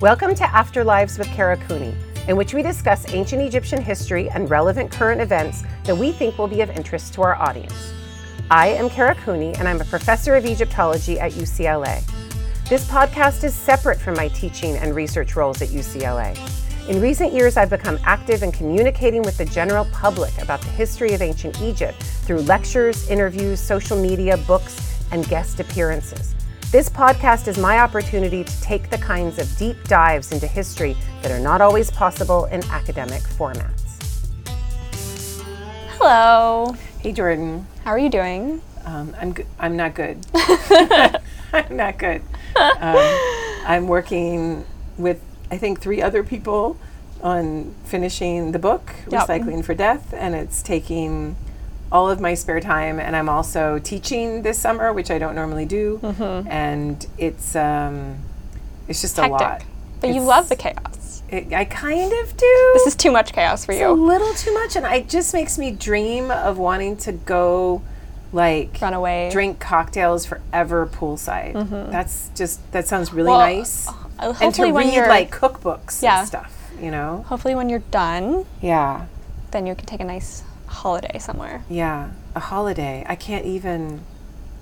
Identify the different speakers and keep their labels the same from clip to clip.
Speaker 1: Welcome to Afterlives with Kara Cooney, in which we discuss ancient Egyptian history and relevant current events that we think will be of interest to our audience. I am Kara Cooney, and I'm a professor of Egyptology at UCLA. This podcast is separate from my teaching and research roles at UCLA. In recent years, I've become active in communicating with the general public about the history of ancient Egypt through lectures, interviews, social media, books, and guest appearances. This podcast is my opportunity to take the kinds of deep dives into history that are not always possible in academic formats.
Speaker 2: Hello.
Speaker 1: Hey, Jordan.
Speaker 2: How are you doing?
Speaker 1: Um, I'm go- I'm not good. I'm not good. Um, I'm working with I think three other people on finishing the book
Speaker 2: Yep.
Speaker 1: Recycling for Death, and it's taking all of my spare time. And I'm also teaching this summer, which I don't normally do,
Speaker 2: Mm-hmm.
Speaker 1: and it's um, it's just a lot.
Speaker 2: But you
Speaker 1: It's-
Speaker 2: love the chaos.
Speaker 1: It, I kind of do.
Speaker 2: This is too much chaos for
Speaker 1: It's a
Speaker 2: you.
Speaker 1: little too much, and it just makes me dream of wanting to go, like,
Speaker 2: Run away. Mm-hmm.
Speaker 1: drink cocktails forever poolside. That's just that sounds really
Speaker 2: Well,
Speaker 1: nice.
Speaker 2: uh,
Speaker 1: and to
Speaker 2: hopefully when
Speaker 1: read
Speaker 2: you're-
Speaker 1: like cookbooks
Speaker 2: Yeah.
Speaker 1: and stuff, you know.
Speaker 2: Hopefully, when you're done,
Speaker 1: Yeah,
Speaker 2: then you can take a nice holiday somewhere.
Speaker 1: yeah. A holiday. I can't even.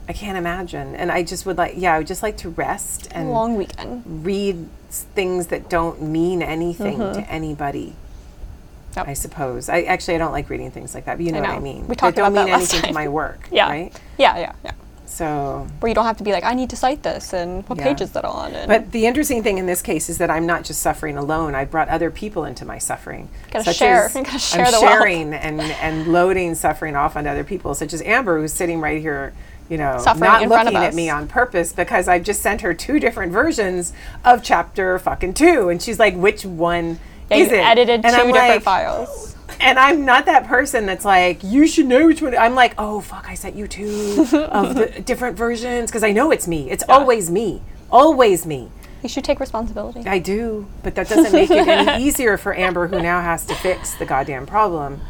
Speaker 1: I can't imagine. And I just would like. Yeah, I would just like to rest and
Speaker 2: Long weekend.
Speaker 1: Mm, read s- things that don't mean anything to anybody.
Speaker 2: Mm-hmm. Yep.
Speaker 1: I suppose. I actually I don't like reading things like that, but you know, what I
Speaker 2: know.
Speaker 1: mean.
Speaker 2: We talked
Speaker 1: that don't
Speaker 2: about
Speaker 1: mean
Speaker 2: that last
Speaker 1: anything
Speaker 2: time.
Speaker 1: to my work,
Speaker 2: Yeah.
Speaker 1: right?
Speaker 2: Yeah, yeah, yeah.
Speaker 1: So,
Speaker 2: Where you don't have to be like, I need to cite this and what
Speaker 1: Yeah.
Speaker 2: page is that on? And
Speaker 1: but the interesting thing in this case is that I'm not just suffering alone. I brought other people into my suffering.
Speaker 2: Gotta
Speaker 1: such
Speaker 2: share.
Speaker 1: as
Speaker 2: You gotta
Speaker 1: I'm
Speaker 2: share the wealth.
Speaker 1: sharing and and loading suffering off onto other people, such as Amber, who's sitting right here. You know,
Speaker 2: Suffering
Speaker 1: not
Speaker 2: in front
Speaker 1: looking
Speaker 2: of
Speaker 1: at
Speaker 2: us.
Speaker 1: me on purpose because I've just sent her two different versions of chapter fucking two, and she's like, "Which one
Speaker 2: yeah,
Speaker 1: is
Speaker 2: you
Speaker 1: it?"
Speaker 2: edited
Speaker 1: And
Speaker 2: 2
Speaker 1: I'm
Speaker 2: different
Speaker 1: like,
Speaker 2: files.
Speaker 1: and I'm not that person that's like, you should know which one. I'm like, oh fuck, I sent you two of the different versions because I know it's me. It's always me, always me.
Speaker 2: You should take responsibility.
Speaker 1: I do, but that doesn't make it any easier for Amber, who now has to fix the goddamn problem.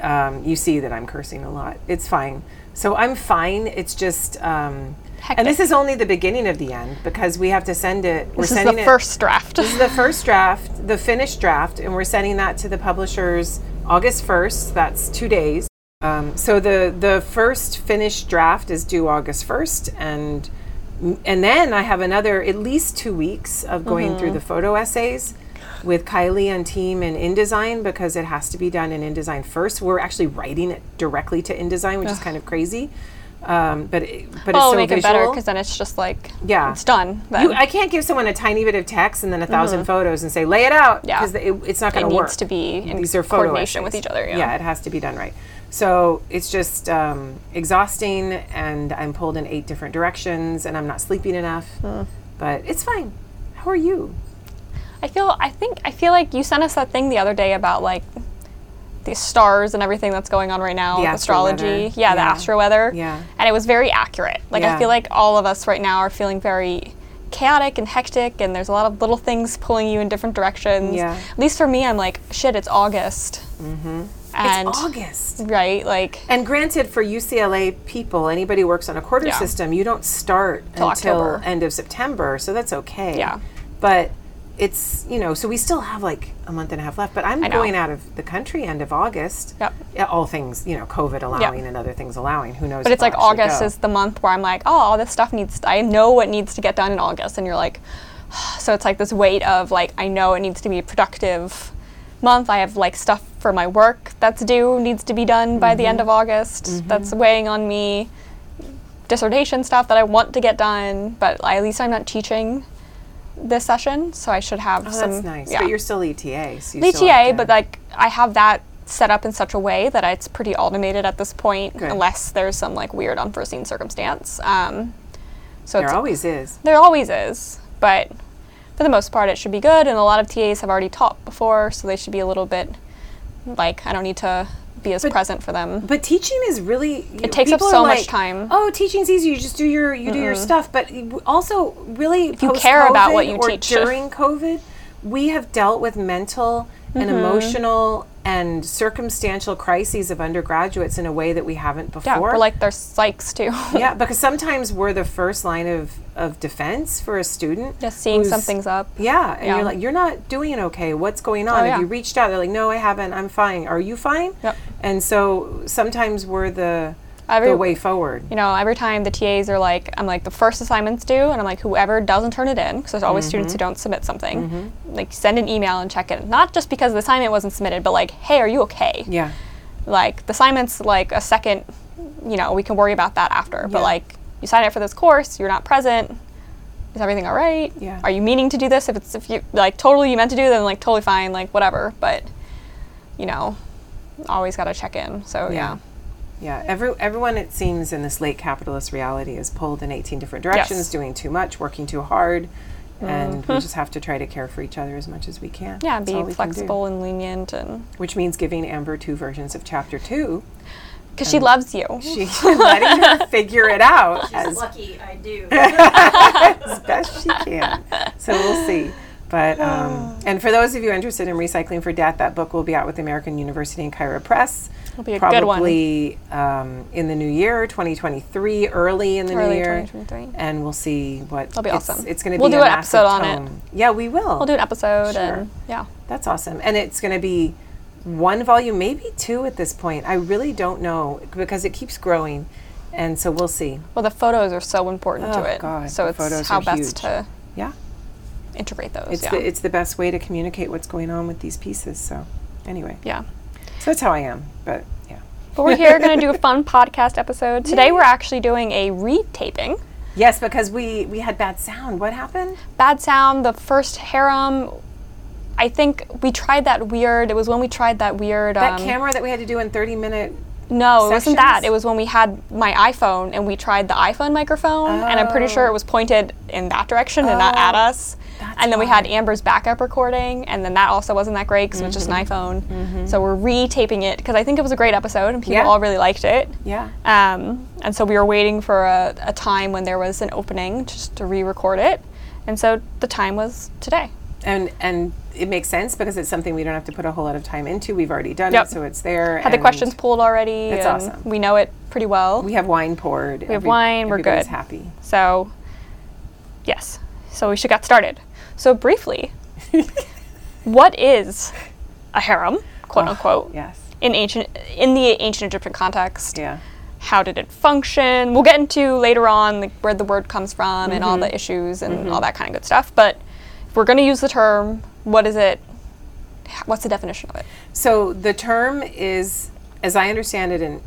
Speaker 1: Um, you see that I'm cursing a lot. It's fine. So I'm fine. It's just, um, and this
Speaker 2: Hectic.
Speaker 1: is only the beginning of the end because we have to send it. We're
Speaker 2: This is
Speaker 1: sending
Speaker 2: the
Speaker 1: it-
Speaker 2: first draft.
Speaker 1: this is the first draft, the finished draft, and we're sending that to the publishers August 1st. That's two days. Um, so the the first finished draft is due August 1st, and and then I have another at least two weeks of going through the photo essays with Kylie and team in InDesign because it has to be done in InDesign first. We're actually writing it directly to InDesign, which is kind of crazy. Um, but it, but it's
Speaker 2: oh,
Speaker 1: so
Speaker 2: make
Speaker 1: visual.
Speaker 2: it better because then it's just like,
Speaker 1: Yeah.
Speaker 2: it's done. Then
Speaker 1: You- I can't give someone a tiny bit of text and then a 1000 photos and say lay it out
Speaker 2: Yeah.
Speaker 1: because it, it's not going
Speaker 2: it
Speaker 1: to work.
Speaker 2: needs to be in
Speaker 1: These are photo
Speaker 2: coordination with
Speaker 1: essays.
Speaker 2: each other. Yeah.
Speaker 1: it has to be done right. So it's just um, exhausting, and I'm pulled in eight different directions, and I'm not sleeping enough. But it's fine. How are you?
Speaker 2: I feel. I think. I feel like you sent us that thing the other day about like the stars and everything that's going on right now
Speaker 1: The
Speaker 2: with
Speaker 1: astro weather.
Speaker 2: astrology. Yeah, the
Speaker 1: Yeah.
Speaker 2: astro weather.
Speaker 1: Yeah.
Speaker 2: And it was very accurate. Like
Speaker 1: Yeah.
Speaker 2: I feel like all of us right now are feeling very chaotic and hectic and there's a lot of little things pulling you in different directions.
Speaker 1: Yeah.
Speaker 2: At least for me I'm like, shit, it's August. Mm-hmm. And
Speaker 1: it's August.
Speaker 2: right, like
Speaker 1: And granted, for UCLA people, anybody who works on a quarter
Speaker 2: Yeah.
Speaker 1: system, you don't start until
Speaker 2: October.
Speaker 1: end of September, so that's okay.
Speaker 2: Yeah.
Speaker 1: But it's you know, so we still have like a month and a half left. But I'm
Speaker 2: I know.
Speaker 1: going out of the country end of August.
Speaker 2: Yep.
Speaker 1: Yeah, All things you know, COVID allowing and other things allowing. Who knows?
Speaker 2: but it's like August is the month where I'm like, oh, all this stuff needs I know what needs to get done in August and you're like so it's like this weight of like I know it needs to be a productive month. I have like stuff for my work that's due needs to be done by the end
Speaker 1: Mm-hmm.
Speaker 2: of August. That's weighing on me. Dissertation stuff that I want to get done, but I, at least I'm not teaching this session, so I should have
Speaker 1: Oh,
Speaker 2: some
Speaker 1: that's nice.
Speaker 2: yeah.
Speaker 1: But you're still ETA. So you still have
Speaker 2: DTA,
Speaker 1: to-
Speaker 2: but like I have that set up in such a way that it's pretty automated at this point,
Speaker 1: Good.
Speaker 2: unless there's some like weird unforeseen circumstance. Um, so
Speaker 1: there
Speaker 2: it's,
Speaker 1: always is.
Speaker 2: there always is, but for the most part, it should be good. And a lot of TAs have already taught before, so they should be a little bit like I don't need to be as present for them.
Speaker 1: But teaching is really
Speaker 2: It takes up
Speaker 1: people are
Speaker 2: so much
Speaker 1: like,
Speaker 2: time.
Speaker 1: Oh, teaching's easy. You just do your you do your stuff. But you- also, really, if
Speaker 2: you care about what you teach.
Speaker 1: during COVID, we have dealt with mental and
Speaker 2: Mm-hmm.
Speaker 1: emotional and circumstantial crises of undergraduates in a way that we haven't before.
Speaker 2: Yeah, we're like their psychs too.
Speaker 1: yeah, because sometimes we're the first line of, of defense for a student.
Speaker 2: Just seeing
Speaker 1: who's-
Speaker 2: something's up.
Speaker 1: Yeah, and
Speaker 2: Yeah.
Speaker 1: you're like, you're not doing it okay. What's going on?
Speaker 2: Oh,
Speaker 1: Have
Speaker 2: yeah.
Speaker 1: you reached out? They're like, no, I haven't. I'm fine. Are you fine?
Speaker 2: Yep.
Speaker 1: And so sometimes we're the
Speaker 2: Every-
Speaker 1: the way forward.
Speaker 2: You know, every time the TAs are like, I'm like the first assignment's due, and I'm like whoever doesn't turn it in, because there's always students
Speaker 1: Mm-hmm.
Speaker 2: who don't submit something. Like send an email and check it. Not just because the assignment wasn't submitted, but like, hey, are you okay?
Speaker 1: Yeah.
Speaker 2: like the assignment's like a second you know we can worry about that after but
Speaker 1: Yeah.
Speaker 2: like you sign up for this course you're not present is everything all right
Speaker 1: Yeah.
Speaker 2: are you meaning to do this if it's if you like totally you meant to do then like totally fine like whatever but you know always got to check in so yeah,
Speaker 1: Yeah, every, everyone, it seems, in this late capitalist reality is pulled in 18 different directions,
Speaker 2: Yes. Mm-hmm.
Speaker 1: doing too much, working too hard, and we just have to try to care for each other as much as we can.
Speaker 2: yeah,
Speaker 1: That's all we
Speaker 2: be
Speaker 1: can do.
Speaker 2: flexible and lenient and
Speaker 1: Which means giving Amber two versions of chapter two.
Speaker 2: because she loves you
Speaker 1: She letting her figure it out as
Speaker 3: She's lucky I do.
Speaker 1: as best she can. So we'll see. But um, and for those of you interested in recycling for death, that book will be out with American University and Cairo Press. It'll
Speaker 2: be a good one.
Speaker 1: probably um, in the new year, 2023, early in the new
Speaker 2: Early
Speaker 1: year,
Speaker 2: 2023.
Speaker 1: and we'll see what. That'll
Speaker 2: be awesome.
Speaker 1: It's going to
Speaker 2: We'll
Speaker 1: be
Speaker 2: do
Speaker 1: a
Speaker 2: an
Speaker 1: massive
Speaker 2: episode on it.
Speaker 1: tome. Yeah, we will.
Speaker 2: we'll do an episode
Speaker 1: Sure.
Speaker 2: and yeah
Speaker 1: That's awesome. And it's going to be one volume, maybe two at this point. I really don't know because it keeps growing, and so we'll see.
Speaker 2: well the photos are so important
Speaker 1: Oh,
Speaker 2: to it
Speaker 1: God,
Speaker 2: so
Speaker 1: the
Speaker 2: it's
Speaker 1: photos
Speaker 2: how
Speaker 1: are
Speaker 2: best
Speaker 1: huge.
Speaker 2: to
Speaker 1: Yeah.
Speaker 2: integrate those
Speaker 1: It's
Speaker 2: yeah
Speaker 1: the it's the best way to communicate what's going on with these pieces. So, anyway,
Speaker 2: yeah
Speaker 1: so that's how I am. But yeah,
Speaker 2: But we're here going to do a fun podcast episode. Today we're actually doing a retaping.
Speaker 1: yes, because we we had bad sound. What happened?
Speaker 2: Bad Sound, the first harem. I think we tried that weird. It was when we tried that weird.
Speaker 1: That
Speaker 2: um,
Speaker 1: camera that we had to do in thirty minute.
Speaker 2: No, it wasn't that.
Speaker 1: sections?
Speaker 2: It was when we had my iPhone and we tried the iPhone microphone, and I'm pretty
Speaker 1: Oh.
Speaker 2: sure it was pointed in that direction and not at us. And then we had Amber's backup recording, and then that also wasn't that great because it was just an
Speaker 1: Mm-hmm.
Speaker 2: iPhone. So we're retaping it because I think it was a great episode and people
Speaker 1: Yeah.
Speaker 2: all really liked it.
Speaker 1: Yeah.
Speaker 2: Um, and so we were waiting for a, a time when there was an opening just to re record it. And so the time was today.
Speaker 1: And and it makes sense because it's something we don't have to put a whole lot of time into. We've already done
Speaker 2: Yep.
Speaker 1: it, so it's there.
Speaker 2: Had the
Speaker 1: and
Speaker 2: questions pulled already.
Speaker 1: That's
Speaker 2: and
Speaker 1: awesome.
Speaker 2: We know it pretty well.
Speaker 1: We have wine poured. We
Speaker 2: have wine, we're
Speaker 1: everybody's
Speaker 2: good.
Speaker 1: Happy.
Speaker 2: so, yes. So we should got started. So, briefly, what is a harem,
Speaker 1: Oh,
Speaker 2: quote unquote,
Speaker 1: Yes.
Speaker 2: in, ancient, in the ancient Egyptian context?
Speaker 1: Yeah.
Speaker 2: how did it function? We'll get into later on like, where the word comes from and all the
Speaker 1: Mm-hmm.
Speaker 2: issues and all that kind of good stuff. But if we're going to use the term, what is it? h- What's the definition of it?
Speaker 1: So the term is, as I understand it, an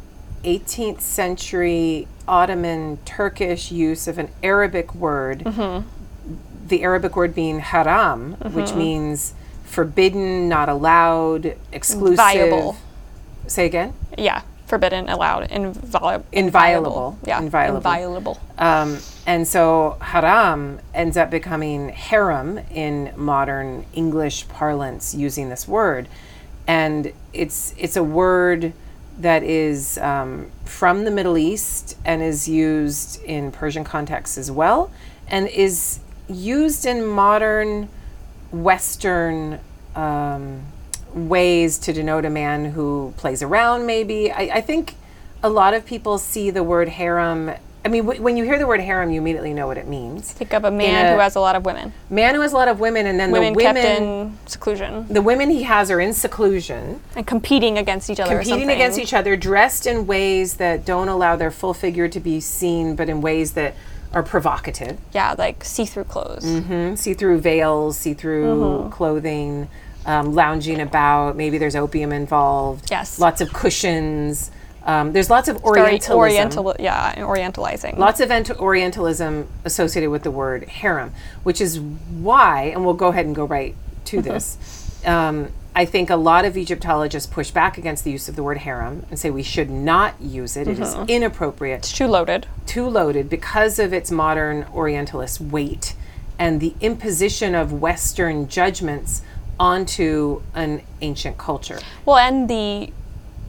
Speaker 1: 18th century Ottoman Turkish use of an Arabic word. The Arabic word being haram, which means forbidden, not allowed, exclusive.
Speaker 2: Viable.
Speaker 1: Say again?
Speaker 2: Yeah, forbidden, allowed, invali-
Speaker 1: Inviolable.
Speaker 2: Yeah,
Speaker 1: Inviolable.
Speaker 2: inviolable.
Speaker 1: Um, and so haram ends up becoming harem in modern English parlance using this word. And it's, it's a word that is um, from the Middle East and is used in Persian contexts as well, and is used in modern Western um, ways to denote a man who plays around, maybe. I, I think a lot of people see the word harem. I mean, w- when you hear the word harem, you immediately know what it means.
Speaker 2: Think of a man
Speaker 1: a-
Speaker 2: who has a lot of women.
Speaker 1: Man who has a lot of women, and then
Speaker 2: Women,
Speaker 1: the women,
Speaker 2: kept in seclusion
Speaker 1: the women he has are in seclusion,
Speaker 2: and competing against each other. or
Speaker 1: competing
Speaker 2: something.
Speaker 1: against each other, dressed in ways that don't allow their full figure to be seen, but in ways that are provocative.
Speaker 2: Yeah, like see-through clothes.
Speaker 1: see through veils, see through
Speaker 2: Mm-hmm.
Speaker 1: clothing, um, lounging about. Maybe there's opium involved.
Speaker 2: Yes.
Speaker 1: Lots of cushions. Um, there's lots of
Speaker 2: Very
Speaker 1: Orientalism.
Speaker 2: oriental. Yeah, and orientalizing.
Speaker 1: Lots of ent- Orientalism associated with the word harem, which is why, and we'll go ahead and go right to
Speaker 2: Mm-hmm.
Speaker 1: this. Um, I think a lot of Egyptologists push back against the use of the word harem and say we should not use it. It is
Speaker 2: Mm-hmm.
Speaker 1: inappropriate
Speaker 2: It's too loaded.
Speaker 1: too loaded because of its modern Orientalist weight and the imposition of Western judgments onto an ancient culture.
Speaker 2: Well, and the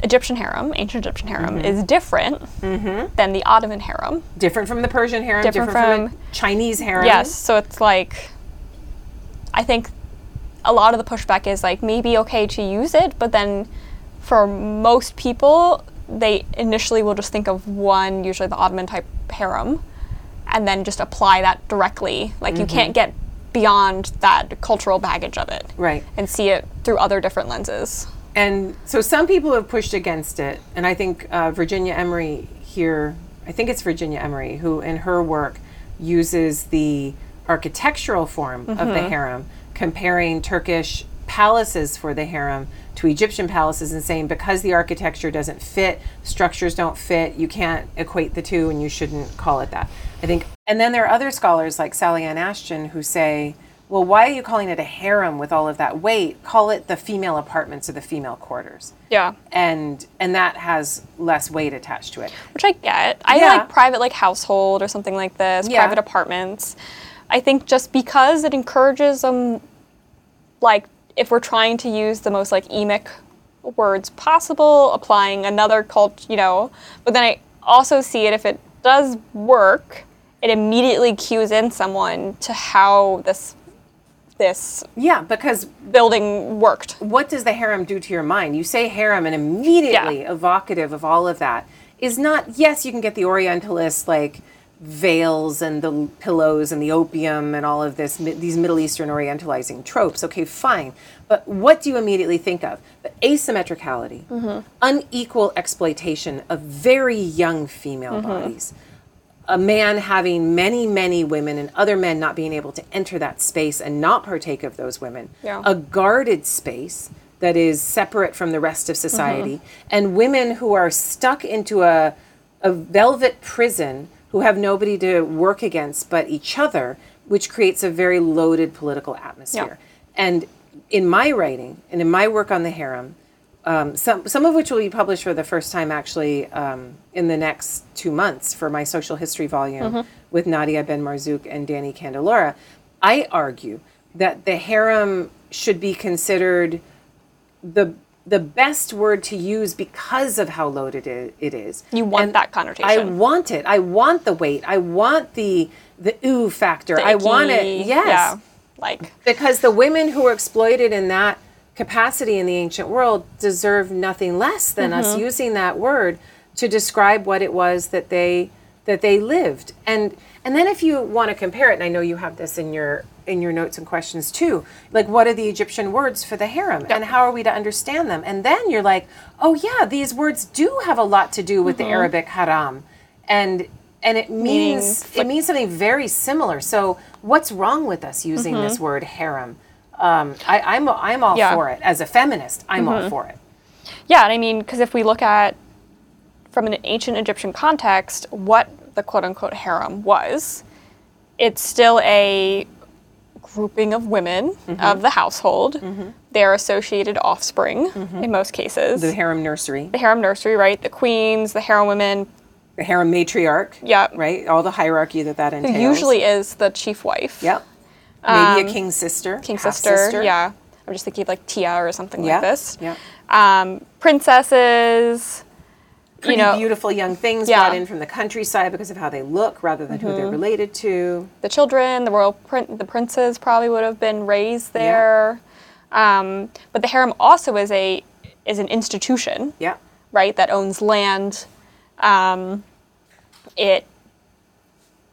Speaker 2: Egyptian harem, ancient Egyptian harem,
Speaker 1: Mm-hmm.
Speaker 2: is different than the Ottoman harem.
Speaker 1: Different from the Persian harem,
Speaker 2: Different
Speaker 1: different, from,
Speaker 2: from-
Speaker 1: a Chinese harem.
Speaker 2: Yes, so it's like I think a lot of the pushback is like maybe okay to use it, but then for most people, they initially will just think of one, usually the Ottoman type harem, and then just apply that directly. Like you can't get beyond that cultural baggage of it
Speaker 1: Right.
Speaker 2: and see it through other different lenses.
Speaker 1: And so some people have pushed against it, and I think uh, Virginia Emery here, I think it's Virginia Emery, who in her work uses the architectural form of the harem, comparing Turkish palaces for the harem to Egyptian palaces and saying because the architecture doesn't fit, structures don't fit, you can't equate the two and you shouldn't call it that. I think, and then there are other scholars like Sally Ann Ashton who say, well, why are you calling it a harem with all of that weight? Call it the female apartments or the female quarters.
Speaker 2: Yeah.
Speaker 1: And and that has less weight attached to it.
Speaker 2: which I get. I
Speaker 1: Yeah.
Speaker 2: like private like household or something like this,
Speaker 1: Yeah.
Speaker 2: private apartments. I think just because it encourages um like if we're trying to use the most like emic words possible, applying another cult, you know, but then I also see it if it does work, it immediately cues in someone to how this this
Speaker 1: Yeah, because
Speaker 2: building worked.
Speaker 1: what does the harem do to your mind? You say harem and immediately
Speaker 2: Yeah.
Speaker 1: evocative of all of that is not yes, you can get the orientalist like veils and the l- pillows and the opium and all of this mi- these Middle Eastern orientalizing tropes. Okay, fine. But what do you immediately think of? The asymmetricality,
Speaker 2: Mm-hmm.
Speaker 1: unequal exploitation of very young female
Speaker 2: Mm-hmm.
Speaker 1: bodies a man having many, many women and other men not being able to enter that space and not partake of those women.
Speaker 2: Yeah.
Speaker 1: A guarded space that is separate from the rest of society, and women who are stuck into a, a velvet prison who have nobody to work against but each other, which creates a very loaded political atmosphere. And in my writing and in my work on the harem, um, some some of which will be published for the first time actually um, in the next two months for my social history volume
Speaker 2: Mm-hmm.
Speaker 1: with Nadia Ben Marzouk and Danny Candelora. I argue that the harem should be considered the the best word to use because of how loaded it, it is.
Speaker 2: You want
Speaker 1: And
Speaker 2: that
Speaker 1: I
Speaker 2: connotation.
Speaker 1: want it. I want the weight. I want the the ooh factor. I want it.
Speaker 2: Icky,
Speaker 1: Yes
Speaker 2: Yeah. Like
Speaker 1: because the women who were exploited in that capacity in the ancient world deserve nothing less than us using that word to describe what it was that they that they lived and and then if you want to compare it and i know you have this in your in your notes and questions too like what are the egyptian words for the harem and how are we to understand them and then you're like oh yeah these words do have a lot to do with the arabic haram and and it means it means something very similar. So what's wrong with us using this word harem? Um, I, I'm I'm all
Speaker 2: Yeah.
Speaker 1: for it as a feminist. I'm all for it.
Speaker 2: Yeah, and I mean, because if we look at from an ancient Egyptian context, what the quote unquote harem was, it's still a grouping of women
Speaker 1: Mm-hmm.
Speaker 2: of the household, their associated offspring in most cases.
Speaker 1: Mm-hmm. The harem nursery,
Speaker 2: the harem nursery, right? The queens, the harem women.
Speaker 1: the harem matriarch.
Speaker 2: Yeah.
Speaker 1: Right. All the hierarchy that that entails.
Speaker 2: Usually is the chief wife.
Speaker 1: Yep. Maybe a um, king's sister.
Speaker 2: King sister.
Speaker 1: half-sister.
Speaker 2: Yeah. I'm just thinking of like Tia or something
Speaker 1: Yeah.
Speaker 2: like this.
Speaker 1: Yeah.
Speaker 2: Um, princesses.
Speaker 1: Pretty
Speaker 2: you know,
Speaker 1: beautiful young things
Speaker 2: Yeah.
Speaker 1: brought in from the countryside because of how they look rather than who they're related to.
Speaker 2: the children, the royal prin- the princes probably would have been raised there. Um, but the harem also is a is an institution,
Speaker 1: Yeah.
Speaker 2: right? That owns land. Um, it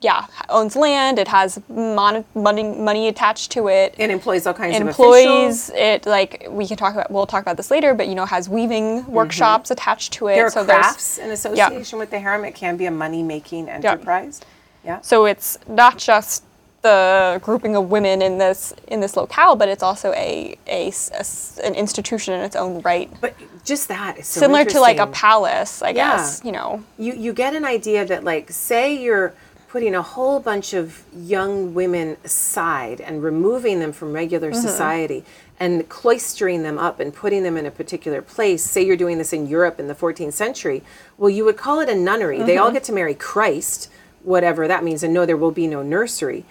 Speaker 2: yeah owns land. It has mon- money money attached to it.
Speaker 1: And employs all kinds of officials.
Speaker 2: Employs it like we can talk about. We'll talk about this later, but you know has weaving workshops attached to it.
Speaker 1: Mm-hmm. There are
Speaker 2: there's-
Speaker 1: crafts in association with the harem. It can be a money making enterprise. Yeah.
Speaker 2: So it's not just the grouping of women in this in this locale, but it's also a, a s- a s- an institution in its own right,
Speaker 1: But just that is so
Speaker 2: similar to like a
Speaker 1: interesting.
Speaker 2: palace, I
Speaker 1: Yeah.
Speaker 2: guess. You know,
Speaker 1: You you get an idea that like say you're putting a whole bunch of young women aside and removing them from regular
Speaker 2: Mm-hmm.
Speaker 1: society and cloistering them up and putting them in a particular place. Say you're doing this in Europe in the 14th century. Well, you would call it a nunnery. They
Speaker 2: Mm-hmm.
Speaker 1: all get to marry Christ, whatever that means, and no, there will be no nursery.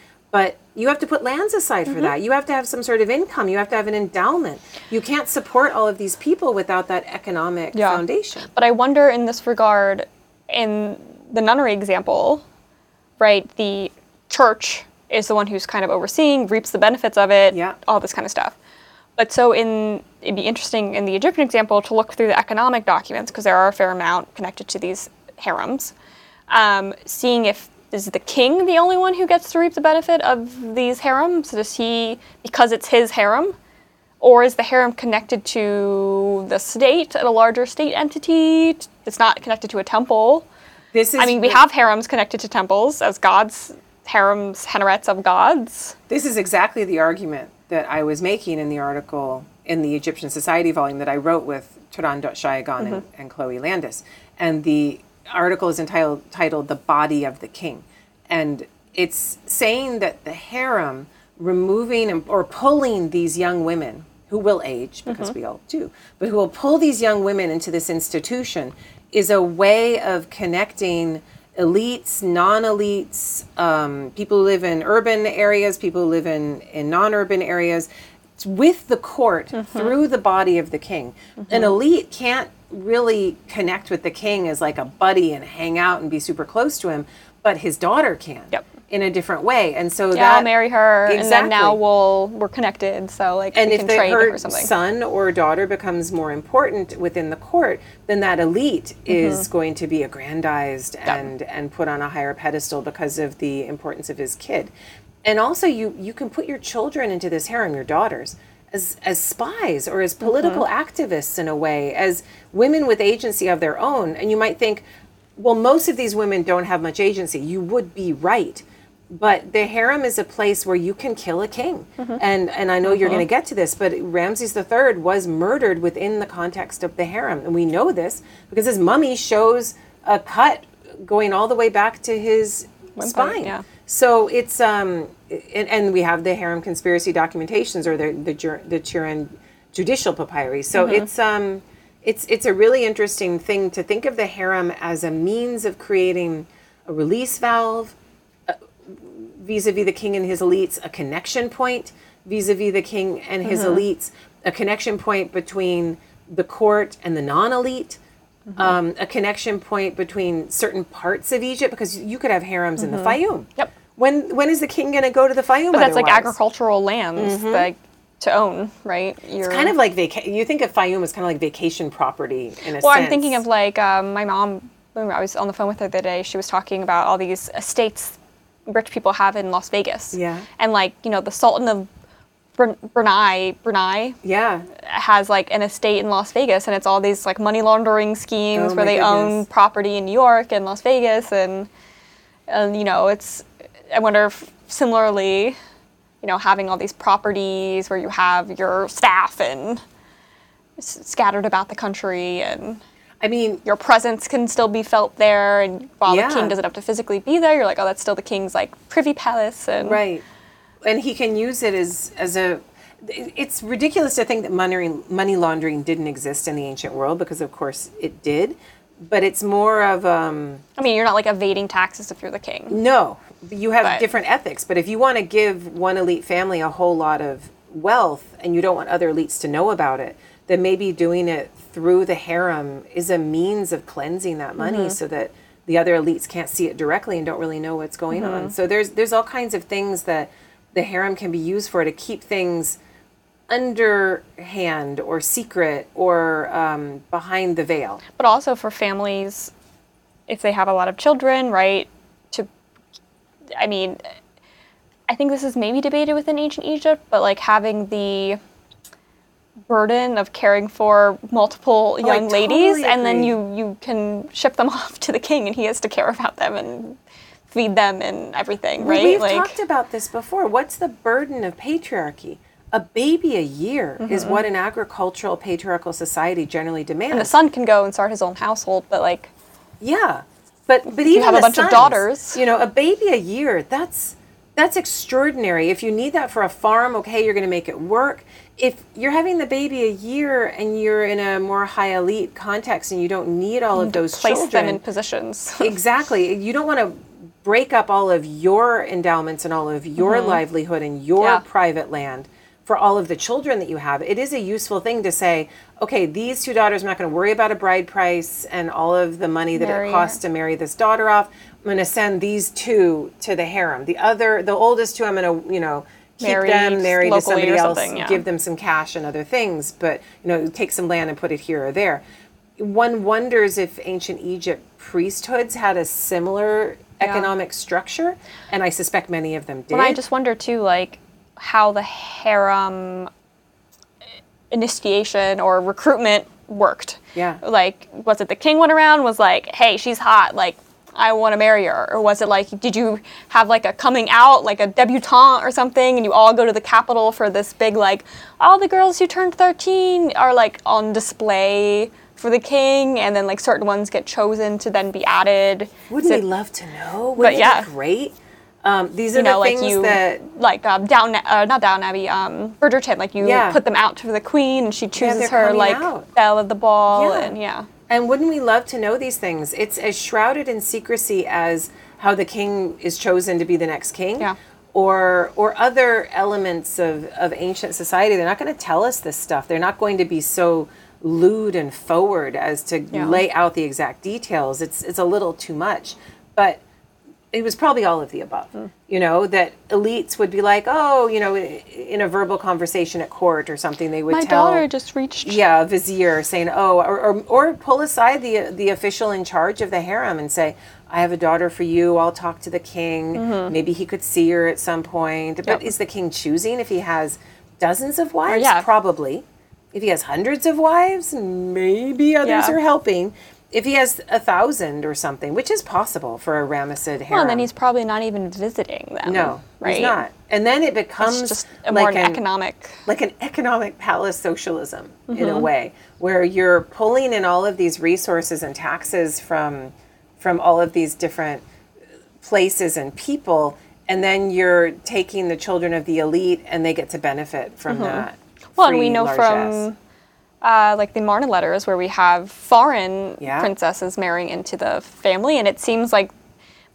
Speaker 1: But you have to put lands aside
Speaker 2: Mm-hmm.
Speaker 1: for that. You have to have some sort of income. You have to have an endowment. You can't support all of these people without that economic
Speaker 2: Yeah.
Speaker 1: foundation.
Speaker 2: but I wonder in this regard, in the nunnery example, right? The church is the one who's kind of overseeing, reaps the benefits of it,
Speaker 1: Yeah.
Speaker 2: all this kind of stuff. But so in it'd be interesting in the Egyptian example to look through the economic documents because there are a fair amount connected to these harems, um, seeing if is the king the only one who gets to reap the benefit of these harems? Does he because it's his harem, or is the harem connected to the state and a larger state entity? It's not connected to a temple.
Speaker 1: This is
Speaker 2: I mean, we have harems connected to temples as gods, harems, henarets of gods.
Speaker 1: This is exactly the argument that I was making in the article in the Egyptian Society volume that I wrote with Turan Shayagan and, and Chloe Landis. And the article is entitled titled The Body of the King. And it's saying that the harem removing and- or pulling these young women who will age because we all do, but who will pull these young women into this institution is a way of connecting elites, non-elites, um, people who live in urban areas, people who live in, in non-urban areas, it's with the court
Speaker 2: Mm-hmm.
Speaker 1: through the body of the king. An elite can't really connect with the king as like a buddy and hang out and be super close to him, but his daughter can
Speaker 2: Yep.
Speaker 1: in a different way. And so
Speaker 2: Yeah,
Speaker 1: that
Speaker 2: I'll marry her, and then now
Speaker 1: Exactly.
Speaker 2: we'll we're connected. So like
Speaker 1: and
Speaker 2: we
Speaker 1: if
Speaker 2: can
Speaker 1: the,
Speaker 2: trade
Speaker 1: her
Speaker 2: or something.
Speaker 1: son or daughter becomes more important within the court, then that elite
Speaker 2: Mm-hmm.
Speaker 1: is going to be aggrandized and and put on a higher pedestal because of the importance of his kid. And also, you you can put your children into this harem, your daughters. As, as spies or
Speaker 2: Mm-hmm.
Speaker 1: as political activists in a way as women with agency of their own and you might think well most of these women don't have much agency you would be right but the harem is a place where you can kill a king and and i know you're going to get to this but ramses iii was murdered within the context of the harem and we know this because his mummy shows a cut going all the way back to his spine
Speaker 2: yeah.
Speaker 1: so it's um and, and we have the harem conspiracy documentations or the the jur- the Turin judicial papyri so it's um it's it's a really interesting thing to think of the harem as a means of creating a release valve vis-a-vis the king and his elites a connection point vis-a-vis the king and his
Speaker 2: Mm-hmm.
Speaker 1: elites a connection point between the court and the non-elite
Speaker 2: Mm-hmm.
Speaker 1: um, a connection point between certain parts of egypt because you could have harems in the fayoum
Speaker 2: Mm-hmm. Yep.
Speaker 1: when when is the king going to go to the fayoum
Speaker 2: but that's like
Speaker 1: otherwise? Mm-hmm.
Speaker 2: agricultural lands like to own, right? You're,
Speaker 1: kind of like vaca- you think of fayoum as kind of like vacation property in a
Speaker 2: Well,
Speaker 1: sense
Speaker 2: I'm thinking of like um, my mom. Remember, I was on the phone with her the other day. She was talking about all these estates rich people have in Las Vegas.
Speaker 1: Yeah.
Speaker 2: And like you know, the Sultan of Brun- Brunei, Brunei,
Speaker 1: yeah
Speaker 2: has like an estate in Las Vegas, and it's all these like money laundering schemes
Speaker 1: Oh,
Speaker 2: where
Speaker 1: my
Speaker 2: they own
Speaker 1: goodness.
Speaker 2: property in New York and Las Vegas, and and you know it's. I wonder if similarly, you know, having all these properties where you have your staff and s- scattered about the country, and
Speaker 1: i mean
Speaker 2: your presence can still be felt there, and while
Speaker 1: Yeah.
Speaker 2: the king doesn't have to physically be there, you're like, oh, that's still the king's like privy palace, and
Speaker 1: Right. And he can use it as as a it's ridiculous to think that money money laundering didn't exist in the ancient world because of course it did, but it's more of um
Speaker 2: I mean, you're not like evading taxes if you're the king.
Speaker 1: no, you have
Speaker 2: But-
Speaker 1: different ethics, but if you want to give one elite family a whole lot of wealth and you don't want other elites to know about it, then maybe doing it through the harem is a means of cleansing that money so that the other elites can't see it directly and don't really know what's going on. So there's there's all kinds of things that the harem can be used for to keep things underhand or secret or um, behind the veil.
Speaker 2: but also for families if they have a lot of children right to i mean i think this is maybe debated within ancient egypt but like having the burden of caring for multiple
Speaker 1: Oh, I
Speaker 2: young ladies
Speaker 1: totally
Speaker 2: and then
Speaker 1: agree.
Speaker 2: you you can ship them off to the king and he has to care about them and feed them and everything
Speaker 1: Well,
Speaker 2: right
Speaker 1: We've
Speaker 2: like
Speaker 1: talked about this before. What's the burden of patriarchy? A baby a year
Speaker 2: Mm-hmm.
Speaker 1: is what an agricultural patriarchal society generally demands.
Speaker 2: the son can go and start his own household but like
Speaker 1: Yeah, but but even
Speaker 2: have a
Speaker 1: the
Speaker 2: bunch of
Speaker 1: sons,
Speaker 2: daughters.
Speaker 1: You know, a baby a year. That's that's extraordinary. If you need that for a farm, okay, you're going to make it work. If you're having the baby a year and you're in a more high elite context and you don't need all of those
Speaker 2: Mm, place
Speaker 1: children,
Speaker 2: them in positions
Speaker 1: exactly. You don't want to break up all of your endowments and all of your livelihood and your
Speaker 2: Mm-hmm. Yeah.
Speaker 1: private land for all of the children that you have. It is a useful thing to say, okay, these two daughters, I'm not going to worry about a bride price and all of the money that
Speaker 2: Marry
Speaker 1: it
Speaker 2: her.
Speaker 1: costs to marry this daughter off. I'm going to send these two to the harem. The other, the oldest two, I'm going to, you know, keep
Speaker 2: Married
Speaker 1: them married to
Speaker 2: locally
Speaker 1: somebody
Speaker 2: or
Speaker 1: else,
Speaker 2: something, yeah.
Speaker 1: give them some cash and other things, but you know, take some land and put it here or there. One wonders if ancient Egypt priesthoods had a similar economic structure, and I suspect many of them did.
Speaker 2: And I just wonder too, like how the harem initiation or recruitment worked.
Speaker 1: Yeah.
Speaker 2: Like, was it the king went around was like, "Hey, she's hot. Like, I want to marry her," or was it like, did you have like a coming out, like a debutante or something, and you all go to the capital for this big like, all the girls who turned thirteen are like on display. For the king, and then like certain ones get chosen to then be added.
Speaker 1: Wouldn't
Speaker 2: So-
Speaker 1: we love to know? Wouldn't
Speaker 2: yeah.
Speaker 1: it be great? Um, these are
Speaker 2: you
Speaker 1: the
Speaker 2: know, like
Speaker 1: things
Speaker 2: you,
Speaker 1: that
Speaker 2: like um, down, uh, not down Abbey, um, Bridgerton. Like you
Speaker 1: Yeah.
Speaker 2: put them out for the queen, and she chooses
Speaker 1: they're
Speaker 2: her
Speaker 1: coming
Speaker 2: like
Speaker 1: out.
Speaker 2: belle of the ball, and yeah,
Speaker 1: And wouldn't we love to know these things? It's as shrouded in secrecy as how the king is chosen to be the next king.
Speaker 2: Yeah.
Speaker 1: Or, or other elements of, of ancient society. They're not going to tell us this stuff. They're not going to be so lewd and forward as to
Speaker 2: Yeah.
Speaker 1: lay out the exact details. It's, it's a little too much. But it was probably all of the above.
Speaker 2: Hmm.
Speaker 1: You know, that elites would be like, oh, you know, i- in a verbal conversation at court or something, they would
Speaker 2: my
Speaker 1: tell
Speaker 2: daughter just reached.
Speaker 1: yeah, a vizier saying, "Oh," or, or, or pull aside the the official in charge of the harem and say, "I have a daughter for you. I'll talk to the king. Maybe he could see her at some point." But
Speaker 2: Mm-hmm. Yep.
Speaker 1: is the king choosing if he has dozens of wives?
Speaker 2: yeah.
Speaker 1: probably. If he has hundreds of wives, maybe others
Speaker 2: Yeah.
Speaker 1: are helping. If he has a thousand or something, which is possible for a Ramessid harem,
Speaker 2: Well, and then he's probably not even visiting them.
Speaker 1: no,
Speaker 2: right?
Speaker 1: he's not. And then it becomes
Speaker 2: It's just a
Speaker 1: like
Speaker 2: more an
Speaker 1: an-
Speaker 2: economic.
Speaker 1: like an economic palace socialism in
Speaker 2: Mm-hmm.
Speaker 1: a way where you're pulling in all of these resources and taxes from from all of these different places and people and then you're taking the children of the elite and they get to benefit from that
Speaker 2: Mm-hmm. Well, and we
Speaker 1: free
Speaker 2: know
Speaker 1: largesse.
Speaker 2: from uh, like the Marna letters where we have foreign
Speaker 1: Yeah.
Speaker 2: princesses marrying into the family, and it seems like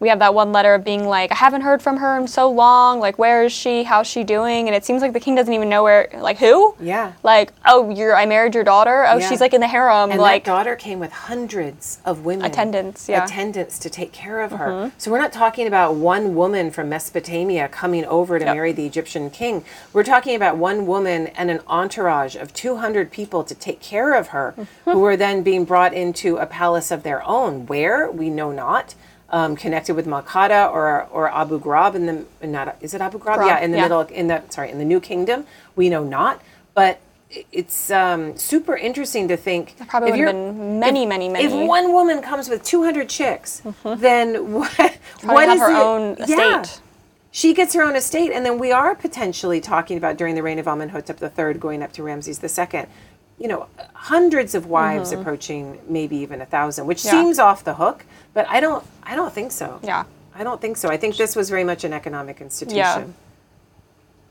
Speaker 2: we have that one letter of being like, I haven't heard from her in so long. Like, where is she? How's she doing? And it seems like the king doesn't even know where. Like, who?
Speaker 1: Yeah.
Speaker 2: Like, oh, you're I married your daughter. Oh,
Speaker 1: Yeah.
Speaker 2: she's like in the harem.
Speaker 1: and
Speaker 2: like,
Speaker 1: that daughter came with hundreds of women
Speaker 2: Attendants, yeah. Mm-hmm.
Speaker 1: attendants to take care of her. So we're not talking about one woman from Mesopotamia coming over to
Speaker 2: Yep.
Speaker 1: marry the Egyptian king. We're talking about one woman and an entourage of 200 people to take care of her,
Speaker 2: Mm-hmm.
Speaker 1: who were then being brought into a palace of their own, where we know not. Um, connected with Makata or or Abu Ghraib in the not is it Abu Ghraib?
Speaker 2: Ghraib,
Speaker 1: yeah, in the
Speaker 2: yeah.
Speaker 1: middle in the sorry in the New Kingdom. We know not, but i- it's um, super interesting to think
Speaker 2: probably
Speaker 1: if
Speaker 2: would have
Speaker 1: you're-
Speaker 2: been many, many, many. Mm-hmm.
Speaker 1: if one woman comes with 200 chicks, then what? what
Speaker 2: have
Speaker 1: is
Speaker 2: her
Speaker 1: it-
Speaker 2: own
Speaker 1: Yeah.
Speaker 2: estate.
Speaker 1: She gets her own estate, and then we are potentially talking about during the reign of Amenhotep III, going up to Ramses II. You know, hundreds of wives approaching maybe even a thousand, which
Speaker 2: Mm-hmm. Yeah.
Speaker 1: seems off the hook, but I don't. I don't think so.
Speaker 2: Yeah.
Speaker 1: I don't think so. I think this was very much an economic institution.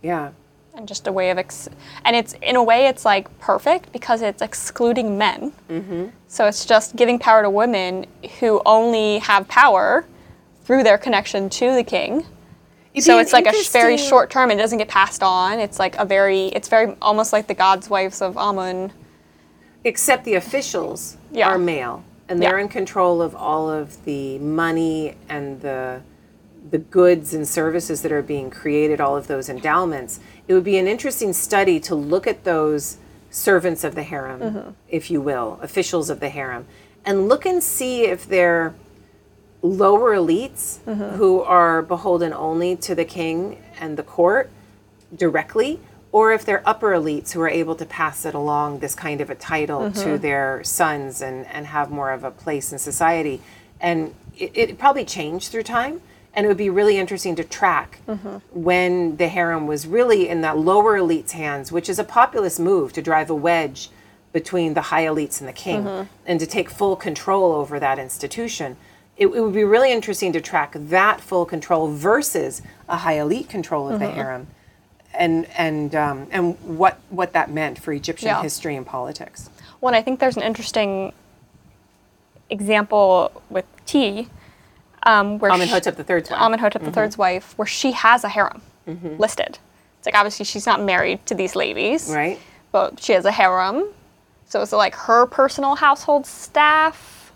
Speaker 1: Yeah.
Speaker 2: and just a way of ex- and it's in a way it's like perfect because it's excluding men
Speaker 1: Mm-hmm.
Speaker 2: so it's just giving power to women who only have power through their connection to the king
Speaker 1: It'd
Speaker 2: so
Speaker 1: be
Speaker 2: it's
Speaker 1: an
Speaker 2: like a sh- very
Speaker 1: interesting-
Speaker 2: short term it doesn't get passed on it's like a very it's very almost like the gods wives of amun
Speaker 1: except the officials
Speaker 2: Yeah.
Speaker 1: are male and they're
Speaker 2: Yeah.
Speaker 1: in control of all of the money and the the goods and services that are being created all of those endowments it would be an interesting study to look at those servants of the harem
Speaker 2: Mm-hmm.
Speaker 1: if you will officials of the harem and look and see if they're lower elites
Speaker 2: Mm-hmm.
Speaker 1: who are beholden only to the king and the court directly, or if they're upper elites who are able to pass it along this kind of a title to their sons and, and have more of a place in society. And it, it probably changed through time. And it would be really interesting to track when the harem was really in that lower elite's hands, which is a populist move to drive a wedge between the high elites and the king and to take full control over that institution. It, it would be really interesting to track that full control versus a high elite control of the harem and and um, and what what that meant for Egyptian
Speaker 2: Yeah.
Speaker 1: history and politics.
Speaker 2: Well, and I think there's an interesting example with T, um, where
Speaker 1: Amenhotep
Speaker 2: she-
Speaker 1: III's wife.
Speaker 2: Amenhotep III's
Speaker 1: Mm-hmm.
Speaker 2: wife, where she has a harem listed. It's like obviously she's not married to these ladies,
Speaker 1: Right.
Speaker 2: But she has a harem, so it's like her personal household staff,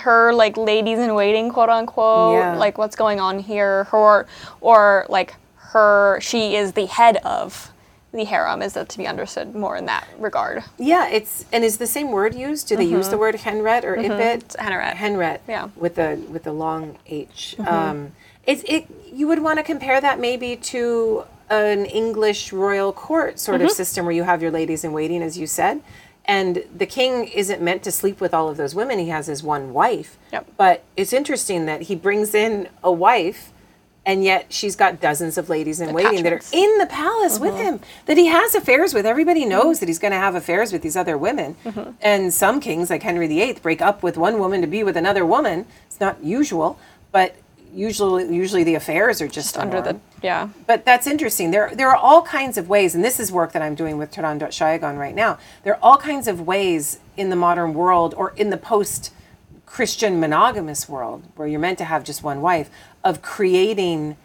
Speaker 2: her like ladies in waiting, quote unquote,
Speaker 1: Yeah.
Speaker 2: like what's going on here, her or like her she is the head of the harem is that to be understood more in that regard.
Speaker 1: Yeah, it's and is the same word used? Do they use the word henret or ibit? It's
Speaker 2: Mm-hmm. henret.
Speaker 1: Henret.
Speaker 2: Yeah. Mm-hmm.
Speaker 1: With the with the long H. Um, it's it. You would want to compare that maybe to an English royal court sort
Speaker 2: Mm-hmm.
Speaker 1: of system where you have your ladies in waiting, as you said, and the king isn't meant to sleep with all of those women. He has his one wife.
Speaker 2: Yep.
Speaker 1: But it's interesting that he brings in a wife. And yet, she's got dozens of ladies in waiting that are
Speaker 2: Attachments.
Speaker 1: in the palace with him that he has affairs with. Everybody knows that he's going to have affairs with these other women. And some kings, like Henry VIII, break up with one woman to be with another woman. It's not usual, but usually, usually the affairs are just,
Speaker 2: Under the yeah.
Speaker 1: But that's interesting. There, there are all kinds of ways, and this is work that I'm doing with Taran.Shayagon right now. There are all kinds of ways in the modern world or in the post Christian monogamous world where you're meant to have just one wife of creating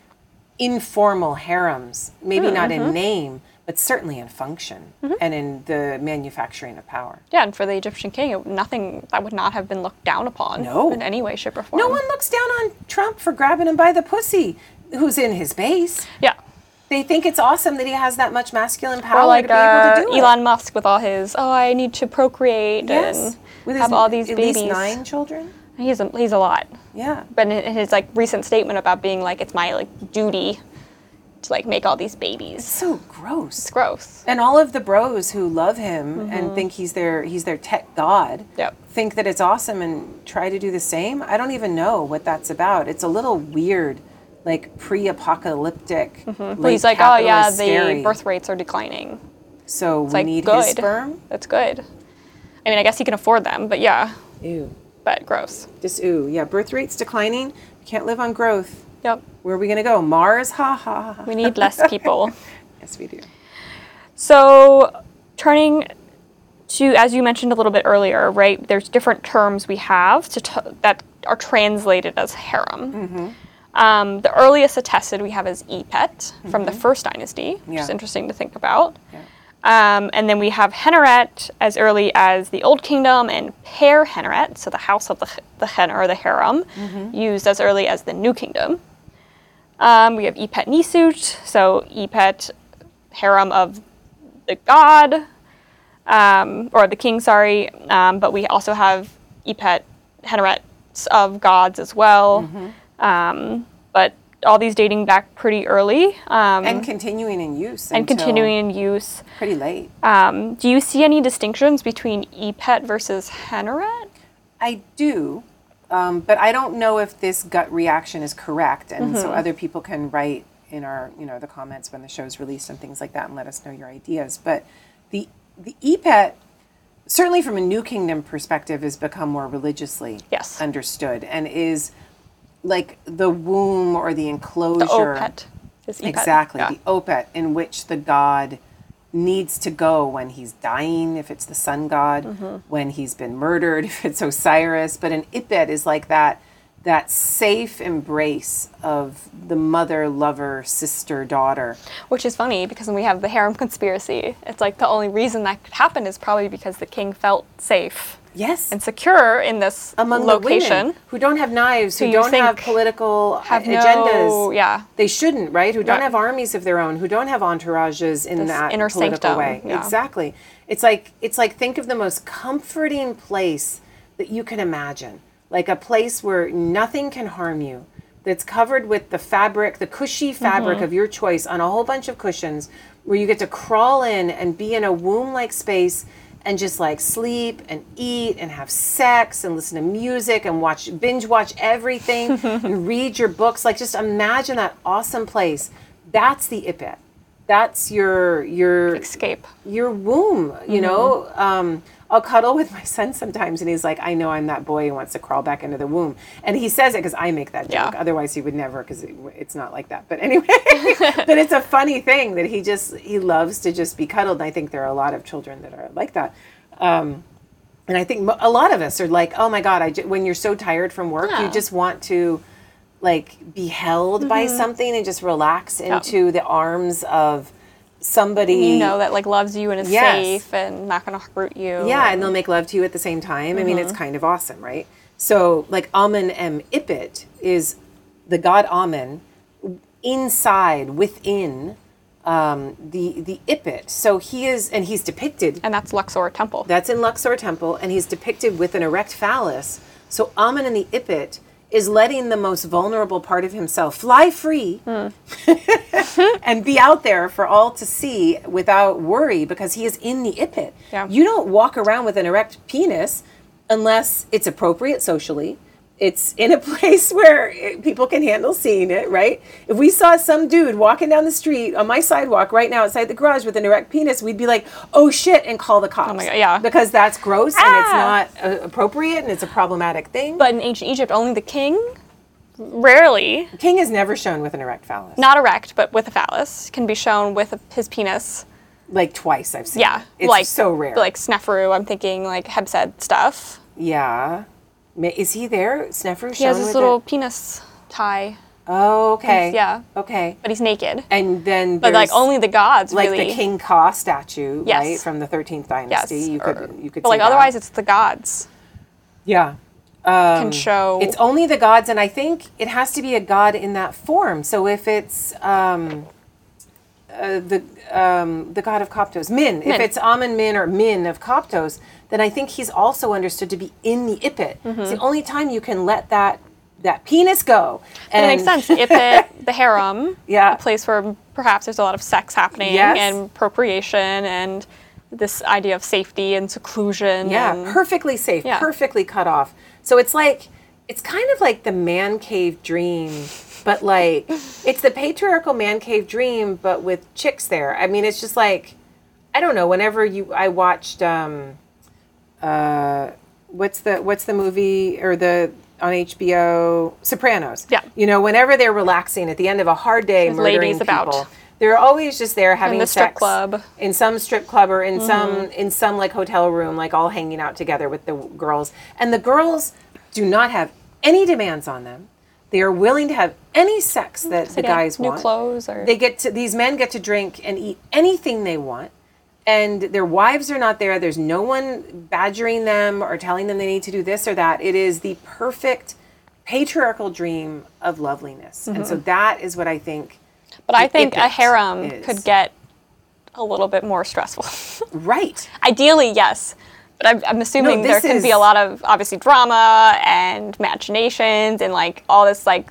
Speaker 1: informal harems, maybe not in name, but certainly in function and in the manufacturing of power.
Speaker 2: Yeah, and for the Egyptian king, it, nothing that would not have been looked down upon
Speaker 1: No.
Speaker 2: in any way, shape, or form.
Speaker 1: No one looks down on Trump for grabbing him by the pussy who's in his base.
Speaker 2: Yeah.
Speaker 1: They think it's awesome that he has that much masculine power
Speaker 2: Or like
Speaker 1: to Oh, be able
Speaker 2: uh,
Speaker 1: to do it.
Speaker 2: Elon Musk with all his, oh, I need to procreate
Speaker 1: Yes.
Speaker 2: and
Speaker 1: With
Speaker 2: have
Speaker 1: his-
Speaker 2: all these
Speaker 1: at
Speaker 2: babies.
Speaker 1: least nine children.
Speaker 2: He's a, he's a lot.
Speaker 1: Yeah.
Speaker 2: But in, in his like recent statement about being like, it's my like duty to like make all these babies.
Speaker 1: So gross. Mm-hmm.
Speaker 2: It's gross.
Speaker 1: And all of the bros who love him and think he's their he's their tech god
Speaker 2: Yep.
Speaker 1: think that it's awesome and try to do the same. I don't even know what that's about. It's a little weird, like pre-apocalyptic.
Speaker 2: Well, he's like, oh yeah, the birth rates are declining.
Speaker 1: So we
Speaker 2: like,
Speaker 1: need his
Speaker 2: good.
Speaker 1: sperm.
Speaker 2: That's good. I mean, I guess he can afford them, but yeah,
Speaker 1: Ew.
Speaker 2: but gross.
Speaker 1: Just ooh. Yeah, birth rates declining. We can't live on growth.
Speaker 2: Yep.
Speaker 1: Where are we gonna go? Mars? Ha ha. ha, ha.
Speaker 2: We need less people.
Speaker 1: Yes, we do.
Speaker 2: So, turning to as you mentioned a little bit earlier, right? There's different terms we have to t- that are translated as harem.
Speaker 1: Mm-hmm.
Speaker 2: Um, the earliest attested we have is Epet from the first dynasty, which is
Speaker 1: Mm-hmm. Yeah.
Speaker 2: interesting to think about.
Speaker 1: Yeah.
Speaker 2: Um, and then we have Heneret as early as the Old Kingdom and Per Heneret, so the house of the, h- the hen or the harem,
Speaker 1: Mm-hmm.
Speaker 2: used as early as the New Kingdom. Um, we have Epet Nisut, so Epet, harem of the god, um, or the king, sorry. Um, but we also have Epet, Henerets of gods as well.
Speaker 1: Mm-hmm.
Speaker 2: Um, but all these dating back pretty early um,
Speaker 1: And continuing in use.
Speaker 2: and
Speaker 1: until
Speaker 2: continuing in use.
Speaker 1: Pretty late.
Speaker 2: Um, do you see any distinctions between Epet versus Heneret?
Speaker 1: I do, um, but I don't know if this gut reaction is correct, and so other people can write in our, you know, the comments when the show's released and things like that, and let us know your ideas. But the the E EPET certainly from a New Kingdom perspective has become more religiously
Speaker 2: Yes.
Speaker 1: understood and is like the womb or the enclosure
Speaker 2: Opet is Epet.
Speaker 1: Exactly.
Speaker 2: Yeah.
Speaker 1: The opet in which the god needs to go when he's dying, if it's the sun god,
Speaker 2: Mm-hmm.
Speaker 1: when he's been murdered, if it's Osiris. But an ipet is like that that safe embrace of the mother, lover, sister, daughter.
Speaker 2: Which is funny because when we have the harem conspiracy, it's like the only reason that could happen is probably because the king felt safe
Speaker 1: Yes.
Speaker 2: and secure in this
Speaker 1: among
Speaker 2: location.
Speaker 1: the women who don't have knives, who,
Speaker 2: Who you
Speaker 1: don't have
Speaker 2: think
Speaker 1: political uh,
Speaker 2: have
Speaker 1: agendas.
Speaker 2: no- yeah.
Speaker 1: They shouldn't, right? Who don't
Speaker 2: Yeah.
Speaker 1: have armies of their own, who don't have entourages in
Speaker 2: This
Speaker 1: that
Speaker 2: inner
Speaker 1: political
Speaker 2: sanctum,
Speaker 1: way.
Speaker 2: yeah.
Speaker 1: Exactly. It's like it's like think of the most comforting place that you can imagine. Like a place where nothing can harm you. That's covered with the fabric, the cushy fabric of your choice on a whole bunch of cushions where you get to crawl in and be in a womb-like space and just like sleep and eat and have sex and listen to music and watch binge watch everything and read your books like just imagine that awesome place that's the ipit that's your your
Speaker 2: Escape.
Speaker 1: your womb you know
Speaker 2: Mm-hmm.
Speaker 1: um I'll cuddle with my son sometimes, and he's like, "I know I'm that boy who wants to crawl back into the womb," and he says it because I make that
Speaker 2: Yeah.
Speaker 1: joke. Otherwise, he would never, because it, it's not like that. But anyway, but it's a funny thing that he just he loves to just be cuddled, and I think there are a lot of children that are like that. Um, And I think mo- a lot of us are like, oh my God, I ju- when you're so tired from work, you
Speaker 2: Yeah.
Speaker 1: just want to like be held by
Speaker 2: Mm-hmm.
Speaker 1: something and just relax into the arms of somebody.
Speaker 2: you know that like loves you and is
Speaker 1: Yes.
Speaker 2: safe and not going to hurt you.
Speaker 1: Yeah, and they'll make love to you at the same time. I mean, it's kind of awesome, right? So, like Amen M. Ipit is the god Amen inside, within um, the the Ipit. So he is, and he's depicted.
Speaker 2: and that's Luxor Temple.
Speaker 1: That's in Luxor Temple, and he's depicted with an erect phallus. So Amun in the Ipit is letting the most vulnerable part of himself fly free and be out there for all to see without worry because he is in the Ipit.
Speaker 2: Yeah.
Speaker 1: You don't walk around with an erect penis unless it's appropriate socially. It's in a place where eh, people can handle seeing it, right? If we saw some dude walking down the street on my sidewalk right now outside the garage with an erect penis, we'd be like, "Oh shit!" and call the cops.
Speaker 2: my God, yeah.
Speaker 1: Because that's gross
Speaker 2: Ah.
Speaker 1: and it's not uh, appropriate and it's a problematic thing.
Speaker 2: But in ancient Egypt, only the king, rarely,
Speaker 1: king is never shown with an erect phallus.
Speaker 2: not erect, but with a phallus, can be shown with his penis.
Speaker 1: like twice I've seen.
Speaker 2: Yeah,
Speaker 1: it. it's
Speaker 2: like
Speaker 1: so rare.
Speaker 2: Like Sneferu, I'm thinking like Hebsed stuff.
Speaker 1: yeah, Ma- is he there? Snefru.
Speaker 2: He has this little penis tie,
Speaker 1: Oh, okay.
Speaker 2: yeah.
Speaker 1: Okay.
Speaker 2: but he's naked.
Speaker 1: And then,
Speaker 2: But like
Speaker 1: there's,
Speaker 2: only the gods
Speaker 1: like
Speaker 2: really.
Speaker 1: the King Ka statue,
Speaker 2: Yes.
Speaker 1: right, from the
Speaker 2: Yes.
Speaker 1: 13th dynasty. You
Speaker 2: or-
Speaker 1: could you could.
Speaker 2: But like
Speaker 1: see that.
Speaker 2: otherwise, it's the gods
Speaker 1: yeah.
Speaker 2: can show.
Speaker 1: Um, It's only the gods, and I think it has to be a god in that form. So if it's um, uh, the um, the god of Koptos, Min, if
Speaker 2: Min.
Speaker 1: it's Amun Min or Min of Koptos, then I think he's also understood to be in the Ipit.
Speaker 2: Mm-hmm.
Speaker 1: It's the only time you can let that that penis go.
Speaker 2: it makes sense. Ipit, the harem,
Speaker 1: Yeah.
Speaker 2: a place where perhaps there's a lot of sex happening
Speaker 1: Yes.
Speaker 2: and procreation and this idea of safety and seclusion.
Speaker 1: Yeah,
Speaker 2: and-
Speaker 1: perfectly safe,
Speaker 2: Yeah.
Speaker 1: perfectly cut off. So it's like it's kind of like the man cave dream, but like it's the patriarchal man cave dream, but with chicks there. I mean, it's just like I don't know. Whenever you, I watched um, uh, what's the what's the movie or the on HBO Sopranos.
Speaker 2: Yeah.
Speaker 1: you know, whenever they're relaxing at the end of a hard day,
Speaker 2: With
Speaker 1: murdering
Speaker 2: ladies about.
Speaker 1: people, They're always just there having
Speaker 2: the strip
Speaker 1: sex
Speaker 2: club.
Speaker 1: in some strip club or
Speaker 2: Mm-hmm.
Speaker 1: in some in some like hotel room like all hanging out together with the w- girls and the girls do not have any demands on them they are willing to have any sex that
Speaker 2: they
Speaker 1: the
Speaker 2: Mm, get
Speaker 1: guys
Speaker 2: new
Speaker 1: want
Speaker 2: clothes or-
Speaker 1: they get to these men get to drink and eat anything they want and their wives are not there there's no one badgering them or telling them they need to do this or that it is the perfect patriarchal dream of loveliness and
Speaker 2: Mm-hmm.
Speaker 1: so that is what i think
Speaker 2: But I think a
Speaker 1: Ipit
Speaker 2: harem
Speaker 1: is.
Speaker 2: could get a little bit more stressful.
Speaker 1: right
Speaker 2: Ideally, yes. But I'm, I'm assuming there
Speaker 1: this
Speaker 2: can be
Speaker 1: is-
Speaker 2: a lot of obviously drama and machinations and like all this like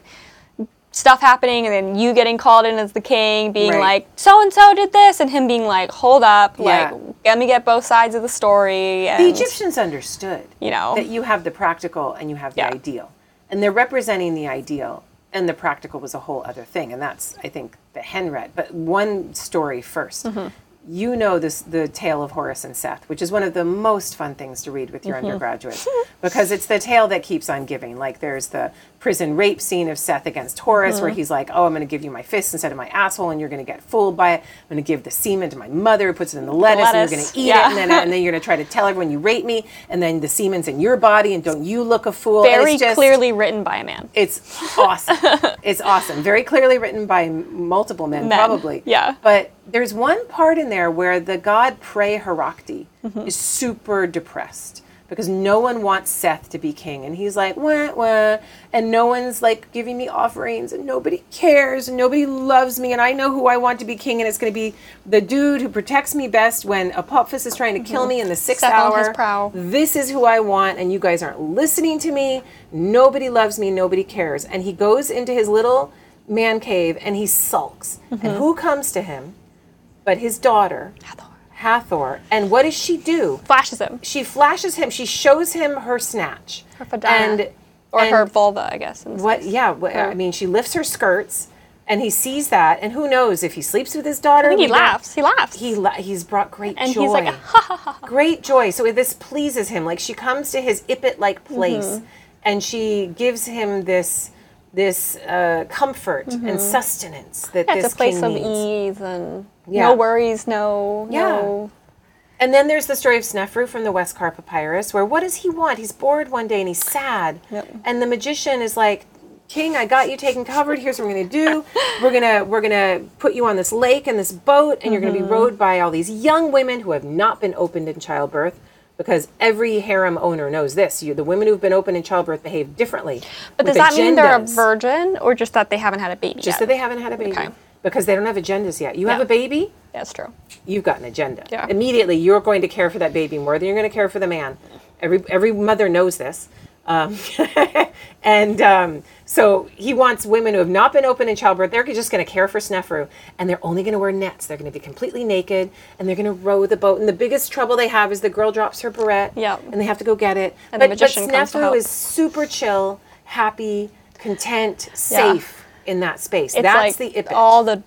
Speaker 2: stuff happening, and then you getting called in as the king, being
Speaker 1: Right.
Speaker 2: like so and so did this, and him being like, hold up,
Speaker 1: Yeah.
Speaker 2: like let me get both sides of the story. And
Speaker 1: The Egyptians understood,
Speaker 2: you know.
Speaker 1: that you have the practical and you have the
Speaker 2: Yeah.
Speaker 1: ideal, and they're representing the ideal, and the practical was a whole other thing, and that's I think the Henret. But one story 1st
Speaker 2: Mm-hmm.
Speaker 1: You know this the tale of Horace and Seth, which is one of the most fun things to read with your
Speaker 2: Mm-hmm.
Speaker 1: undergraduates because it's the tale that keeps on giving. Like there's the prison rape scene of Seth against Horace
Speaker 2: Mm-hmm.
Speaker 1: where he's like, "Oh, I'm going to give you my fist instead of my asshole and you're going to get fooled by it. I'm going to give the semen to my mother who puts it in the lettuce, and you're going
Speaker 2: lettuce,
Speaker 1: to eat
Speaker 2: yeah.
Speaker 1: it and then and then you're going to try to tell everyone you rape me, and then the semen's in your body, and don't you look a fool? and
Speaker 2: very
Speaker 1: it's just,
Speaker 2: clearly written by a man.
Speaker 1: It's awesome. it's awesome. Very clearly written by m- multiple men,
Speaker 2: Men,
Speaker 1: probably.
Speaker 2: yeah.
Speaker 1: But there's one part in there where the god Pre Herakti is super depressed because no one wants Seth to be king, and he's like wah wah, and no one's like giving me offerings, and nobody cares, and nobody loves me, and I know who I want to be king, and it's going to be the dude who protects me best when Apophis is trying to kill me in the sixth
Speaker 2: Seth on
Speaker 1: hour.
Speaker 2: his prow.
Speaker 1: This is who I want, and you guys aren't listening to me. Nobody loves me. Nobody cares. And he goes into his little man cave and he sulks.
Speaker 2: Mm-hmm.
Speaker 1: And who comes to him but his daughter, Hathor. And what does she do?
Speaker 2: Flashes him
Speaker 1: She flashes him, she shows him her snatch. Her
Speaker 2: vagina.
Speaker 1: And,
Speaker 2: or
Speaker 1: and
Speaker 2: her vulva, I guess. in this
Speaker 1: what? Yeah. What, I mean, she lifts her skirts, and he sees that. And who knows if he sleeps with his daughter?
Speaker 2: I think
Speaker 1: we
Speaker 2: he
Speaker 1: don't-
Speaker 2: laughs. He laughs.
Speaker 1: He la- he's brought great
Speaker 2: and
Speaker 1: joy.
Speaker 2: he's like,
Speaker 1: great joy. So this pleases him. Like she comes to his Ipit like place,
Speaker 2: Mm-hmm.
Speaker 1: and she gives him this this uh, comfort and sustenance that
Speaker 2: Mm-hmm. Yeah,
Speaker 1: this
Speaker 2: it's a place
Speaker 1: king
Speaker 2: of
Speaker 1: needs.
Speaker 2: ease and
Speaker 1: Yeah.
Speaker 2: no worries, no
Speaker 1: Yeah.
Speaker 2: no.
Speaker 1: And then there's the story of Snefru from the Westcar Papyrus, where what does he want? He's bored one day and he's sad.
Speaker 2: Yep.
Speaker 1: And the magician is like, King, I got you taken covered. Here's what we're gonna do. We're gonna we're gonna put you on this
Speaker 2: Mm-hmm.
Speaker 1: lake and this boat, and you're gonna be rowed by all these young women who have not been opened in childbirth. because every harem owner knows this. You, the women who've been open in childbirth behave differently.
Speaker 2: But does
Speaker 1: with
Speaker 2: that mean they're a
Speaker 1: agendas.
Speaker 2: virgin or just that they haven't had a baby
Speaker 1: Just
Speaker 2: yet?
Speaker 1: that they haven't had a baby
Speaker 2: Okay.
Speaker 1: because they don't have agendas yet. You have
Speaker 2: No.
Speaker 1: a baby,
Speaker 2: That's true.
Speaker 1: you've got an agenda.
Speaker 2: Yeah.
Speaker 1: Immediately, you're going to care for that baby more than you're going to care for the man. Every every mother knows this, um, and um, so he wants women who have not been open in childbirth. They're just going to care for Snefru, and they're only going to wear nets. They're going to be completely naked, and they're going to row the boat. And the biggest trouble they have is the girl drops her beret,
Speaker 2: Yep.
Speaker 1: and they have to go get it.
Speaker 2: And the
Speaker 1: but,
Speaker 2: magician
Speaker 1: but
Speaker 2: comes to help.
Speaker 1: Snefru is super chill, happy, content,
Speaker 2: Yeah.
Speaker 1: safe in that space.
Speaker 2: It's
Speaker 1: That's
Speaker 2: like
Speaker 1: the Ippet.
Speaker 2: all the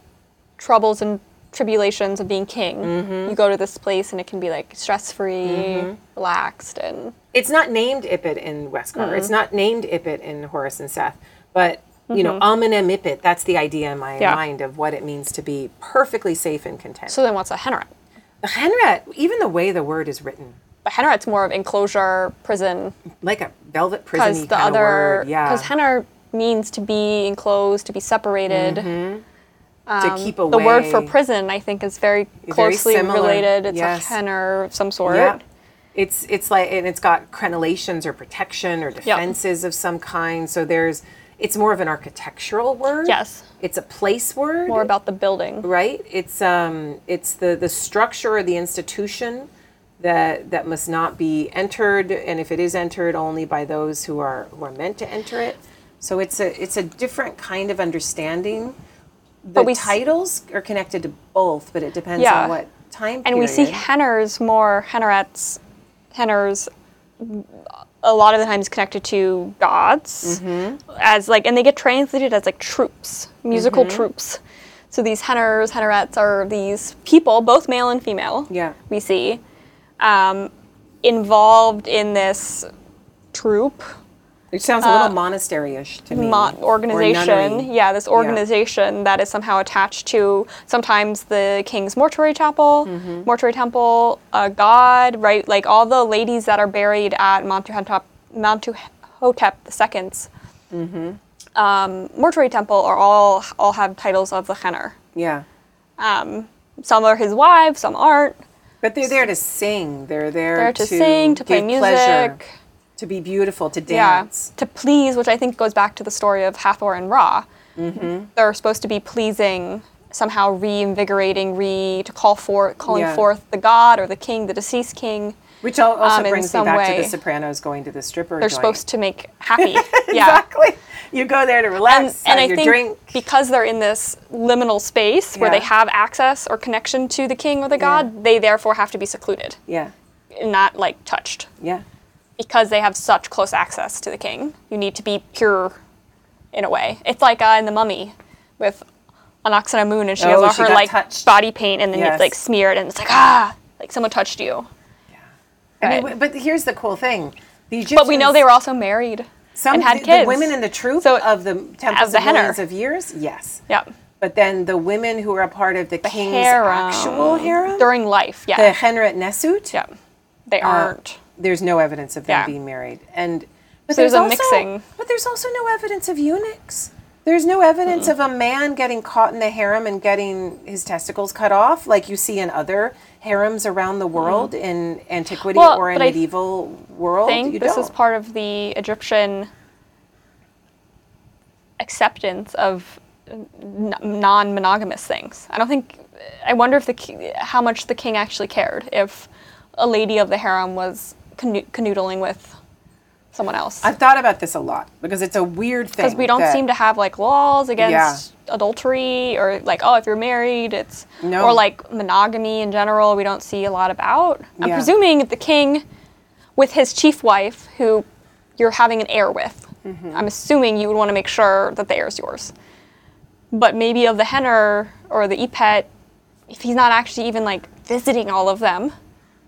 Speaker 2: troubles and tribulations of being king.
Speaker 1: Mm-hmm.
Speaker 2: You go to this place and it can be like stress free, relaxed, and
Speaker 1: it's not named Ippet in Westcar.
Speaker 2: Mm-hmm.
Speaker 1: It's not named Ippet in Horace and Seth. But you know, Aminem Ippet, that's the idea in my
Speaker 2: Mm-hmm. Yeah.
Speaker 1: mind of what it means to be perfectly safe and content.
Speaker 2: so then what's a henaret?
Speaker 1: The Henret, even the way the word is written,
Speaker 2: But henaret's more of enclosure, prison,
Speaker 1: like a velvet prison
Speaker 2: because
Speaker 1: kind
Speaker 2: the
Speaker 1: of
Speaker 2: other
Speaker 1: word. Yeah.
Speaker 2: because henaret means to be enclosed, to be separated.
Speaker 1: to Mm-hmm. keep away.
Speaker 2: um, The word for prison, I think, is very closely
Speaker 1: similar,
Speaker 2: related. It's
Speaker 1: yes.
Speaker 2: a henner of some sort.
Speaker 1: Yeah. It's it's like and it's got crenellations or protection or defenses of some kind. So there's it's more of an architectural word.
Speaker 2: Yes.
Speaker 1: It's a place word.
Speaker 2: More about the building.
Speaker 1: right it's um it's the the structure or the institution that that must not be entered and if it is entered only by those who are who are meant to enter it so it's a it's a different kind of understanding the
Speaker 2: we s-
Speaker 1: titles are connected to both but it depends
Speaker 2: Yeah.
Speaker 1: on what time
Speaker 2: and we see
Speaker 1: period.
Speaker 2: henners more hennerets henners a lot of the times connected to gods
Speaker 1: Mm-hmm.
Speaker 2: as like and they get translated as like troops musical
Speaker 1: Mm-hmm.
Speaker 2: troops so these henners hennerets are these people both male and female
Speaker 1: Yeah.
Speaker 2: we see um, involved in this troop
Speaker 1: it sounds a little monasteryish to me
Speaker 2: Uh, mo- organization.
Speaker 1: or e- nunnery.
Speaker 2: yeah, this organization that is somehow attached to sometimes the king's mortuary chapel, mortuary temple, a god, right? Like all the ladies that are buried at Montuhotep, Montuhotep II's um, mortuary temple are all all have titles of the henner.
Speaker 1: yeah
Speaker 2: Um, some are his wives, some aren't.
Speaker 1: but they're there to sing they're there
Speaker 2: They're to sing, to play
Speaker 1: give pleasure,
Speaker 2: music.
Speaker 1: to be beautiful to dance
Speaker 2: Yeah, to please, which I think goes back to the story of Hathor and Ra.
Speaker 1: Mm-hmm.
Speaker 2: They're supposed to be pleasing, somehow reinvigorating, re to call for calling
Speaker 1: Yeah.
Speaker 2: forth the god or the king, the deceased king.
Speaker 1: Which al- also
Speaker 2: um, in
Speaker 1: brings me
Speaker 2: some
Speaker 1: back to
Speaker 2: way.
Speaker 1: The Sopranos going to the stripper.
Speaker 2: They're
Speaker 1: joint.
Speaker 2: supposed to make happy. Yeah.
Speaker 1: exactly. You go there to
Speaker 2: And,
Speaker 1: relax,
Speaker 2: and I
Speaker 1: have your
Speaker 2: think
Speaker 1: drink.
Speaker 2: because they're in this liminal space where
Speaker 1: Yeah.
Speaker 2: they have access or connection to the king or the god, they therefore have to be secluded
Speaker 1: Yeah,
Speaker 2: and not like touched.
Speaker 1: yeah,
Speaker 2: because they have such close access to the king. You need to be pure in a way. It's like uh, in The Mummy with Anaxana Moon and she has
Speaker 1: Oh,
Speaker 2: all
Speaker 1: she
Speaker 2: her
Speaker 1: got
Speaker 2: like
Speaker 1: touched.
Speaker 2: body paint and then
Speaker 1: Yes.
Speaker 2: it's like smeared and it's like ah like someone touched you.
Speaker 1: I
Speaker 2: Right.
Speaker 1: mean, but here's the cool thing: the Egyptians,
Speaker 2: But we know they were also married
Speaker 1: some
Speaker 2: and had
Speaker 1: the,
Speaker 2: kids.
Speaker 1: the women in the troop
Speaker 2: So-
Speaker 1: of the temples
Speaker 2: of the
Speaker 1: of millions
Speaker 2: henna.
Speaker 1: of years. Yes,
Speaker 2: yeah.
Speaker 1: but then the women who are a part of the, king's um,
Speaker 2: harem.
Speaker 1: actual harem,
Speaker 2: during life. Yeah.
Speaker 1: the henret nesut.
Speaker 2: yeah. They
Speaker 1: Uh,
Speaker 2: aren't.
Speaker 1: There's no evidence of them
Speaker 2: Yeah.
Speaker 1: being married, and but
Speaker 2: So there's
Speaker 1: there's,
Speaker 2: a
Speaker 1: also,
Speaker 2: mixing.
Speaker 1: But there's also no evidence of eunuchs. There's no evidence of a man getting caught in the harem and getting his testicles cut off, like you see in other harems around the world in antiquity
Speaker 2: Mm-hmm. Well,
Speaker 1: or in
Speaker 2: but I
Speaker 1: medieval world. you
Speaker 2: think this
Speaker 1: don't.
Speaker 2: is part of the Egyptian acceptance of n- non-monogamous things. I don't think. I wonder if the ki- how much the king actually cared if a lady of the harem was canoe- canoodling with someone else,
Speaker 1: I've thought about this a lot because it's a weird thing.
Speaker 2: because we don't
Speaker 1: that-
Speaker 2: seem to have like laws against adultery or like oh if you're married it's
Speaker 1: No.
Speaker 2: or like monogamy in general we don't see a lot about. I'm
Speaker 1: Yeah.
Speaker 2: presuming the king with his chief wife, who you're having an heir with.
Speaker 1: Mm-hmm.
Speaker 2: I'm assuming you would want to make sure that the heir is yours. But maybe of the Henner or the Epet, if he's not actually even like visiting all of them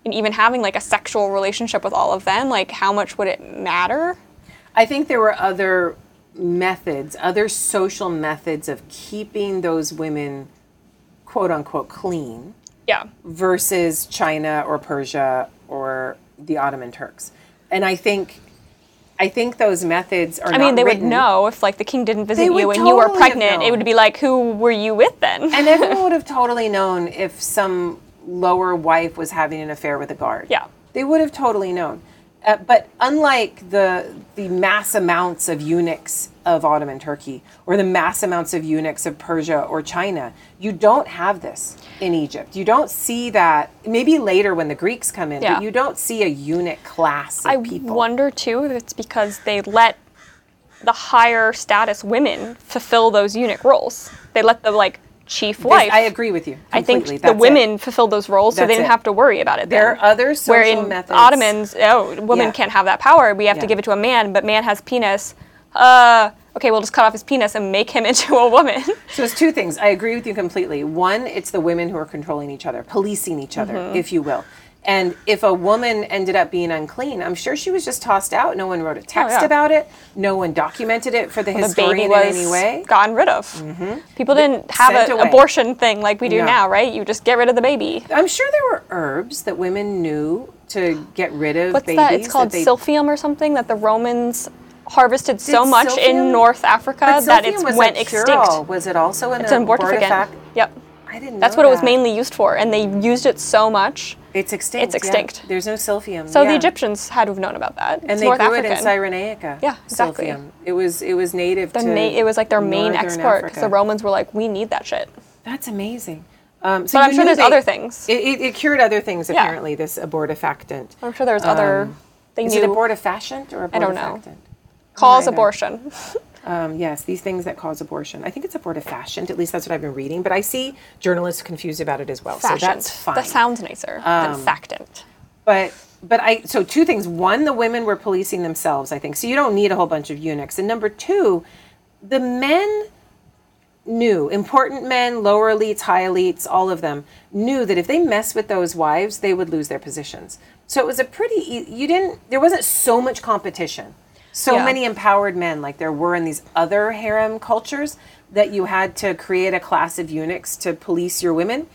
Speaker 2: and even having like a sexual relationship with all of them, like how much would it matter?
Speaker 1: I think there were other methods, other social methods of keeping those women, quote unquote, clean.
Speaker 2: Yeah.
Speaker 1: versus China or Persia or the Ottoman Turks. And I think I think those methods are
Speaker 2: I mean,
Speaker 1: not
Speaker 2: they
Speaker 1: written.
Speaker 2: would know if like the king didn't visit
Speaker 1: would
Speaker 2: you and you were
Speaker 1: totally have
Speaker 2: pregnant. It
Speaker 1: known.
Speaker 2: would be like, who were you with then?
Speaker 1: And everyone would have totally known if some lower wife was having an affair with a guard.
Speaker 2: yeah.
Speaker 1: They would have totally known. Uh, but unlike the the mass amounts of eunuchs of Ottoman Turkey or the mass amounts of eunuchs of Persia or China, you don't have this in Egypt. You don't see that. Maybe later when the Greeks come in,
Speaker 2: Yeah.
Speaker 1: but you don't see a eunuch class of
Speaker 2: I
Speaker 1: people.
Speaker 2: wonder too if it's because they let the higher status women fulfill those eunuch roles. They let the like chief
Speaker 1: This-
Speaker 2: wife.
Speaker 1: I agree with you
Speaker 2: I think
Speaker 1: completely.
Speaker 2: the
Speaker 1: That's it.
Speaker 2: women fulfilled those roles, so
Speaker 1: That's
Speaker 2: they didn't
Speaker 1: it.
Speaker 2: have to worry about it.
Speaker 1: There
Speaker 2: then.
Speaker 1: are other social
Speaker 2: Where in
Speaker 1: methods.
Speaker 2: Ottomans, oh, women
Speaker 1: Yeah.
Speaker 2: can't have that power. We have
Speaker 1: Yeah.
Speaker 2: to give it to a man, but man has penis. Uh, okay, we'll just cut off his penis and make him into a woman.
Speaker 1: So it's two things. I agree with you completely. One, it's the women who are controlling each other, policing each other,
Speaker 2: Mm-hmm.
Speaker 1: if you will. And if a woman ended up being unclean, I'm sure she was just tossed out. No one wrote a text
Speaker 2: Oh, yeah.
Speaker 1: about it. No one documented it for the
Speaker 2: the baby
Speaker 1: historian
Speaker 2: was
Speaker 1: in any way. Mm-hmm.
Speaker 2: gotten rid of. People didn't have
Speaker 1: sent
Speaker 2: an
Speaker 1: away.
Speaker 2: abortion thing like we do
Speaker 1: No.
Speaker 2: now, right? You just get rid of the baby.
Speaker 1: I'm sure there were herbs that women knew to get rid of
Speaker 2: What's
Speaker 1: babies.
Speaker 2: that? It's called
Speaker 1: they-
Speaker 2: silphium or something that the Romans harvested so
Speaker 1: Did
Speaker 2: much
Speaker 1: silphium-
Speaker 2: in North Africa
Speaker 1: But
Speaker 2: that
Speaker 1: silphium
Speaker 2: it
Speaker 1: was a
Speaker 2: went extinct.
Speaker 1: cure-all. Was it also an
Speaker 2: It's an abortifacient.
Speaker 1: abortifact?
Speaker 2: Yep.
Speaker 1: I didn't.
Speaker 2: That's
Speaker 1: know
Speaker 2: what it was
Speaker 1: that.
Speaker 2: mainly used for, and they used it so much.
Speaker 1: It's extinct.
Speaker 2: It's
Speaker 1: yeah.
Speaker 2: extinct.
Speaker 1: There's no silphium.
Speaker 2: So the
Speaker 1: yeah.
Speaker 2: Egyptians had to have known about that.
Speaker 1: and
Speaker 2: it's
Speaker 1: they
Speaker 2: North
Speaker 1: grew
Speaker 2: African.
Speaker 1: it in Cyrenaica.
Speaker 2: Yeah, exactly.
Speaker 1: Silphium. It was it was native
Speaker 2: The
Speaker 1: to.
Speaker 2: ma- it was like their main
Speaker 1: northern
Speaker 2: export because the
Speaker 1: Africa.
Speaker 2: Romans were like, we need that shit.
Speaker 1: That's amazing. Um, so
Speaker 2: But I'm
Speaker 1: you
Speaker 2: sure
Speaker 1: knew
Speaker 2: there's
Speaker 1: they-
Speaker 2: other things.
Speaker 1: It, it, it cured other things apparently. This abortifactant.
Speaker 2: I'm sure there's other.
Speaker 1: Um,
Speaker 2: They
Speaker 1: Is
Speaker 2: knew
Speaker 1: it abortifacient or abortifactant?
Speaker 2: I don't know. cause
Speaker 1: either.
Speaker 2: abortion.
Speaker 1: Um, yes, these things that cause abortion. I think it's abortifacient. At least that's what I've been reading. But I see journalists confused about it as well. So that's
Speaker 2: Factant.
Speaker 1: fine.
Speaker 2: That sounds nicer
Speaker 1: Um,
Speaker 2: than factant.
Speaker 1: But but I so two things. One, the women were policing themselves, I think. So you don't need a whole bunch of eunuchs. And number two, the men knew, important men, lower elites, high elites, all of them knew that if they messed with those wives, they would lose their positions. So it was a pretty e- you didn't there wasn't so much competition. So
Speaker 2: Yeah.
Speaker 1: many empowered men like there were in these other harem cultures that you had to create a class of eunuchs to police your women.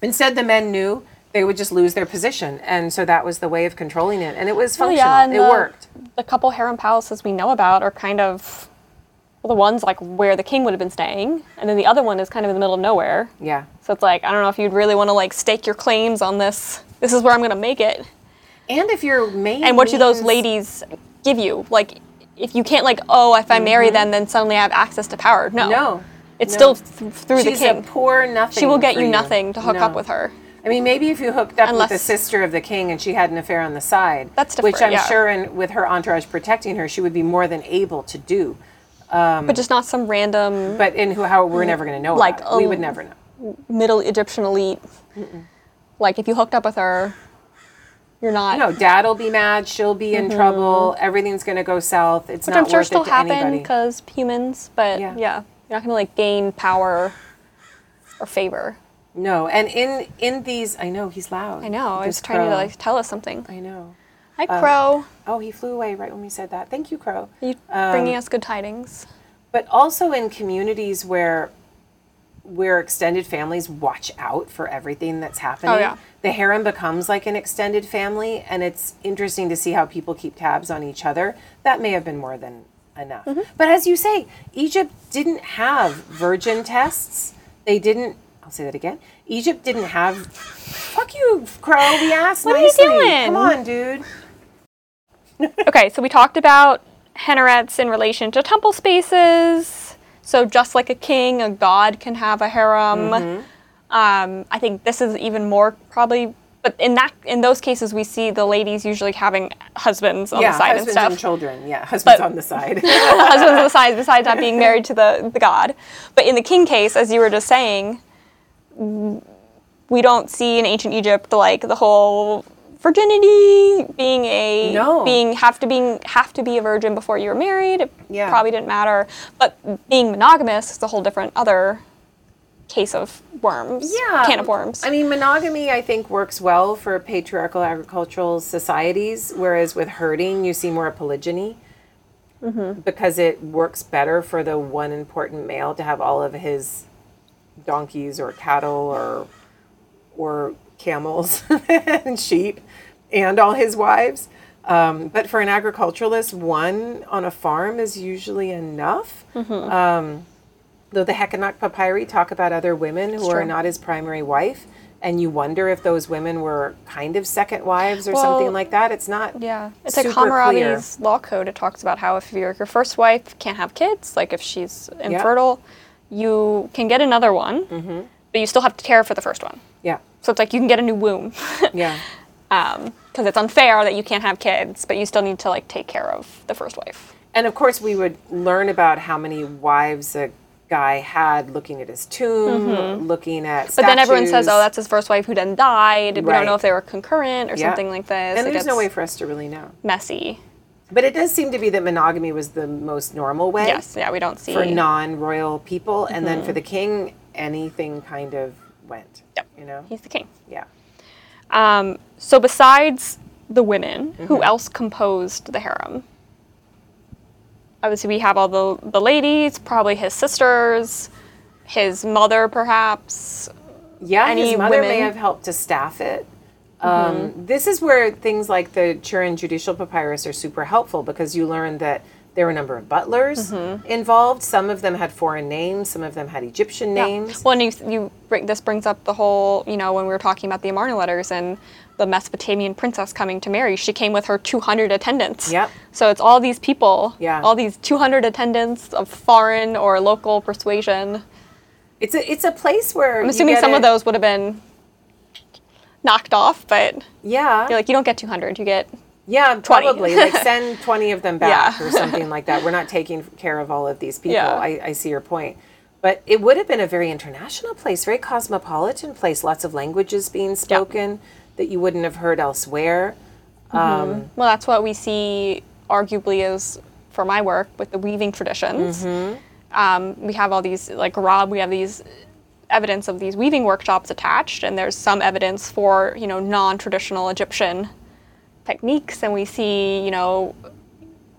Speaker 1: Instead, the men knew they would just lose their position, and so that was the way of controlling it, and it was
Speaker 2: Well,
Speaker 1: functional.
Speaker 2: and
Speaker 1: it
Speaker 2: the-
Speaker 1: worked.
Speaker 2: The couple harem palaces we know about are kind of well, the ones like where the king would have been staying, and then the other one is kind of in the middle of nowhere.
Speaker 1: Yeah.
Speaker 2: So it's like I don't know if you'd really want to like stake your claims on this. This is where I'm going to make it.
Speaker 1: And if you're made,
Speaker 2: And what do those
Speaker 1: means-
Speaker 2: ladies give you? Like, if you can't like, oh, if I marry them, then suddenly I have access to power. No,
Speaker 1: Mm-hmm. No,
Speaker 2: it's still
Speaker 1: no.
Speaker 2: th- through
Speaker 1: She's
Speaker 2: the
Speaker 1: a
Speaker 2: king.
Speaker 1: poor nothing.
Speaker 2: She will get
Speaker 1: for
Speaker 2: you nothing to hook up
Speaker 1: No.
Speaker 2: with her.
Speaker 1: I mean, maybe if you hooked up
Speaker 2: Unless-
Speaker 1: with the sister of the king and she had an affair on the side,
Speaker 2: That's
Speaker 1: Which
Speaker 2: different,
Speaker 1: I'm
Speaker 2: yeah.
Speaker 1: sure, in, with her entourage protecting her, she would be more than able to do. Hmm.
Speaker 2: but just not some random
Speaker 1: But in who, how we're never going to know.
Speaker 2: Like,
Speaker 1: about it. we
Speaker 2: um,
Speaker 1: would never know.
Speaker 2: middle Egyptian elite. Like, if you hooked up with her, you're not.
Speaker 1: No, dad will be mad. She'll be in trouble. Everything's going to go south. It's
Speaker 2: Mm-hmm. which
Speaker 1: not
Speaker 2: I'm sure
Speaker 1: worth
Speaker 2: still
Speaker 1: it to
Speaker 2: happen
Speaker 1: anybody.
Speaker 2: because humans, but
Speaker 1: Yeah.
Speaker 2: yeah. you're not gonna like gain power or favor.
Speaker 1: No, and in in these, I know he's loud.
Speaker 2: I know. I
Speaker 1: This
Speaker 2: was trying to
Speaker 1: crow.
Speaker 2: like tell us something.
Speaker 1: I know.
Speaker 2: Hi, Crow.
Speaker 1: Oh, he flew away right when we said that. Thank you, crow.
Speaker 2: Are you bringing us good tidings?
Speaker 1: But also in communities where where extended families watch out for everything that's happening.
Speaker 2: Oh, yeah.
Speaker 1: The harem becomes like an extended family, and it's interesting to see how people keep tabs on each other. That may have been more than enough.
Speaker 2: Mm-hmm.
Speaker 1: But as you say, Egypt didn't have virgin tests. They didn't. I'll say that again. Egypt didn't have. Fuck you, crow. We asked
Speaker 2: What are you
Speaker 1: nicely.
Speaker 2: doing?
Speaker 1: Come on, dude.
Speaker 2: Okay, so we talked about Henarets in relation to temple spaces. So just like a king, a god can have a harem.
Speaker 1: Mm-hmm.
Speaker 2: Um, I think this is even more probably. But in that, in those cases, we see the ladies usually having husbands on
Speaker 1: yeah,
Speaker 2: the side and
Speaker 1: husbands
Speaker 2: stuff.
Speaker 1: and children. Yeah, husbands
Speaker 2: But-
Speaker 1: on the side.
Speaker 2: husbands on the side besides not being married to the, the god. But in the king case, as you were just saying, we don't see in ancient Egypt like the whole virginity being a
Speaker 1: No.
Speaker 2: being have to being have to be a virgin before you were married. It
Speaker 1: Yeah.
Speaker 2: probably didn't matter. But being monogamous is a whole different other case of worms.
Speaker 1: yeah,
Speaker 2: Can of worms.
Speaker 1: I mean, monogamy I think works well for patriarchal agricultural societies, whereas with herding you see more polygyny
Speaker 2: Mm-hmm.
Speaker 1: because it works better for the one important male to have all of his donkeys or cattle or or camels and sheep and all his wives. Um, but for an agriculturalist, one on a farm is usually enough
Speaker 2: Mm-hmm.
Speaker 1: Um, though the Heckenock papyri talk about other women who are
Speaker 2: true.
Speaker 1: not his primary wife and you wonder if those women were kind of second wives or
Speaker 2: Well,
Speaker 1: something like that. It's not.
Speaker 2: Yeah, it's
Speaker 1: super
Speaker 2: like Hammurabi's law code. It talks about how if your your first wife can't have kids, like if she's infertile, you can get another one,
Speaker 1: Mm-hmm.
Speaker 2: but you still have to care for the first one.
Speaker 1: Clear.
Speaker 2: So it's like you can get a new womb,
Speaker 1: Yeah, yeah,
Speaker 2: because it's unfair that you can't have kids, but you still need to like take care of the first wife.
Speaker 1: and of course we would learn about how many wives a guy had, looking at his tomb, looking at.
Speaker 2: Mm-hmm. But then everyone says, "Oh, that's his first wife who then died." We don't
Speaker 1: Right.
Speaker 2: know if they were concurrent or
Speaker 1: Yeah.
Speaker 2: something like this.
Speaker 1: And
Speaker 2: It
Speaker 1: there's no
Speaker 2: gets
Speaker 1: way for us to really know.
Speaker 2: messy.
Speaker 1: But it does seem to be that monogamy was the most normal way.
Speaker 2: Yes, yeah, we don't see.
Speaker 1: for non-royal people, and then for the king, anything kind of went.
Speaker 2: Yep.
Speaker 1: You know.
Speaker 2: He's the king.
Speaker 1: yeah.
Speaker 2: Um, so besides the women,
Speaker 1: Mm-hmm.
Speaker 2: who else composed the harem? Obviously, we have all the the ladies, probably his sisters, his mother, perhaps.
Speaker 1: Yeah, his
Speaker 2: any
Speaker 1: mother may
Speaker 2: women- Mm-hmm.
Speaker 1: have helped to staff it. Um, This is where things like the Turin judicial papyrus are super helpful because you learn that there were a number of butlers
Speaker 2: Mm-hmm.
Speaker 1: involved. Some of them had foreign names, some of them had Egyptian
Speaker 2: Yeah.
Speaker 1: names.
Speaker 2: Well, and you, you bring, this brings up the whole, you know, when we were talking about the Amarna letters and the Mesopotamian princess coming to Mary, she came with her 200 attendants.
Speaker 1: Yep.
Speaker 2: So it's all these people,
Speaker 1: Yeah.
Speaker 2: all these 200 attendants of foreign or local persuasion.
Speaker 1: It's a it's a place where
Speaker 2: I'm assuming some of those would have been knocked off, but
Speaker 1: Yeah,
Speaker 2: you're like, you don't get 200, you get.
Speaker 1: yeah,
Speaker 2: 20.
Speaker 1: probably like send twenty of them back
Speaker 2: Yeah.
Speaker 1: or something like that. We're not taking care of all of these people.
Speaker 2: Yeah.
Speaker 1: I, I see your point, but it would have been a very international place, very cosmopolitan place. Lots of languages being spoken that you wouldn't have heard elsewhere. Um,
Speaker 2: Well, that's what we see, arguably, is for my work with the weaving traditions. Um, we have all these, like Rob, we have these evidence of these weaving workshops attached, and there's some evidence for, you know, non traditional Egyptian techniques, and we see, you know,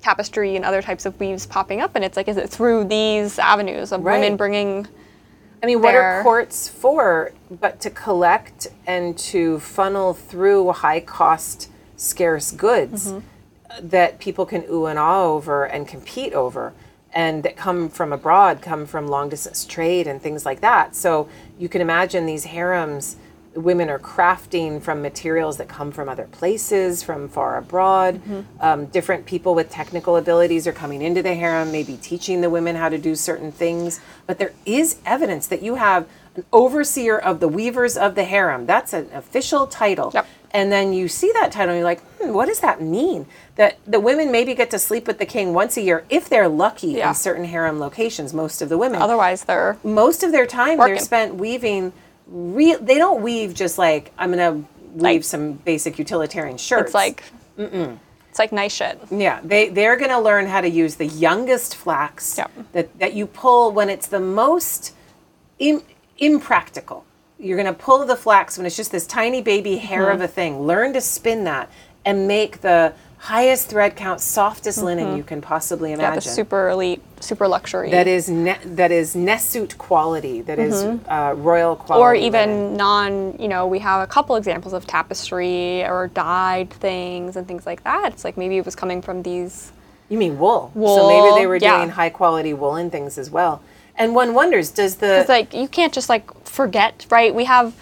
Speaker 2: tapestry and other types of weaves popping up, and it's like, is it through these avenues of women
Speaker 1: Right.
Speaker 2: bringing.
Speaker 1: I mean, what are
Speaker 2: There.
Speaker 1: courts for but to collect and to funnel through high cost, scarce goods
Speaker 2: Mm-hmm.
Speaker 1: that people can ooh and ah over and compete over and that come from abroad, come from long distance trade and things like that. So you can imagine these harems, women are crafting from materials that come from other places, from far abroad. Um, different people with technical abilities are coming into the harem, maybe teaching the women how to do certain things. But there is evidence that you have an overseer of the weavers of the harem. That's an official title.
Speaker 2: Yep.
Speaker 1: And then you see that title and you're like, hmm, what does that mean? That the women maybe get to sleep with the king once a year if they're lucky
Speaker 2: Yeah.
Speaker 1: in certain harem locations, most of the women
Speaker 2: Otherwise, they're
Speaker 1: most of their time
Speaker 2: Working.
Speaker 1: they're spent weaving real they don't weave just like i'm gonna weave
Speaker 2: Like-
Speaker 1: some basic utilitarian shirts
Speaker 2: It's like, it's like nice shit.
Speaker 1: yeah they they're gonna learn how to use the youngest flax
Speaker 2: Yep.
Speaker 1: that, that you pull when it's the most Im- impractical you're gonna pull the flax when it's just this tiny baby hair
Speaker 2: Mm-hmm.
Speaker 1: of a thing learn to spin that and make the highest thread count softest linen you can possibly imagine
Speaker 2: Mm-hmm. Yeah, the super elite, super luxury.
Speaker 1: that is ne- that is Nessut quality, that is uh, royal quality,
Speaker 2: Mm-hmm. or
Speaker 1: linen.
Speaker 2: even non, you know, we have a couple examples of tapestry or dyed things and things like that. It's like maybe it was coming from these.
Speaker 1: You mean wool? So maybe they
Speaker 2: Wool,
Speaker 1: were
Speaker 2: yeah.
Speaker 1: doing high quality woolen things as well. And one wonders, does the
Speaker 2: It's like you can't just like forget, right? We have.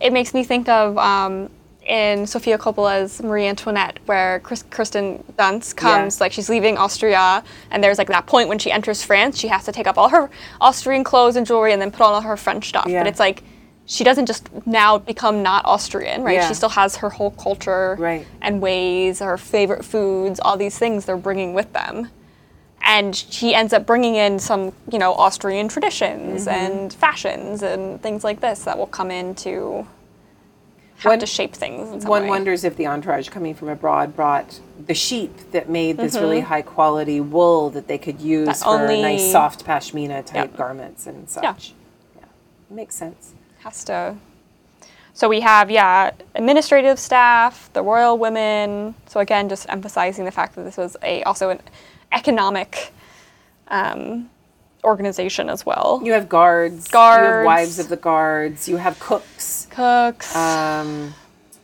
Speaker 2: It makes me think of um, in Sofia Coppola's Marie Antoinette, where Chris, Kristen Dunst comes, like she's leaving Austria, and there's like that point when she enters France, she has to take up all her Austrian clothes and jewelry, and then put on all her French stuff.
Speaker 1: Yeah.
Speaker 2: But it's like. She doesn't just now become not Austrian, right?
Speaker 1: Yeah.
Speaker 2: She still has her whole culture
Speaker 1: Right.
Speaker 2: and ways, her favorite foods, all these things they're bringing with them. And she ends up bringing in some, you know, Austrian traditions
Speaker 1: Mm-hmm.
Speaker 2: and fashions and things like this that will come in to have
Speaker 1: One-
Speaker 2: to shape things. In some
Speaker 1: one
Speaker 2: way.
Speaker 1: wonders if the entourage coming from abroad brought the sheep that made this really high quality wool that they could
Speaker 2: Mm-hmm.
Speaker 1: use
Speaker 2: That
Speaker 1: for
Speaker 2: only-
Speaker 1: nice soft pashmina type
Speaker 2: Yep.
Speaker 1: garments and such. Yeah. Makes sense.
Speaker 2: has to. So we have, yeah, administrative staff, the royal women. So again, just emphasizing the fact that this was a also an economic um, organization as well.
Speaker 1: You have guards, you have
Speaker 2: Guards.
Speaker 1: wives of the guards, you have cooks.
Speaker 2: Cooks.
Speaker 1: Um,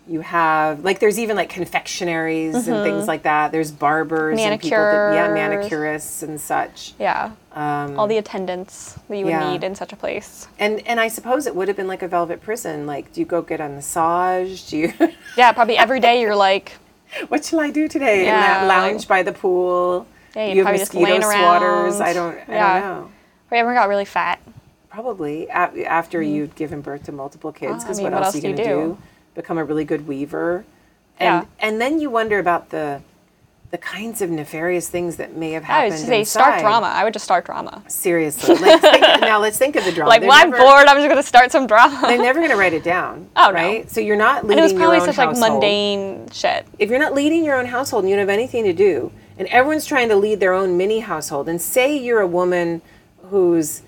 Speaker 1: you have like there's even like confectionaries and things like that. There's barbers and people that yeah,
Speaker 2: Mm-hmm. Manicures.
Speaker 1: manicurists and such.
Speaker 2: Yeah. All the attendants that you would
Speaker 1: Mm. yeah.
Speaker 2: need in such a place.
Speaker 1: And and I suppose it would have been like a velvet prison. Like, do you go get a massage? Do you
Speaker 2: Yeah, probably every day you're like,
Speaker 1: what shall I do today?
Speaker 2: Yeah,
Speaker 1: and that
Speaker 2: like-
Speaker 1: lounge by the pool.
Speaker 2: Yeah, you're
Speaker 1: you have
Speaker 2: probably just laying
Speaker 1: mosquito swatters.
Speaker 2: around.
Speaker 1: I don't I
Speaker 2: Yeah.
Speaker 1: don't know.
Speaker 2: we ever got really fat.
Speaker 1: Probably a- after you've given birth to multiple
Speaker 2: Mm-hmm. Ah, I
Speaker 1: kids, because
Speaker 2: mean,
Speaker 1: what, else are you going to
Speaker 2: do?
Speaker 1: do? Become a really good weaver, and and then you wonder about the the kinds of nefarious things that may have
Speaker 2: I
Speaker 1: happened.
Speaker 2: would say
Speaker 1: inside.
Speaker 2: start drama. I would just start drama.
Speaker 1: Seriously, like, think, now let's think of the drama.
Speaker 2: Like,
Speaker 1: They're
Speaker 2: well, I'm
Speaker 1: never-
Speaker 2: bored. I'm just gonna start some drama.
Speaker 1: They're never going to write it down.
Speaker 2: Oh, no.
Speaker 1: right? So you're not leading
Speaker 2: And it was probably
Speaker 1: your own
Speaker 2: such like
Speaker 1: household.
Speaker 2: mundane shit.
Speaker 1: If you're not leading your own household and you don't have anything to do, and everyone's trying to lead their own mini household, and say you're a woman who's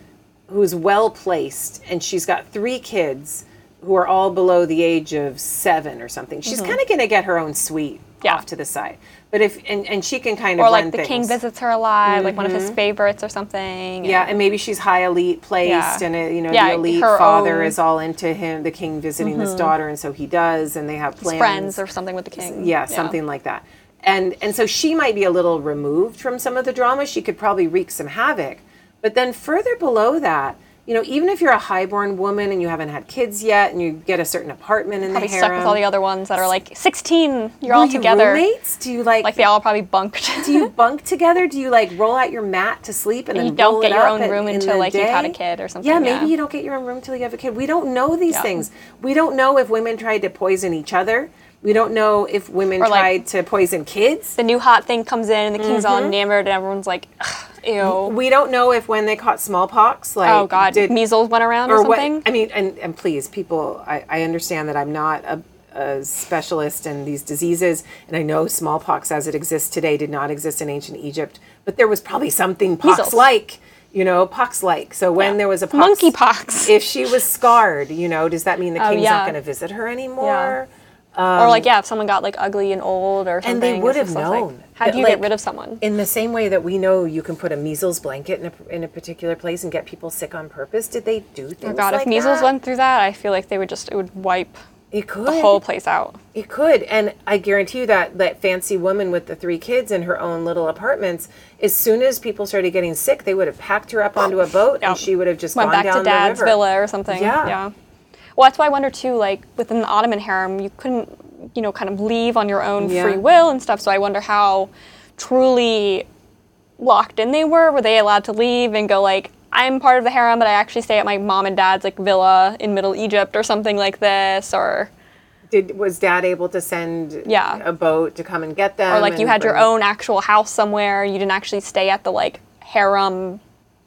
Speaker 1: who's well placed and she's got three kids who are all below the age of seven or something, she's kind of going to get her own
Speaker 2: Mm-hmm.
Speaker 1: suite
Speaker 2: Yeah.
Speaker 1: off to the side. But if and, and she can kind of
Speaker 2: Or like
Speaker 1: run
Speaker 2: the
Speaker 1: things.
Speaker 2: king visits her a lot, like one of his favorites or something.
Speaker 1: Mm-hmm. Yeah,
Speaker 2: and-
Speaker 1: and maybe she's high elite placed,
Speaker 2: Yeah.
Speaker 1: and uh, you know
Speaker 2: Yeah,
Speaker 1: the elite
Speaker 2: her
Speaker 1: father
Speaker 2: own- Mm-hmm.
Speaker 1: is all into him. The king visiting his daughter, and so he does, and they have plans.
Speaker 2: friends or something with the king.
Speaker 1: yeah, something like that. And and so she might be a little removed from some of the drama. She could probably wreak some havoc. But then further below that, you know, even if you're a highborn woman and you haven't had kids yet, and you get a certain apartment in
Speaker 2: Probably
Speaker 1: the harem,
Speaker 2: stuck with all the other ones that are like 16. You're
Speaker 1: are
Speaker 2: all
Speaker 1: you
Speaker 2: together.
Speaker 1: roommates? Do you like?
Speaker 2: Like they all probably bunked.
Speaker 1: do you bunk together? Do you like roll out your mat to sleep and then
Speaker 2: You don't
Speaker 1: roll
Speaker 2: get
Speaker 1: it
Speaker 2: your
Speaker 1: up
Speaker 2: own
Speaker 1: in-
Speaker 2: room
Speaker 1: in
Speaker 2: until,
Speaker 1: the
Speaker 2: like, you've had a
Speaker 1: day?
Speaker 2: kid or
Speaker 1: Yeah,
Speaker 2: something,
Speaker 1: maybe
Speaker 2: yeah.
Speaker 1: you don't get your own room until you have a kid. We don't know these
Speaker 2: Yeah.
Speaker 1: things. We don't know if women tried to poison each other. We don't know if women
Speaker 2: Or, like-
Speaker 1: tried to poison kids.
Speaker 2: the new hot thing comes in and the king's all
Speaker 1: Mm-hmm.
Speaker 2: enamored and everyone's like, "Ugh, ew.
Speaker 1: We don't know if when they caught smallpox, like
Speaker 2: Oh god,
Speaker 1: did-
Speaker 2: measles went around or,
Speaker 1: or what?
Speaker 2: something.
Speaker 1: I mean, and, and please, people, I, I understand that I'm not a, a specialist in these diseases, and I know smallpox as it exists today did not exist in ancient Egypt, but there was probably something pox-like, you know, pox-like. So when
Speaker 2: Yeah.
Speaker 1: there was a pox,
Speaker 2: Monkeypox. Oh,
Speaker 1: if she was scarred, you know, does that mean the king's
Speaker 2: yeah.
Speaker 1: not going to visit her anymore?
Speaker 2: or like yeah, if someone got like ugly and old or something.
Speaker 1: um, And they would
Speaker 2: it's
Speaker 1: have
Speaker 2: just like,
Speaker 1: known.
Speaker 2: how do you
Speaker 1: Like,
Speaker 2: get rid of someone?
Speaker 1: In the same way that we know you can put a measles blanket in a, in a particular place and get people sick on purpose, did they do
Speaker 2: Oh
Speaker 1: things
Speaker 2: god,
Speaker 1: like
Speaker 2: if measles
Speaker 1: that?
Speaker 2: went through that, I feel like they would just it would wipe
Speaker 1: it could.
Speaker 2: the whole place out.
Speaker 1: It could, and I guarantee you that that fancy woman with the three kids in her own little apartments, as soon as people started getting sick, they would have packed her up onto a
Speaker 2: Oh,
Speaker 1: boat
Speaker 2: Yeah.
Speaker 1: and she would have just
Speaker 2: Went back
Speaker 1: gone down
Speaker 2: to dad's
Speaker 1: the river.
Speaker 2: villa or something.
Speaker 1: Yeah.
Speaker 2: Well, that's why I wonder too. Like within the Ottoman harem, you couldn't, you know, kind of leave on your own
Speaker 1: Yeah.
Speaker 2: free will and stuff. So I wonder how truly locked in they were. Were they allowed to leave and go like? I'm part of the harem, but I actually stay at my mom and dad's like villa in Middle Egypt or something like this, or
Speaker 1: Did was dad able to send
Speaker 2: Yeah.
Speaker 1: a boat to come and get them?
Speaker 2: or like you
Speaker 1: and
Speaker 2: had your
Speaker 1: bring-
Speaker 2: own actual house somewhere. You didn't actually stay at the like harem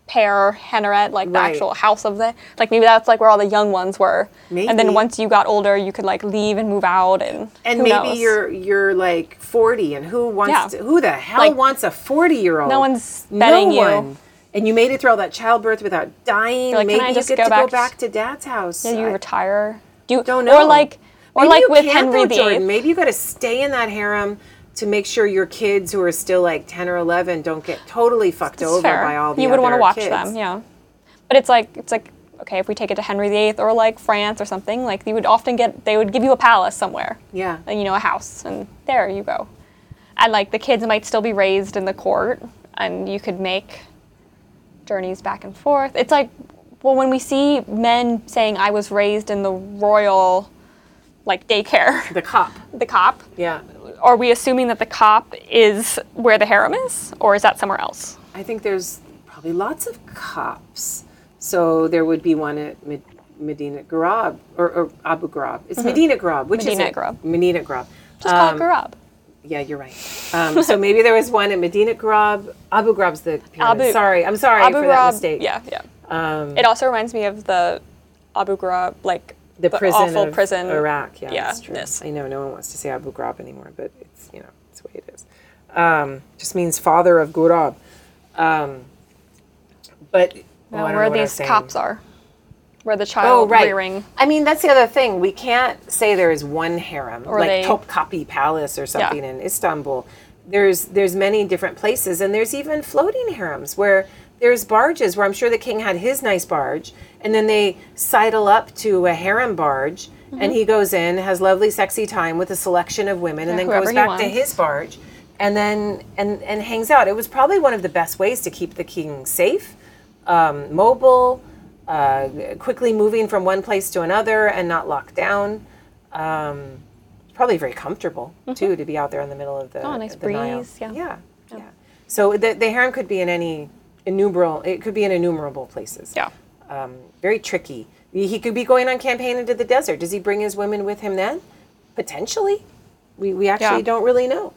Speaker 2: pair henneret, like the
Speaker 1: Right.
Speaker 2: actual house of the like maybe that's like where all the young ones were. And
Speaker 1: Maybe.
Speaker 2: then once you got older, you could like leave and move out and
Speaker 1: and
Speaker 2: who
Speaker 1: maybe
Speaker 2: knows?
Speaker 1: you're you're like 40 and who wants
Speaker 2: Yeah.
Speaker 1: to, who the hell
Speaker 2: Like,
Speaker 1: wants a 40 year old
Speaker 2: no one's betting you.
Speaker 1: and you made it through all that childbirth without dying
Speaker 2: like, "Can
Speaker 1: maybe
Speaker 2: I
Speaker 1: you
Speaker 2: just
Speaker 1: get
Speaker 2: go
Speaker 1: to go
Speaker 2: back
Speaker 1: back to dad's house
Speaker 2: Yeah, you
Speaker 1: I-
Speaker 2: retire. Do you,
Speaker 1: don't
Speaker 2: Or
Speaker 1: know.
Speaker 2: like or
Speaker 1: Maybe
Speaker 2: like
Speaker 1: you
Speaker 2: with
Speaker 1: can't,
Speaker 2: Henry
Speaker 1: though,
Speaker 2: VIII.
Speaker 1: Jordan. Maybe you got to stay in that harem to make sure your kids who are still like 10 or 11 don't get totally fucked
Speaker 2: It's
Speaker 1: over
Speaker 2: fair.
Speaker 1: by all the
Speaker 2: you would want to
Speaker 1: other
Speaker 2: watch
Speaker 1: kids.
Speaker 2: them, yeah. But it's like it's like okay, if we take it to Henry VIII or like France or something, like you would often get they would give you a palace somewhere.
Speaker 1: Yeah.
Speaker 2: uh, you know, a house, and there you go. And like the kids might still be raised in the court, and you could make journeys back and forth. It's like, well, when we see men saying, I was raised in the royal, like daycare,
Speaker 1: The cop.
Speaker 2: the cop,
Speaker 1: Yeah.
Speaker 2: are we assuming that the cop is where the harem is, or is that somewhere else?
Speaker 1: I think there's probably lots of cops. So there would be one at Med- Medina Garab or, or Abu Ghraib. It's Medina Garab, which
Speaker 2: Mm-hmm. Medina
Speaker 1: is it?
Speaker 2: Garab.
Speaker 1: Medina Garab.
Speaker 2: Just
Speaker 1: Um,
Speaker 2: call it Garab.
Speaker 1: Yeah, you're right. Um, so maybe there was one at Medina Garab. Abu Ghraib's the pyramid.
Speaker 2: Abu-
Speaker 1: Sorry, I'm sorry
Speaker 2: Abu
Speaker 1: for
Speaker 2: Ghraib.
Speaker 1: that mistake.
Speaker 2: Yeah, yeah.
Speaker 1: Um,
Speaker 2: it also reminds me of the Abu Ghraib, like
Speaker 1: the prison
Speaker 2: awful
Speaker 1: of
Speaker 2: prison.
Speaker 1: Iraq. Yeah,
Speaker 2: Yeah,
Speaker 1: that's true.
Speaker 2: yes.
Speaker 1: I know no one wants to say Abu Ghraib anymore, but it's you know it's the way it is. Um, just means father of Ghurab. Um, but oh, I
Speaker 2: Now,
Speaker 1: don't know
Speaker 2: where
Speaker 1: what I
Speaker 2: these
Speaker 1: was saying.
Speaker 2: cops are, where the
Speaker 1: Oh
Speaker 2: child
Speaker 1: right.
Speaker 2: rearing.
Speaker 1: I mean that's the other thing. We can't say there is one harem
Speaker 2: Or
Speaker 1: like
Speaker 2: they-
Speaker 1: Topkapi Palace or something in Istanbul. There's there's many different places and there's even floating harems where there's barges where I'm sure the king had his nice barge and then they sidle up to a harem barge
Speaker 2: Mm-hmm.
Speaker 1: and he goes in, has lovely, sexy time with a selection of women, and
Speaker 2: Yeah,
Speaker 1: then
Speaker 2: whoever
Speaker 1: goes
Speaker 2: he
Speaker 1: back to
Speaker 2: wants.
Speaker 1: his barge, and then and and hangs out. It was probably one of the best ways to keep the king safe, um, mobile, uh, quickly moving from one place to another, and not locked down. Um, probably very comfortable too to be out there in the middle of the
Speaker 2: Mm-hmm. Oh, nice
Speaker 1: the Nile.
Speaker 2: breeze, yeah.
Speaker 1: yeah, yeah. So the, the harem could be in any innumerable. It could be in innumerable places
Speaker 2: Yeah.
Speaker 1: um, very tricky. He could be going on campaign into the desert. Does he bring his women with him then? Potentially. We, we actually
Speaker 2: Yeah.
Speaker 1: don't really know.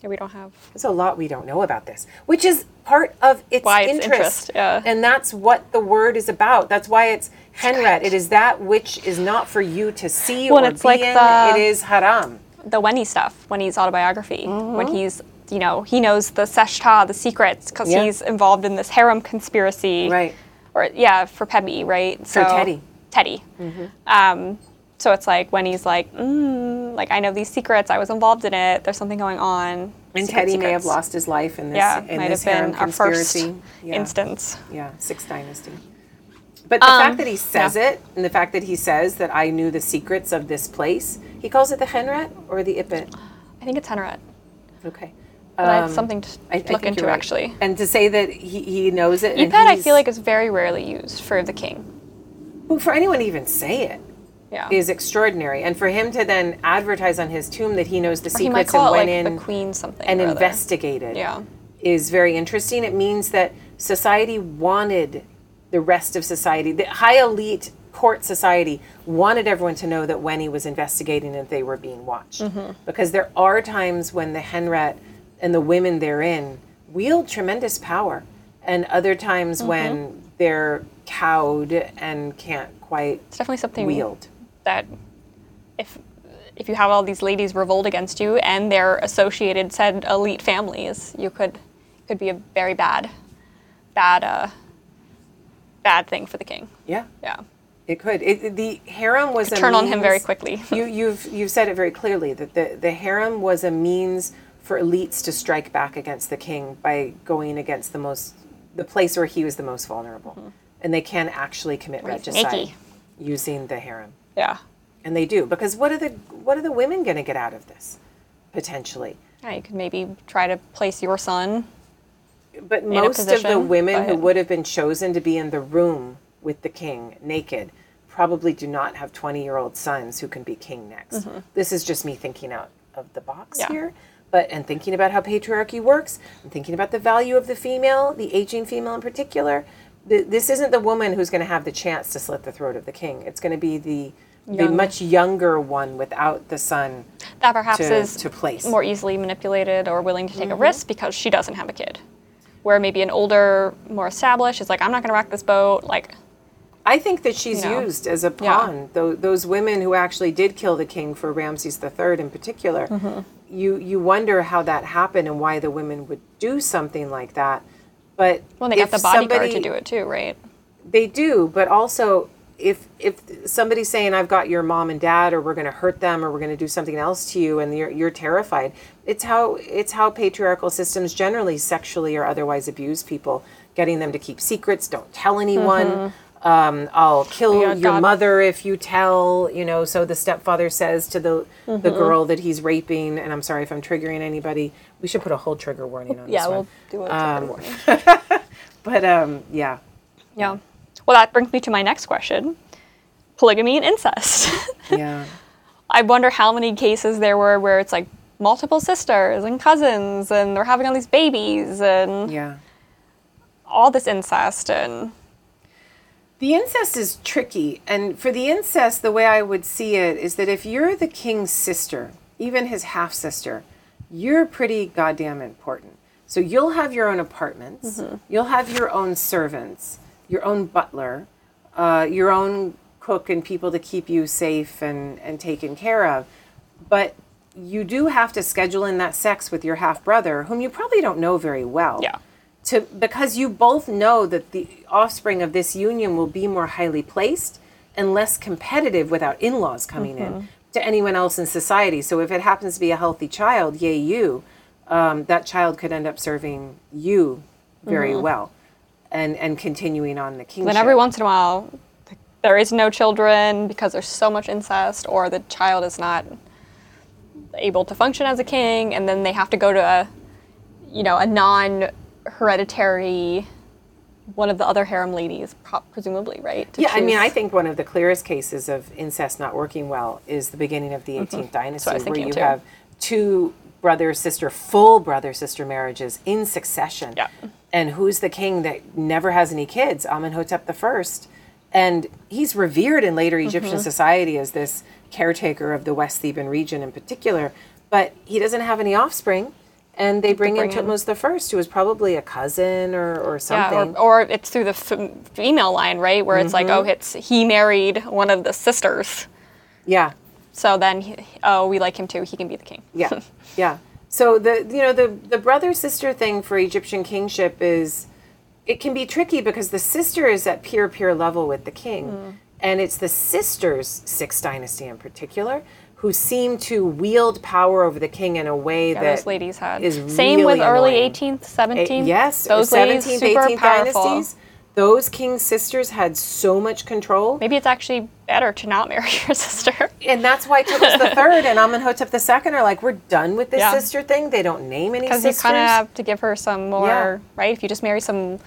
Speaker 2: Yeah, we don't have.
Speaker 1: There's a lot we don't know about this, which is part of its
Speaker 2: Why it's
Speaker 1: interest.
Speaker 2: interest, yeah.
Speaker 1: And that's what the word is about. That's why it's henret. It is that which is not for you to see
Speaker 2: Well,
Speaker 1: or
Speaker 2: and it's
Speaker 1: be
Speaker 2: like
Speaker 1: in.
Speaker 2: the-
Speaker 1: it is haram.
Speaker 2: the Wendy stuff, Wendy's autobiography, when
Speaker 1: Mm-hmm.
Speaker 2: he's, you know, he knows the Seshta, the secrets, because
Speaker 1: Yeah.
Speaker 2: he's involved in this harem conspiracy.
Speaker 1: Right.
Speaker 2: Or, yeah, for Pebby, right? So,
Speaker 1: Teddy. Mm-hmm.
Speaker 2: Teddy. Um, so it's like when he's like, mm, like, I know these secrets, I was involved in it, there's something going on.
Speaker 1: And
Speaker 2: Secret,
Speaker 1: Teddy may have
Speaker 2: secrets.
Speaker 1: lost his life in this,
Speaker 2: Yeah,
Speaker 1: in
Speaker 2: might
Speaker 1: this
Speaker 2: have been
Speaker 1: harem
Speaker 2: our first
Speaker 1: conspiracy. Yeah.
Speaker 2: instance.
Speaker 1: Yeah, Sixth Dynasty. But the
Speaker 2: Um,
Speaker 1: fact that he says it, and the fact that he says that I knew the secrets of this place, he calls it the Henret or the Ippet.
Speaker 2: I think it's Henret.
Speaker 1: Okay.
Speaker 2: But I
Speaker 1: Um,
Speaker 2: have something to
Speaker 1: I- I
Speaker 2: look
Speaker 1: think
Speaker 2: into,
Speaker 1: you're right.
Speaker 2: actually.
Speaker 1: And to say that he, he knows it. and
Speaker 2: Eped, I
Speaker 1: he's-
Speaker 2: feel like, is very rarely used for the king.
Speaker 1: Well, for anyone to even say it
Speaker 2: Yeah.
Speaker 1: is extraordinary. And for him to then advertise on his tomb that he knows the
Speaker 2: Or he might
Speaker 1: secrets and
Speaker 2: call it
Speaker 1: went
Speaker 2: like
Speaker 1: in
Speaker 2: the queen something.
Speaker 1: and
Speaker 2: or other.
Speaker 1: investigated
Speaker 2: Yeah.
Speaker 1: is very interesting. It means that society wanted the rest of society, the high elite court society wanted everyone to know that Wenny was investigating and they were being watched. Because there are times when the Henret and the women therein wield tremendous power, and other times when they're cowed and can't quite
Speaker 2: It's definitely something
Speaker 1: wield.
Speaker 2: that if if you have all these ladies revolt against you and their associated said elite families, you could could be a very bad bad uh, bad thing for the king.
Speaker 1: Yeah.
Speaker 2: Yeah.
Speaker 1: It could. It, the harem was a
Speaker 2: turn on him very
Speaker 1: means-
Speaker 2: quickly.
Speaker 1: you, you've you've said it very clearly that the the harem was a means for elites to strike back against the king by going against the most the place where he was the most vulnerable,
Speaker 2: Mm-hmm.
Speaker 1: and they can actually commit
Speaker 2: Where he's
Speaker 1: regicide
Speaker 2: naked.
Speaker 1: using the harem,
Speaker 2: Yeah.
Speaker 1: and they do because what are the what are the women going to get out of this potentially?
Speaker 2: Yeah, you could maybe try to place your son.
Speaker 1: But most of the
Speaker 2: position,
Speaker 1: women who
Speaker 2: but-
Speaker 1: would have been chosen to be in the room with the king naked probably do not have 20 year old sons who can be king next. This is just me thinking out of the box
Speaker 2: Mm-hmm. Yeah.
Speaker 1: here. But, and thinking about how patriarchy works, and thinking about the value of the female, the aging female in particular, th- this isn't the woman who's going to have the chance to slit the throat of the king. It's going to be the, the
Speaker 2: Young.
Speaker 1: much younger one without the son
Speaker 2: That perhaps
Speaker 1: To-
Speaker 2: is
Speaker 1: to place. Mm-hmm.
Speaker 2: more easily manipulated or willing to take a risk because she doesn't have a kid. Where maybe an older, more established is like, I'm not gonna rock this boat, like
Speaker 1: I think that she's
Speaker 2: You know?
Speaker 1: used as a
Speaker 2: Yeah.
Speaker 1: pawn. Tho- those women who actually did kill the king for Ramses III in particular,
Speaker 2: Mm-hmm.
Speaker 1: you you wonder how that happened and why the women would do something like that. But
Speaker 2: well they got
Speaker 1: if
Speaker 2: the bodyguard
Speaker 1: somebody-
Speaker 2: to do it too, right?
Speaker 1: They do, but also if if somebody's saying I've got your mom and dad, or we're going to hurt them, or we're going to do something else to you, and you're, you're terrified, it's how it's how patriarchal systems generally sexually or otherwise abuse people, getting them to keep secrets, don't tell anyone. Um, I'll kill
Speaker 2: Mm-hmm. Yeah,
Speaker 1: your
Speaker 2: God.
Speaker 1: mother if you tell, you know. So the stepfather says to the
Speaker 2: Mm-hmm.
Speaker 1: the girl that he's raping, and I'm sorry if I'm triggering anybody. We should put a whole trigger warning on
Speaker 2: Yeah,
Speaker 1: this
Speaker 2: we'll do
Speaker 1: one.
Speaker 2: it. warning.
Speaker 1: But um, yeah,
Speaker 2: Yeah. Well, that brings me to my next question polygamy and incest.
Speaker 1: yeah.
Speaker 2: I wonder how many cases there were where it's like multiple sisters and cousins and they're having all these babies and
Speaker 1: Yeah.
Speaker 2: all this incest and
Speaker 1: The incest is tricky. And for the incest, the way I would see it is that if you're the king's sister, even his half sister, you're pretty goddamn important. So you'll have your own apartments, you'll have your own servants, your own butler, uh, your own cook, and people to keep you safe and, and taken care of. But you do have to schedule in that sex with your half brother, whom you probably don't know very well
Speaker 2: Yeah.
Speaker 1: to because you both know that the offspring of this union will be more highly placed and less competitive without in-laws coming in to anyone else in society. So if it happens to be a healthy child, yay you, um, that child could end up serving you very well and and continuing on the kingship.
Speaker 2: then every once in a while the there is no children because there's so much incest, or the child is not able to function as a king, and then they have to go to a, you know, a non-hereditary, one of the other harem ladies, pro- presumably, right? to
Speaker 1: yeah, I mean,
Speaker 2: choose.
Speaker 1: I think one of the clearest cases of incest not working well is the beginning of the 18th dynasty,
Speaker 2: Mm-hmm. what I was
Speaker 1: where
Speaker 2: thinking
Speaker 1: you
Speaker 2: too.
Speaker 1: have two brother sister, full brother sister marriages in succession.
Speaker 2: Yeah.
Speaker 1: And who's the king that never has any kids? Amenhotep the First, and he's revered in later Egyptian
Speaker 2: Mm-hmm.
Speaker 1: society as this caretaker of the West Theban region in particular. But he doesn't have any offspring, and they bring,
Speaker 2: bring
Speaker 1: in
Speaker 2: in-
Speaker 1: Thutmose the First, who is probably a cousin or, or
Speaker 2: Yeah,
Speaker 1: something. Mm-hmm.
Speaker 2: or, or it's through the f- female line, right? Where it's like, oh, it's he married one of the sisters,
Speaker 1: yeah.
Speaker 2: so then, he, oh, we like him too. He can be the king.
Speaker 1: Yeah, yeah. So the you know the the brother sister thing for Egyptian kingship is it can be tricky because the sister is at peer peer level with the king,
Speaker 2: Hmm.
Speaker 1: and it's the sisters Sixth Dynasty in particular who seem to wield power over the king in a way
Speaker 2: Yeah,
Speaker 1: that
Speaker 2: those ladies had.
Speaker 1: is
Speaker 2: Same with
Speaker 1: really
Speaker 2: early
Speaker 1: annoying.
Speaker 2: 18th,
Speaker 1: Eh,
Speaker 2: 17th.
Speaker 1: yes,
Speaker 2: those
Speaker 1: 17th,
Speaker 2: ladies super
Speaker 1: 18th
Speaker 2: powerful.
Speaker 1: dynasties. Those king sisters had so much control.
Speaker 2: Maybe it's actually better to not marry your sister.
Speaker 1: and that's why Tutmos the Third and Amenhotep the Second are like, we're done with this
Speaker 2: Yeah.
Speaker 1: sister thing. They don't name any
Speaker 2: Because
Speaker 1: sisters.
Speaker 2: you kind of have to give her some more,
Speaker 1: Yeah.
Speaker 2: right? If you just marry some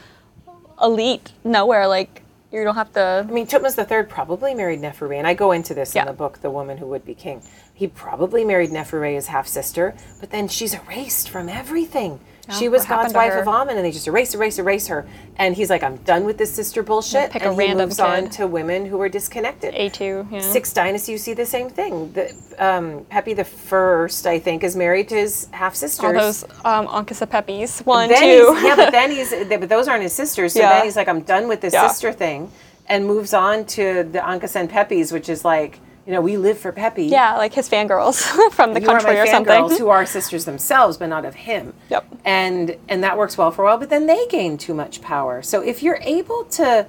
Speaker 2: elite nowhere, like you don't have to.
Speaker 1: I mean, Thutmose III probably married Neferre, and I go into this in
Speaker 2: Yeah.
Speaker 1: the book, The Woman Who Would Be King. He probably married Neferre, his half sister, but then she's erased from everything. she was
Speaker 2: what happened
Speaker 1: God's
Speaker 2: to
Speaker 1: wife
Speaker 2: her?
Speaker 1: of Amun, and they just erase, erase, erase her. And he's like, I'm done with this sister bullshit.
Speaker 2: pick a
Speaker 1: and he
Speaker 2: random
Speaker 1: moves on
Speaker 2: kid.
Speaker 1: to women who are disconnected.
Speaker 2: A2, yeah.
Speaker 1: Six Dynasty, you see the same thing. The, um, Pepi the First, I think, is married to his half sisters.
Speaker 2: All those um, Onkisapepis. One,
Speaker 1: Then
Speaker 2: two.
Speaker 1: he's- yeah, but then he's th- but those aren't his sisters. So
Speaker 2: Yeah.
Speaker 1: then he's like, I'm done with this
Speaker 2: Yeah.
Speaker 1: sister thing, and moves on to the Ancas and Pepis, which is like, you know, we live for Pepi.
Speaker 2: Yeah, like his fangirls from the
Speaker 1: You are
Speaker 2: country
Speaker 1: my
Speaker 2: or something.
Speaker 1: fangirls who are sisters themselves, but not of him.
Speaker 2: Yep.
Speaker 1: And and that works well for a while, but then they gain too much power. So if you're able to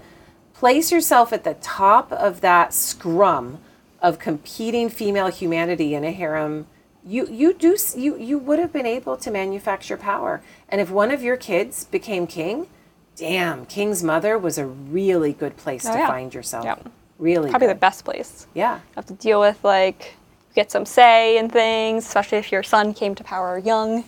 Speaker 1: place yourself at the top of that scrum of competing female humanity in a harem, you you do s- you you would have been able to manufacture power. And if one of your kids became king, damn, king's mother was a really good place to
Speaker 2: Oh, yeah.
Speaker 1: find yourself.
Speaker 2: Yep.
Speaker 1: Really,
Speaker 2: Probably the
Speaker 1: good.
Speaker 2: best place.
Speaker 1: Yeah.
Speaker 2: have to deal with like you get some say in things, especially if your son came to power young.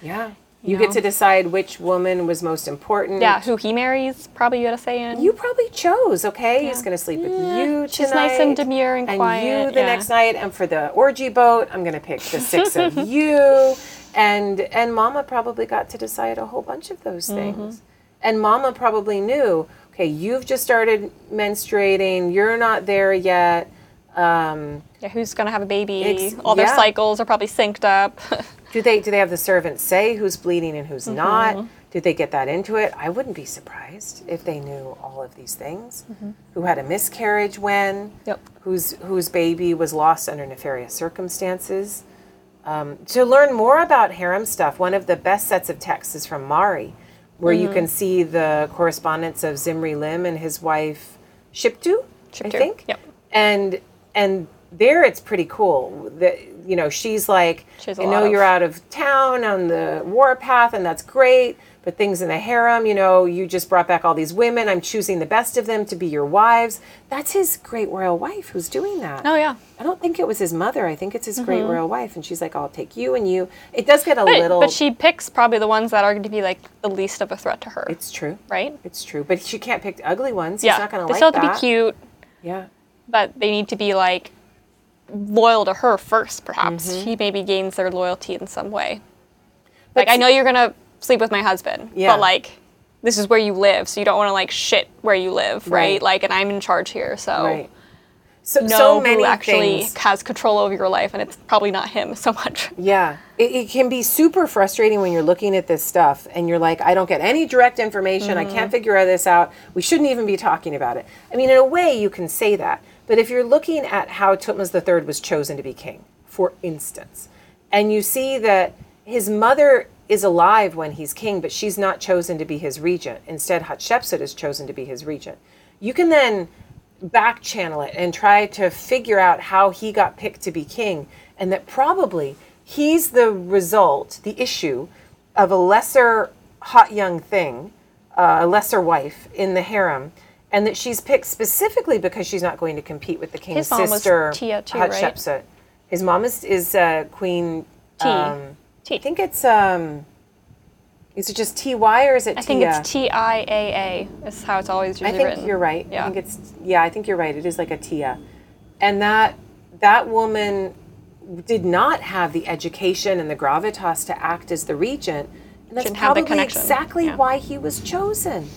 Speaker 1: Yeah. You
Speaker 2: know?
Speaker 1: get to decide which woman was most important.
Speaker 2: Yeah, who he marries, probably you had a say in.
Speaker 1: You probably chose, okay? He's going to sleep with you tonight.
Speaker 2: she's nice and demure and
Speaker 1: And
Speaker 2: quiet,
Speaker 1: you the
Speaker 2: yeah.
Speaker 1: next night. And for the orgy boat, I'm going to pick the six of you. And and Mama probably got to decide a whole bunch of
Speaker 2: Mm-hmm.
Speaker 1: those things. And Mama probably knew, okay, you've just started menstruating. You're not there yet. Um,
Speaker 2: yeah, who's gonna have a baby?
Speaker 1: Ex-
Speaker 2: All their
Speaker 1: yeah.
Speaker 2: cycles are probably synced up.
Speaker 1: do they do they have the servants say who's bleeding and
Speaker 2: Mm-hmm.
Speaker 1: who's not? Did they get that into it? I wouldn't be surprised if they knew all of these things. Who had a miscarriage when?
Speaker 2: Mm-hmm. Yep.
Speaker 1: Whose whose baby was lost under nefarious circumstances? Um, to learn more about harem stuff, one of the best sets of texts is from Mari, where
Speaker 2: Mm-hmm.
Speaker 1: you can see the correspondence of Zimri Lim and his wife Shiptu. I
Speaker 2: Shiptu,
Speaker 1: think.
Speaker 2: yep.
Speaker 1: And and there it's pretty cool. That you know she's like
Speaker 2: She has a
Speaker 1: I know
Speaker 2: lot of-
Speaker 1: you're out of town on the warpath, and that's great. But things in the harem, you know, you just brought back all these women. I'm choosing the best of them to be your wives. That's his great royal wife who's doing that.
Speaker 2: Oh, yeah.
Speaker 1: I don't think it was his mother. I think it's his great royal wife, and she's like, "I'll take you and you." It does get a
Speaker 2: But,
Speaker 1: little.
Speaker 2: Mm-hmm. but she picks probably the ones that are going to be like the least of a threat to her,
Speaker 1: it's true,
Speaker 2: right?
Speaker 1: It's true, but she can't pick ugly ones.
Speaker 2: yeah,
Speaker 1: He's not going
Speaker 2: they
Speaker 1: to like
Speaker 2: still have
Speaker 1: that.
Speaker 2: to be cute,
Speaker 1: Yeah.
Speaker 2: but they need to be like loyal to her first. Perhaps
Speaker 1: Mm-hmm.
Speaker 2: she maybe gains their loyalty in some way. Like I know you're gonna sleep with my husband,
Speaker 1: Yeah.
Speaker 2: but like this is where you live, so you don't want to like shit where you live, right?
Speaker 1: Right.
Speaker 2: Like, and I'm in charge here, so.
Speaker 1: Right. So,
Speaker 2: Know
Speaker 1: so many
Speaker 2: who actually
Speaker 1: things.
Speaker 2: has control over your life, and it's probably not him so much.
Speaker 1: Yeah. It, it can be super frustrating when you're looking at this stuff and you're like, I don't get any direct information. I can't figure this out. We shouldn't even be talking about it. I mean, in a way, you can say that. But if you're looking at how Tutmos III was chosen to be king, for instance, and you see that his mother is alive when he's king, but she's not chosen to be his regent. Instead, Hatshepsut is chosen to be his regent. You can then back channel it and try to figure out how he got picked to be king and that probably he's the result the issue of a lesser hot young thing uh, a lesser wife in the harem and that she's picked specifically because she's not going to compete with the king's
Speaker 2: His mom was
Speaker 1: sister
Speaker 2: Tia too, right?
Speaker 1: Hatshepsut. His mom is is uh, Queen.
Speaker 2: T.
Speaker 1: um,
Speaker 2: T.
Speaker 1: I think it's um, is it just T Y or is it
Speaker 2: I think
Speaker 1: Tia?
Speaker 2: it's T I A A is how it's always
Speaker 1: uh, I
Speaker 2: usually
Speaker 1: think
Speaker 2: written.
Speaker 1: you're right. I
Speaker 2: Yeah.
Speaker 1: think it's yeah. I think you're right. It is like a Tia, and that that woman did not have the education and the gravitas to act as the regent, and that's
Speaker 2: Didn't have the
Speaker 1: probably
Speaker 2: connection,
Speaker 1: exactly
Speaker 2: yeah.
Speaker 1: why he was chosen.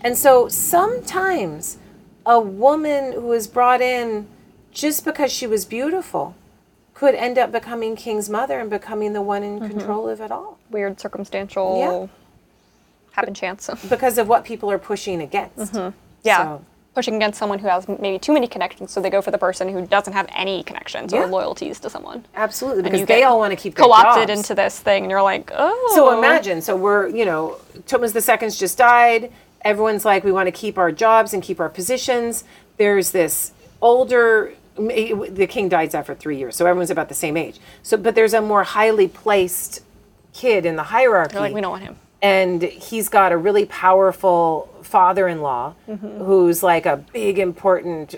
Speaker 1: And so sometimes a woman who is brought in just because she was beautiful could end up becoming king's mother and becoming the one
Speaker 2: Mm-hmm.
Speaker 1: in control of it all
Speaker 2: Weird circumstantial happen chance.
Speaker 1: because of what people are pushing against.
Speaker 2: Mm-hmm. yeah.
Speaker 1: So-
Speaker 2: Pushing against someone who has m- maybe too many connections, so they go for the person who doesn't have any connections
Speaker 1: Yeah.
Speaker 2: or loyalties to someone.
Speaker 1: Absolutely,
Speaker 2: And
Speaker 1: because
Speaker 2: you
Speaker 1: they
Speaker 2: get
Speaker 1: all want to keep their
Speaker 2: co-opted
Speaker 1: jobs.
Speaker 2: into this thing, and you're like, oh.
Speaker 1: So imagine, so we're, you know, Thomas the Second's just died. Everyone's like, we want to keep our jobs and keep our positions. There's this older, eh, the king dies after three years, so everyone's about the same age. So, but there's a more highly placed kid in the hierarchy
Speaker 2: They're like, we don't want him.
Speaker 1: and he's got a really powerful father-in-law
Speaker 2: Mm-hmm.
Speaker 1: who's like a big important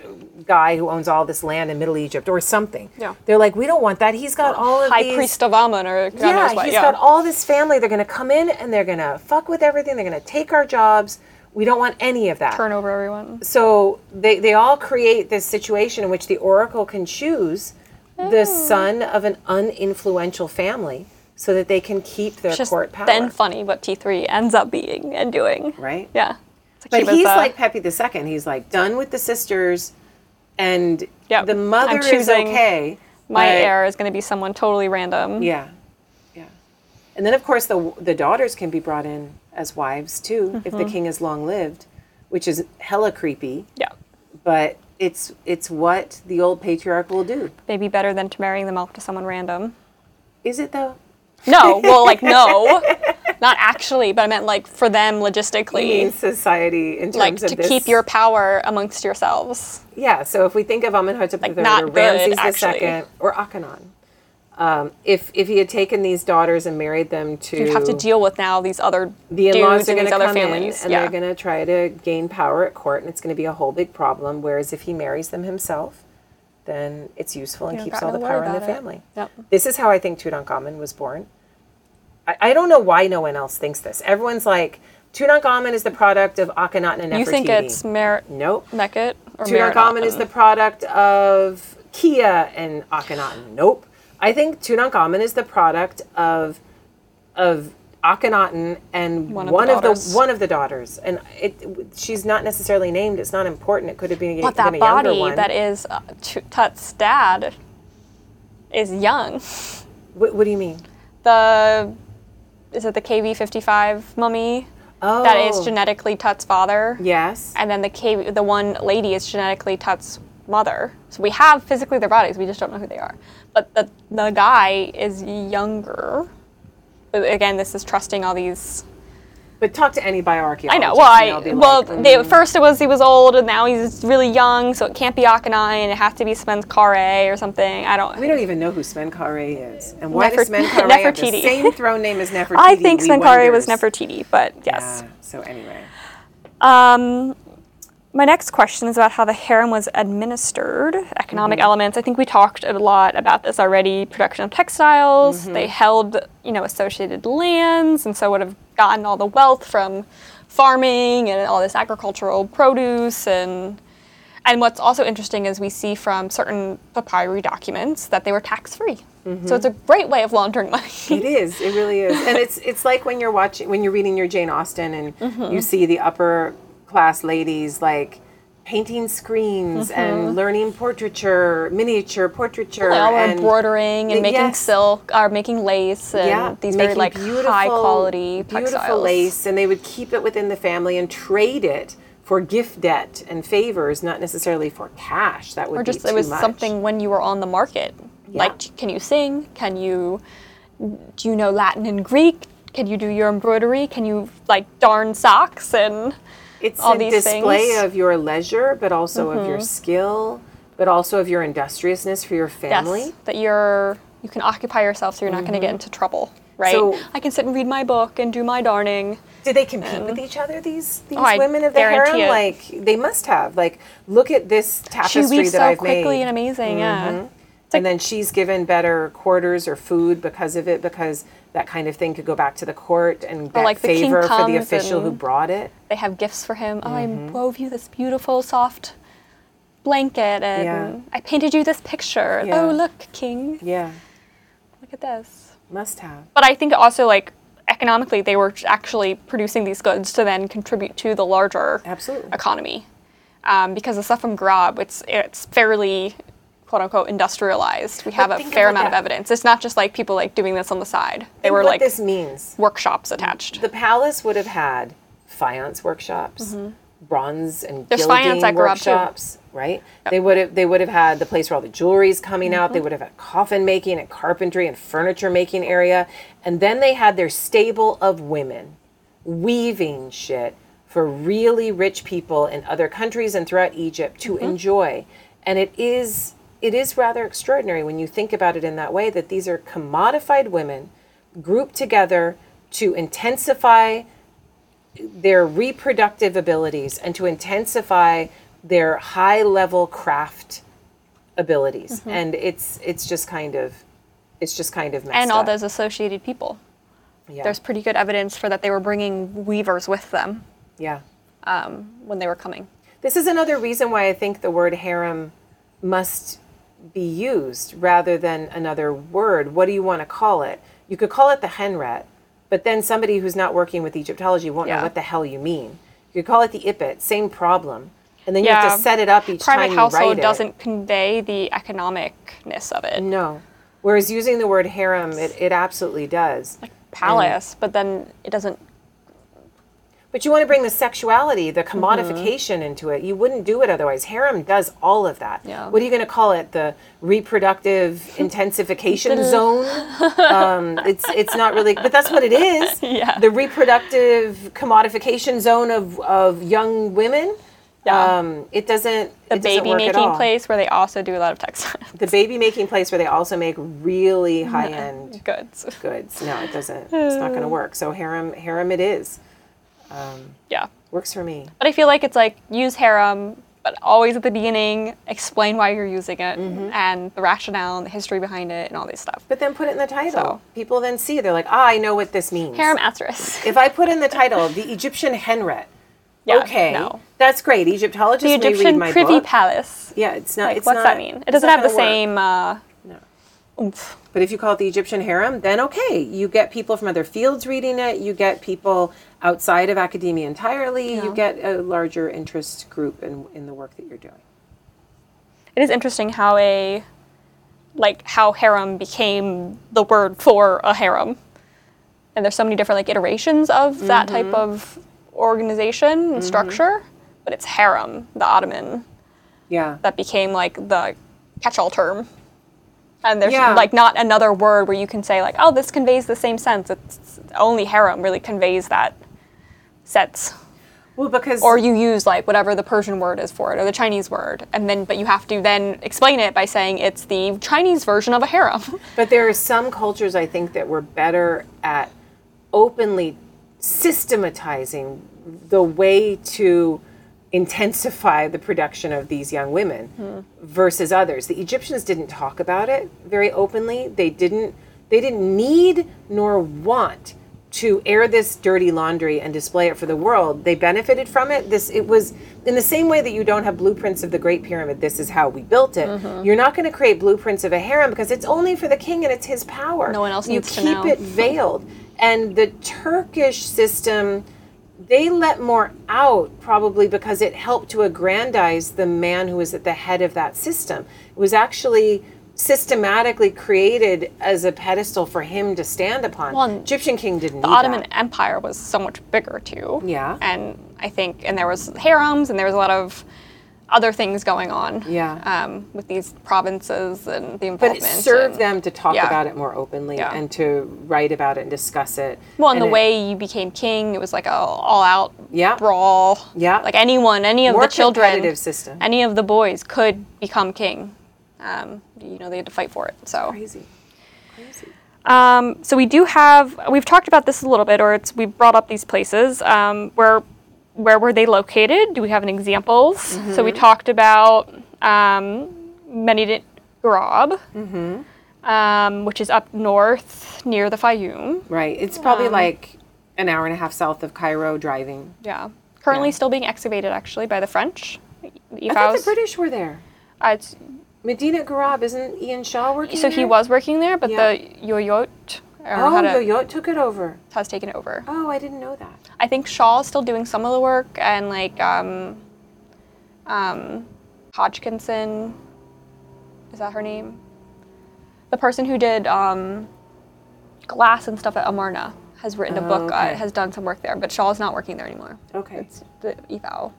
Speaker 1: guy who owns all this land in Middle Egypt or something.
Speaker 2: Yeah.
Speaker 1: They're like, we don't want that. He's got all of
Speaker 2: High
Speaker 1: these
Speaker 2: priest of Amun, or God
Speaker 1: yeah,
Speaker 2: knows what.
Speaker 1: he's
Speaker 2: yeah.
Speaker 1: got all this family. They're going to come in and they're going to fuck with everything. They're going to take our jobs. We don't want any of that.
Speaker 2: Turn over everyone.
Speaker 1: So they, they all create this situation in which the oracle can choose the
Speaker 2: Hmm.
Speaker 1: son of an uninfluential family so that they can keep their
Speaker 2: It's just
Speaker 1: court power.
Speaker 2: then funny what T3 ends up being and doing.
Speaker 1: Right.
Speaker 2: Yeah. It's like
Speaker 1: But
Speaker 2: she was,
Speaker 1: he's
Speaker 2: uh,
Speaker 1: like Pepe the Second. He's like done with the sisters, and
Speaker 2: Yep.
Speaker 1: the
Speaker 2: I'm
Speaker 1: mother is
Speaker 2: choosing
Speaker 1: okay.
Speaker 2: my
Speaker 1: but-
Speaker 2: heir is going to be someone totally random.
Speaker 1: Yeah, yeah. And then of course the the daughters can be brought in as wives too if the king is long lived, which is hella creepy.
Speaker 2: Yeah.
Speaker 1: But it's it's what the old patriarch will do.
Speaker 2: Maybe better than to marrying them off to someone random.
Speaker 1: Is it though?
Speaker 2: No, well, like no, not actually, but I meant like for them
Speaker 1: In
Speaker 2: logistically,
Speaker 1: society in terms
Speaker 2: like
Speaker 1: of
Speaker 2: to
Speaker 1: this.
Speaker 2: keep your power amongst yourselves.
Speaker 1: Yeah, so if we think of Amenhotep III
Speaker 2: not
Speaker 1: or
Speaker 2: good,
Speaker 1: Ramses
Speaker 2: actually.
Speaker 1: II or Akhenaten, um, if if he had taken these daughters and married them to
Speaker 2: You'd have to deal with now these other
Speaker 1: the in-laws
Speaker 2: dudes
Speaker 1: are
Speaker 2: and
Speaker 1: going to
Speaker 2: these other
Speaker 1: come
Speaker 2: families.
Speaker 1: in and
Speaker 2: yeah,
Speaker 1: they're going to try to gain power at court and it's going to be a whole big problem whereas if he marries them himself then it's useful and
Speaker 2: You don't
Speaker 1: keeps
Speaker 2: got
Speaker 1: all the
Speaker 2: no worry
Speaker 1: power in the
Speaker 2: about it.
Speaker 1: family
Speaker 2: Yep.
Speaker 1: this is how i think tutankhamun was born I, I don't know why no one else thinks this everyone's like tutankhamun is the product of akhenaten and
Speaker 2: you
Speaker 1: Nefertiti.
Speaker 2: think it's Mer
Speaker 1: nope
Speaker 2: Meket or
Speaker 1: Tutankhamun is
Speaker 2: Merodach.
Speaker 1: the product of Kia and Akhenaten. Nope. I think Tutankhamun is the product of of Akhenaten and
Speaker 2: One
Speaker 1: one
Speaker 2: of the
Speaker 1: of, the,
Speaker 2: daughters.
Speaker 1: one of the daughters. And it she's not necessarily named. It's not important. It could have been,
Speaker 2: But
Speaker 1: been
Speaker 2: that
Speaker 1: a younger
Speaker 2: body
Speaker 1: one.
Speaker 2: that is uh, Tu- Tut's dad is young.
Speaker 1: what, what do you mean?
Speaker 2: The is it the KV55 mummy
Speaker 1: Oh,
Speaker 2: that is genetically Tut's father?
Speaker 1: Yes.
Speaker 2: And then the KV, the one lady is genetically Tut's mother. So we have physically their bodies, we just don't know who they are. But the the guy is younger. But again, this is trusting all these
Speaker 1: But talk to any bioarchaeologist.
Speaker 2: I know. Well, I,
Speaker 1: and they'll be
Speaker 2: well,
Speaker 1: like, mm.
Speaker 2: they, at first it was he was old, and now he's really young, so it can't be Akhenaten. It has to be Smenkhkare or something. I don't.
Speaker 1: we don't even know who Smenkare is. And why
Speaker 2: Nefert-
Speaker 1: does Smenkare have the
Speaker 2: Nefertiti.
Speaker 1: same throne name as Nefertiti?
Speaker 2: I think
Speaker 1: We
Speaker 2: Smenkhkare was
Speaker 1: wonders.
Speaker 2: Nefertiti, but yes.
Speaker 1: Yeah, so anyway.
Speaker 2: Um, my next question is about how the harem was administered, economic elements. I think we talked a lot about this already. Production of textiles. They held, you know, associated lands, and so would have gotten all the wealth from farming and all this agricultural produce and. And what's also interesting is we see from certain papyri documents that they were tax free. So it's a great way of laundering money.
Speaker 1: It is. It really is. And it's it's like when you're watching when you're reading your Jane Austen and
Speaker 2: Mm-hmm.
Speaker 1: you see the upper class ladies like painting screens and learning portraiture, miniature
Speaker 2: Mm-hmm.
Speaker 1: portraiture,
Speaker 2: They all were
Speaker 1: and
Speaker 2: embroidering and
Speaker 1: the-
Speaker 2: making
Speaker 1: yes.
Speaker 2: silk or making lace and these very
Speaker 1: making
Speaker 2: like high quality
Speaker 1: beautiful
Speaker 2: textiles.
Speaker 1: lace, and they would keep it within the family and trade it for gift debt and favors, not necessarily for cash. That would
Speaker 2: or just
Speaker 1: be too
Speaker 2: it was
Speaker 1: much.
Speaker 2: something when you were on the market. Like can you sing? Can you do you know Latin and Greek? Can you do your embroidery? Can you like darn socks and
Speaker 1: It's
Speaker 2: all
Speaker 1: a
Speaker 2: these
Speaker 1: display
Speaker 2: things. Mm-hmm.
Speaker 1: of your leisure, but also of your skill, but also of your industriousness for your family. Mm-hmm.
Speaker 2: yes, that you're you can occupy yourself so you're not going to get into trouble. right?
Speaker 1: So-
Speaker 2: I can sit and read my book and do my darning.
Speaker 1: Do they compete with each other? These
Speaker 2: Mm-hmm.
Speaker 1: these
Speaker 2: Oh, I
Speaker 1: women of the harem,
Speaker 2: guarantee it.
Speaker 1: like they must have. Like, look at this
Speaker 2: She
Speaker 1: tapestry
Speaker 2: weaves
Speaker 1: that
Speaker 2: so
Speaker 1: I've
Speaker 2: quickly
Speaker 1: made, Mm-hmm.
Speaker 2: and amazing. Yeah.
Speaker 1: and then she's given better quarters or food because of it, because that kind of thing could go back to the court and that
Speaker 2: like the king
Speaker 1: favor for the
Speaker 2: comes
Speaker 1: official who
Speaker 2: and-
Speaker 1: brought it.
Speaker 2: They have gifts for him. Oh, I
Speaker 1: Mm-hmm.
Speaker 2: wove you this beautiful soft blanket and
Speaker 1: Yeah.
Speaker 2: I painted you this picture.
Speaker 1: Yeah.
Speaker 2: Oh, look, king.
Speaker 1: Yeah,
Speaker 2: Look at this.
Speaker 1: must have.
Speaker 2: But I think also like economically they were actually producing these goods to then contribute to the larger
Speaker 1: Absolutely.
Speaker 2: economy. Um, because the stuff from Grab, it's it's fairly quote unquote industrialized. We have a
Speaker 1: think
Speaker 2: fair
Speaker 1: about
Speaker 2: amount
Speaker 1: that.
Speaker 2: of evidence. It's not just like people like doing this on the side. They
Speaker 1: Think
Speaker 2: were
Speaker 1: what
Speaker 2: like
Speaker 1: this means.
Speaker 2: workshops attached.
Speaker 1: The palace would have had faience workshops, bronze and
Speaker 2: Mm-hmm. There's
Speaker 1: gilding
Speaker 2: faience at Garab, too.
Speaker 1: workshops, right? They would have they would have had the place where all the jewelry's coming out.
Speaker 2: Mm-hmm.
Speaker 1: They would have had coffin making and carpentry and furniture making area, and then they had their stable of women weaving shit for really rich people in other countries and throughout Egypt to
Speaker 2: Mm-hmm.
Speaker 1: enjoy. And it is it is rather extraordinary when you think about it in that way that these are commodified women grouped together to intensify their reproductive abilities and to intensify their high level craft abilities
Speaker 2: Mm-hmm.
Speaker 1: and it's it's just kind of it's just kind of messed
Speaker 2: and all
Speaker 1: up.
Speaker 2: those associated people.
Speaker 1: yeah.
Speaker 2: There's pretty good evidence for that they were bringing weavers with them
Speaker 1: yeah
Speaker 2: um, when they were coming.
Speaker 1: This is another reason why I think the word harem must be used rather than another word. What do you want to call it? You could call it the henret, but then somebody who's not working with Egyptology won't know
Speaker 2: Yeah.
Speaker 1: what the hell you mean. You could call it the ippet, same problem. And then you have
Speaker 2: Yeah.
Speaker 1: to set it up each
Speaker 2: Private
Speaker 1: time you write
Speaker 2: household
Speaker 1: it.
Speaker 2: doesn't convey the economicness of it.
Speaker 1: No. Whereas using the word harem, it, it absolutely does.
Speaker 2: Palace, but then it doesn't
Speaker 1: But you want to bring the sexuality, the
Speaker 2: Mm-hmm.
Speaker 1: commodification into it. You wouldn't do it otherwise. Harem does all of that.
Speaker 2: Yeah.
Speaker 1: What are you going to call it? The reproductive intensification zone? Um, it's it's not really, but that's what it is.
Speaker 2: Yeah.
Speaker 1: The reproductive commodification zone of of young women.
Speaker 2: Yeah.
Speaker 1: Um, it doesn't.
Speaker 2: the
Speaker 1: it doesn't
Speaker 2: baby
Speaker 1: work at
Speaker 2: making
Speaker 1: all.
Speaker 2: place where they also do a lot of textiles
Speaker 1: The baby making place where they also make really
Speaker 2: Mm-hmm.
Speaker 1: high end
Speaker 2: goods.
Speaker 1: goods. No, it doesn't. It's not going to work. So harem harem it is.
Speaker 2: Yeah.
Speaker 1: Works for me.
Speaker 2: But I feel like it's like use harem, but always at the beginning, explain why you're using it
Speaker 1: Mm-hmm.
Speaker 2: and the rationale and the history behind it and all these stuff.
Speaker 1: But then put it in the title.
Speaker 2: So-
Speaker 1: People then see, they're like, ah, I know what this means.
Speaker 2: Harem asterisk.
Speaker 1: If I put in the title, the Egyptian Henret,
Speaker 2: Yeah,
Speaker 1: okay,
Speaker 2: No.
Speaker 1: that's great. Egyptologists
Speaker 2: The
Speaker 1: may read
Speaker 2: Egyptian
Speaker 1: my
Speaker 2: privy
Speaker 1: book.
Speaker 2: palace.
Speaker 1: yeah, it's not.
Speaker 2: Like,
Speaker 1: it's
Speaker 2: what's
Speaker 1: not,
Speaker 2: that mean? It
Speaker 1: it's
Speaker 2: doesn't
Speaker 1: not
Speaker 2: have the
Speaker 1: gonna work.
Speaker 2: same uh,
Speaker 1: No.
Speaker 2: oomph.
Speaker 1: But if you call it the Egyptian harem, then okay, you get people from other fields reading it. You get people outside of academia entirely. You
Speaker 2: Yeah.
Speaker 1: get a larger interest group in in the work that you're doing.
Speaker 2: It is interesting how a like how harem became the word for a harem. And there's so many different like iterations of that
Speaker 1: Mm-hmm.
Speaker 2: type of organization and structure, but it's harem, the Ottoman,
Speaker 1: Yeah,
Speaker 2: that became like the catch-all term. And there's
Speaker 1: Yeah.
Speaker 2: like not another word where you can say like, oh, this conveys the same sense. It's only harem really conveys that sense
Speaker 1: well, because
Speaker 2: or you use like whatever the Persian word is for it or the Chinese word, and then but you have to then explain it by saying it's the Chinese version of a harem.
Speaker 1: But there are some cultures I think that were better at openly systematizing the way to intensify the production of these young women
Speaker 2: Hmm.
Speaker 1: versus others. The Egyptians didn't talk about it very openly. They didn't they didn't need nor want to air this dirty laundry and display it for the world. They benefited from it. This it was in the same way that you don't have blueprints of the Great Pyramid. This is how we built it.
Speaker 2: Mm-hmm.
Speaker 1: You're not going to create blueprints of a harem because it's only for the king and it's his power.
Speaker 2: No one else
Speaker 1: you
Speaker 2: needs to
Speaker 1: keep
Speaker 2: know.
Speaker 1: it veiled. And the Turkish system, they let more out probably because it helped to aggrandize the man who was at the head of that system. It was actually systematically created as a pedestal for him to stand upon.
Speaker 2: Well, and
Speaker 1: Egyptian king didn't
Speaker 2: the
Speaker 1: need
Speaker 2: Ottoman
Speaker 1: that.
Speaker 2: Empire was so much bigger too.
Speaker 1: Yeah.
Speaker 2: and I think and there was harems and there was a lot of other things going on.
Speaker 1: Yeah.
Speaker 2: um, with these provinces and the
Speaker 1: But
Speaker 2: involvement.
Speaker 1: it served
Speaker 2: and-
Speaker 1: them to talk
Speaker 2: Yeah.
Speaker 1: about it more openly
Speaker 2: Yeah.
Speaker 1: and to write about it and discuss it.
Speaker 2: Well, and, the
Speaker 1: it-
Speaker 2: way you became king, it was like a all-out
Speaker 1: Yeah.
Speaker 2: brawl.
Speaker 1: Yeah.
Speaker 2: like anyone, any of
Speaker 1: More
Speaker 2: the children,
Speaker 1: competitive system.
Speaker 2: any of the boys could become king. Um, you know, they had to fight for it. So
Speaker 1: crazy. Crazy.
Speaker 3: Um, so we do have we've talked about this a little bit, or it's we brought up these places um, where where were they located? Do we have any examples? So
Speaker 1: Mm-hmm.
Speaker 3: we talked about um, Menidit Garab,
Speaker 1: Mm-hmm.
Speaker 3: um, which is up north near the Fayum.
Speaker 1: Right. It's probably like an hour and a half south of Cairo driving.
Speaker 2: Yeah. Currently still being excavated actually by the French.
Speaker 1: I
Speaker 2: If I
Speaker 1: thought the
Speaker 2: was,
Speaker 1: British were there.
Speaker 2: uh, it's-
Speaker 1: Medina Garab, isn't Ian Shaw working
Speaker 2: so he
Speaker 1: there?
Speaker 2: was working there, but
Speaker 1: Yeah.
Speaker 2: the Yoyot I don't know
Speaker 1: Oh,
Speaker 2: how to-
Speaker 1: Yoyot took it over.
Speaker 2: has taken over.
Speaker 1: Oh, I didn't know that.
Speaker 2: I think Shaw is still doing some of the work, and like um, um, Hodgkinson, is that her name? The person who did um, glass and stuff at Amarna has written a book,
Speaker 1: Oh, okay.
Speaker 2: uh, has done some work there, but Shaw's not working there anymore.
Speaker 1: Okay.
Speaker 2: It's the eval.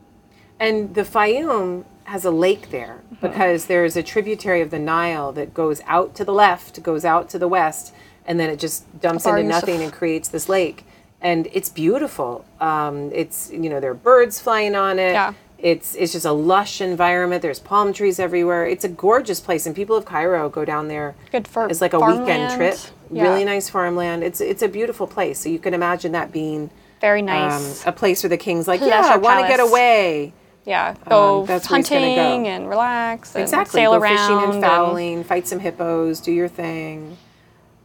Speaker 1: And the Fayum has a lake there
Speaker 2: Uh-huh.
Speaker 1: because there's a tributary of the Nile that goes out to the left, goes out to the west, and then it just dumps
Speaker 2: Bar
Speaker 1: into
Speaker 2: Yusuf.
Speaker 1: nothing and creates this lake. And it's beautiful. Um, it's you know there are birds flying on it.
Speaker 2: Yeah.
Speaker 1: It's it's just a lush environment. There's palm trees everywhere. It's a gorgeous place, and people of Cairo go down there.
Speaker 2: Good for
Speaker 1: it's like a weekend
Speaker 2: farmland.
Speaker 1: trip.
Speaker 2: Yeah.
Speaker 1: Really nice farmland. It's it's a beautiful place. So you can imagine that being
Speaker 2: Very
Speaker 1: um,
Speaker 2: nice.
Speaker 1: a place where the king's like,
Speaker 2: Pleasure
Speaker 1: yeah, I want to get
Speaker 2: palace."
Speaker 1: away.
Speaker 2: yeah, go
Speaker 1: um, that's where he's
Speaker 2: hunting
Speaker 1: gonna go.
Speaker 2: and relax and
Speaker 1: Exactly.
Speaker 2: sail
Speaker 1: Go
Speaker 2: around.
Speaker 1: fishing and
Speaker 2: and-
Speaker 1: fowling, fight some hippos, do your thing.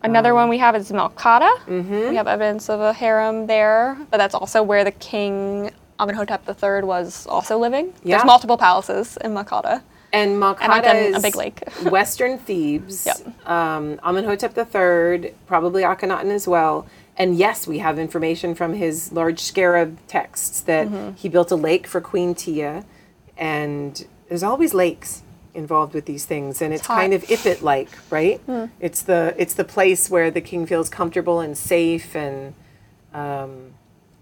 Speaker 2: Another
Speaker 1: Um,
Speaker 2: one we have is Malkata.
Speaker 1: Mm-hmm.
Speaker 2: We have evidence of a harem there, but that's also where the king Amenhotep III was also living.
Speaker 1: Yeah.
Speaker 2: There's multiple palaces in Malkata.
Speaker 1: And
Speaker 2: like
Speaker 1: Malkata
Speaker 2: an-
Speaker 1: is
Speaker 2: a big lake.
Speaker 1: Western Thebes.
Speaker 2: Yep.
Speaker 1: Um, Amenhotep III, probably Akhenaten as well. And yes, we have information from his large scarab texts that
Speaker 2: Mm-hmm.
Speaker 1: he built a lake for Queen Tia. And there's always lakes involved with these things, and it's,
Speaker 2: hot. Hmm.
Speaker 1: kind of Ipit like, right? It's the it's the place where the king feels comfortable and safe and. Um,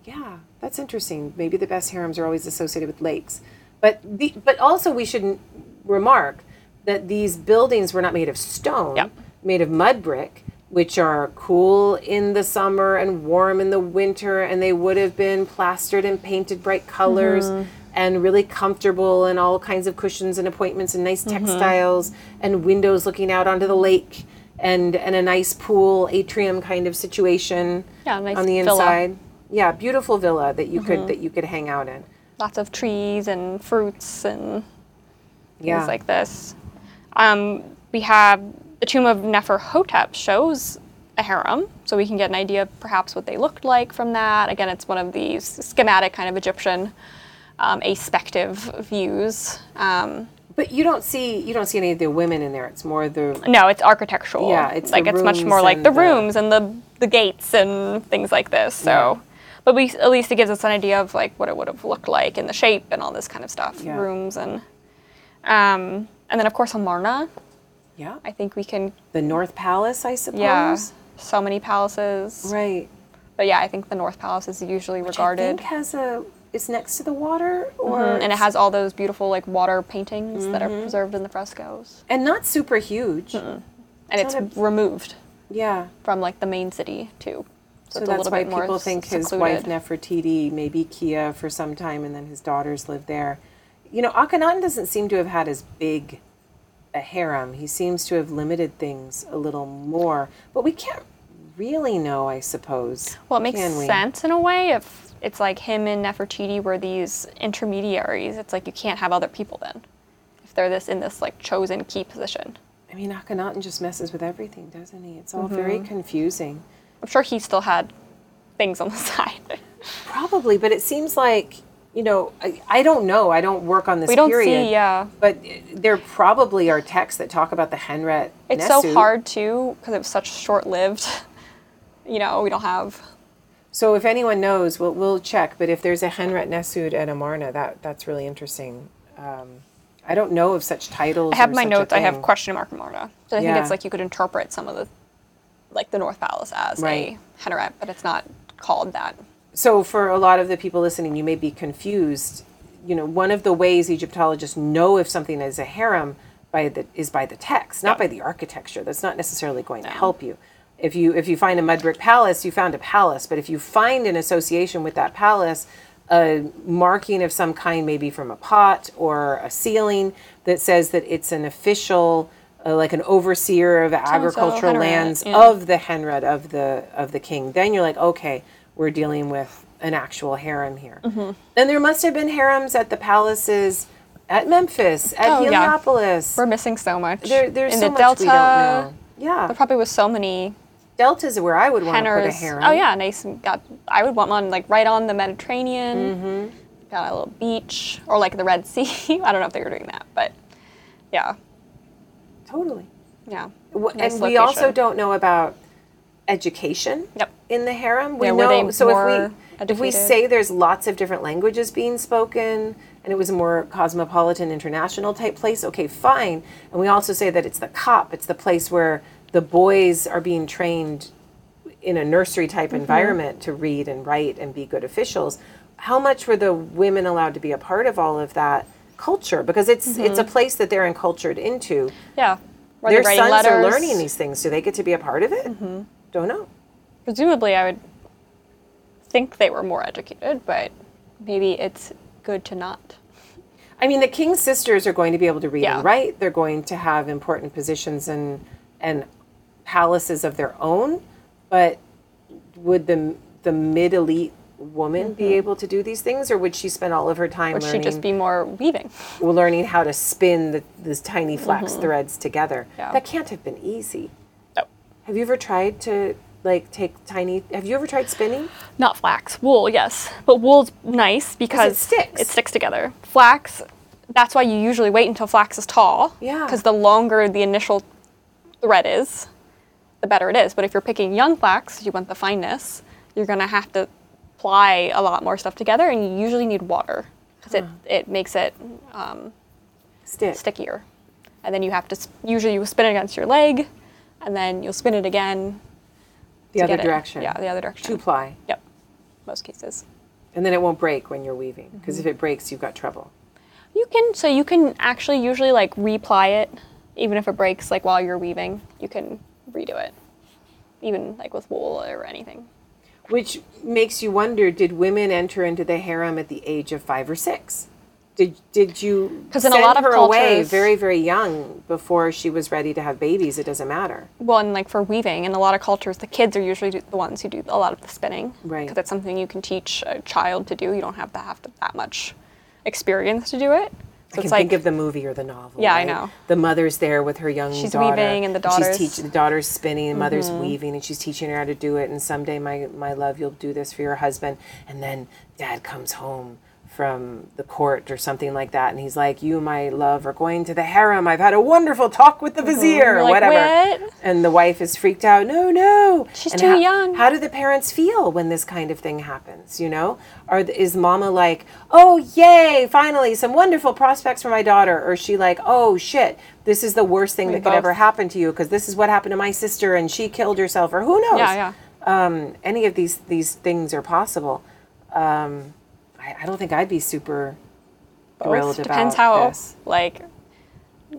Speaker 1: yeah, that's interesting. Maybe the best harems are always associated with lakes, but the, but also we should n- remark that these buildings were not made of stone,
Speaker 2: Yep.
Speaker 1: made of mud brick, which are cool in the summer and warm in the winter, and they would have been plastered and painted bright colors.
Speaker 2: Mm-hmm.
Speaker 1: And really comfortable, and all kinds of cushions and appointments, and nice
Speaker 2: Mm-hmm.
Speaker 1: textiles, and windows looking out onto the lake, and and a nice pool atrium kind of situation
Speaker 2: Yeah, nice
Speaker 1: on the
Speaker 2: villa.
Speaker 1: inside. Yeah, beautiful villa that you
Speaker 2: Mm-hmm.
Speaker 1: could that you could hang out in.
Speaker 2: Lots of trees and fruits and
Speaker 1: Yeah,
Speaker 2: things like this. Um, we have the tomb of Neferhotep shows a harem, so we can get an idea of perhaps what they looked like from that. Again, it's one of these schematic kind of Egyptian um, aspective views. Um,
Speaker 1: but you don't see you don't see any of the women in there. It's more the
Speaker 2: No, it's architectural.
Speaker 1: Yeah, it's the
Speaker 2: like it's much
Speaker 1: rooms
Speaker 2: more like
Speaker 1: and
Speaker 2: the
Speaker 1: the-
Speaker 2: rooms and the the gates and things like this. So, but we at least it gives us an idea of like what it would have looked like and the shape and all this kind of stuff.
Speaker 1: Yeah.
Speaker 2: Rooms and um and then of course Amarna.
Speaker 1: yeah
Speaker 2: I think we can
Speaker 1: the North Palace, I suppose.
Speaker 2: yeah so many palaces.
Speaker 1: right.
Speaker 2: But yeah, I think the North Palace is usually
Speaker 1: I
Speaker 2: regarded.
Speaker 1: think has a it's next to the water or
Speaker 2: Mm-hmm. And it has all those beautiful like water paintings that are
Speaker 1: Mm-hmm.
Speaker 2: preserved in the frescoes.
Speaker 1: and not super huge.
Speaker 2: And
Speaker 1: It's
Speaker 2: it's,
Speaker 1: not
Speaker 2: removed
Speaker 1: Yeah.
Speaker 2: from like the main city too.
Speaker 1: So
Speaker 2: it's a
Speaker 1: that's
Speaker 2: little
Speaker 1: why
Speaker 2: bit more
Speaker 1: people think his wife
Speaker 2: secluded.
Speaker 1: Nefertiti, maybe Kia for some time, and then his daughters lived there. You know, Akhenaten doesn't seem to have had as big a harem. He seems to have limited things a little more, but we can't really know, I suppose.
Speaker 2: Well, it makes
Speaker 1: can we?
Speaker 2: sense in a way if it's like him and Nefertiti were these intermediaries. It's like you can't have other people then if they're this in this like chosen key position.
Speaker 1: I mean, Akhenaten just messes with everything, doesn't he? It's all
Speaker 2: Mm-hmm.
Speaker 1: very confusing.
Speaker 2: I'm sure he still had things on the side.
Speaker 1: Probably, but it seems like you know. I, I don't know. I don't work on this.
Speaker 2: We don't
Speaker 1: period,
Speaker 2: see, yeah.
Speaker 1: But there probably are texts that talk about the Henret.
Speaker 2: It's so
Speaker 1: Nessu.
Speaker 2: hard too because it was such short lived. you know, we don't have.
Speaker 1: So if anyone knows, we'll, we'll check. But if there's a Henret Nesud at Amarna, that that's really interesting. Um, I don't know of such titles.
Speaker 2: I have
Speaker 1: or
Speaker 2: my
Speaker 1: such a
Speaker 2: notes. I have
Speaker 1: thing.
Speaker 2: question mark Marta. So I think
Speaker 1: Yeah.
Speaker 2: it's like you could interpret some of the, like the North Palace as
Speaker 1: Right.
Speaker 2: a Henriette, but it's not called that.
Speaker 1: So for a lot of the people listening, you may be confused. You know, one of the ways Egyptologists know if something is a harem by the is by the text, not by the architecture. That's not necessarily going to help you. If you if you find a mud brick palace, you found a palace. But if you find an association with that palace, a marking of some kind, maybe from a pot or a ceiling, that says that it's an official uh, like an overseer of agricultural
Speaker 2: Henriette,
Speaker 1: lands
Speaker 2: yeah.
Speaker 1: of the henred of the of the king. Then you're like, okay, we're dealing with an actual harem here.
Speaker 2: Mm-hmm.
Speaker 1: And there must have been harems at the palaces at Memphis, at
Speaker 2: Oh, yeah.
Speaker 1: Heliopolis.
Speaker 2: We're missing so much.
Speaker 1: There, there's
Speaker 2: in
Speaker 1: so
Speaker 2: the
Speaker 1: much
Speaker 2: Delta.
Speaker 1: we don't know.
Speaker 2: There
Speaker 1: Yeah,
Speaker 2: probably was so many
Speaker 1: Delta is where I would want to put a
Speaker 2: Henners.
Speaker 1: harem.
Speaker 2: Oh yeah, nice. And got. I would want one like right on the Mediterranean.
Speaker 1: Mm-hmm.
Speaker 2: Got a little beach or like the Red Sea. I don't know if they were doing that, but yeah,
Speaker 1: totally.
Speaker 2: yeah.
Speaker 1: W-
Speaker 2: Nice
Speaker 1: and we
Speaker 2: location.
Speaker 1: also don't know about education
Speaker 2: Yep.
Speaker 1: in the harem. We
Speaker 2: Yeah,
Speaker 1: know
Speaker 2: were they
Speaker 1: so if
Speaker 2: more
Speaker 1: we if we
Speaker 2: educated?
Speaker 1: say there's lots of different languages being spoken and it was a more cosmopolitan international type place, okay, fine. And we also say that it's the cop, it's the place where the boys are being trained in a nursery type
Speaker 2: Mm-hmm.
Speaker 1: environment to read and write and be good officials. How much were the women allowed to be a part of all of that culture? Because it's it's
Speaker 2: Mm-hmm.
Speaker 1: a place that they're encultured into
Speaker 2: Yeah. Were they
Speaker 1: their
Speaker 2: writing
Speaker 1: sons are
Speaker 2: letters? Mm-hmm.
Speaker 1: learning these things. Do they get to be a part of it? Don't know.
Speaker 2: Presumably, I would think they were more educated, but maybe it's good to not.
Speaker 1: I mean, the king's sisters are going to be able to read
Speaker 2: Yeah.
Speaker 1: and write. They're going to have important positions and and palaces of their own. But would the the mid elite woman be able to do these things, or would she spend all of her time
Speaker 2: Or should
Speaker 1: learning
Speaker 2: Mm-hmm. just be more weaving.
Speaker 1: learning how to spin the, these tiny flax threads together?
Speaker 2: Mm-hmm. Yeah.
Speaker 1: That can't have been easy.
Speaker 2: No.
Speaker 1: Have you ever tried to like take tiny? Have you ever tried spinning?
Speaker 3: Not flax, wool, yes. But wool's nice because
Speaker 1: sticks.
Speaker 3: It sticks together. Flax,
Speaker 2: That's why you usually wait until flax is tall.
Speaker 1: Yeah.
Speaker 2: Because the longer the initial thread is, the better it is. But if you're picking young flax, you want the fineness, you're going to have to ply a lot more stuff together, and you usually need water because it, it makes it um,
Speaker 1: Stick.
Speaker 2: stickier. And then you have to, s- usually you spin it against your leg, and then you'll spin it again.
Speaker 1: the
Speaker 2: to
Speaker 1: other
Speaker 2: get it.
Speaker 1: direction.
Speaker 2: Yeah, the other direction.
Speaker 1: Two ply.
Speaker 2: Yep. Most cases.
Speaker 1: and then it won't break when you're weaving because
Speaker 2: Mm-hmm.
Speaker 1: if it breaks you've got trouble
Speaker 2: You can so you can actually usually like reply it even if it breaks like while you're weaving, you can redo it. Even like with wool or anything.
Speaker 1: which makes you wonder did women enter into the harem at the age of five or six did, did you
Speaker 2: 'Cause in a
Speaker 1: send
Speaker 2: lot of
Speaker 1: her away
Speaker 2: cultures-
Speaker 1: very very young before she was ready to have babies it doesn't matter
Speaker 2: Well, and like for weaving, in a lot of cultures, the kids are usually the ones who do a lot of the spinning.
Speaker 1: Right.
Speaker 2: Because it's something you can teach a child to do. You don't have to have to, that much experience to do it. So
Speaker 1: I can
Speaker 2: it's like
Speaker 1: think of the movie or the novel.
Speaker 2: Yeah, I
Speaker 1: right?
Speaker 2: know.
Speaker 1: The mother's there with her young
Speaker 2: She's
Speaker 1: daughter.
Speaker 2: weaving and the
Speaker 1: she's
Speaker 2: daughter's- Mm-hmm.
Speaker 1: teaching the daughter's spinning, the mother's weaving, and she's teaching her how to do it. And someday, my my love, you'll do this for your husband. And then dad comes home from the court or something like that, and he's like, "You, my love, are going to the harem. I've had a wonderful talk with the vizier,
Speaker 2: You're
Speaker 1: or
Speaker 2: Mm-hmm. like,
Speaker 1: whatever."
Speaker 2: "What?"
Speaker 1: And the wife is freaked out. No, no,
Speaker 2: She's
Speaker 1: And
Speaker 2: too
Speaker 1: how-
Speaker 2: young.
Speaker 1: How do the parents feel when this kind of thing happens? You know, or is mama like, "Oh, yay, finally some wonderful prospects for my daughter," or is she like, "Oh shit, this is the worst thing that could
Speaker 2: both.
Speaker 1: ever happen to you because this is what happened to my sister and she killed herself," or who knows?
Speaker 2: Yeah, yeah.
Speaker 1: Um, any of these these things are possible. Um, I, I don't think I'd be super thrilled
Speaker 2: both.
Speaker 1: about
Speaker 2: oh, Depends how
Speaker 1: this.
Speaker 2: like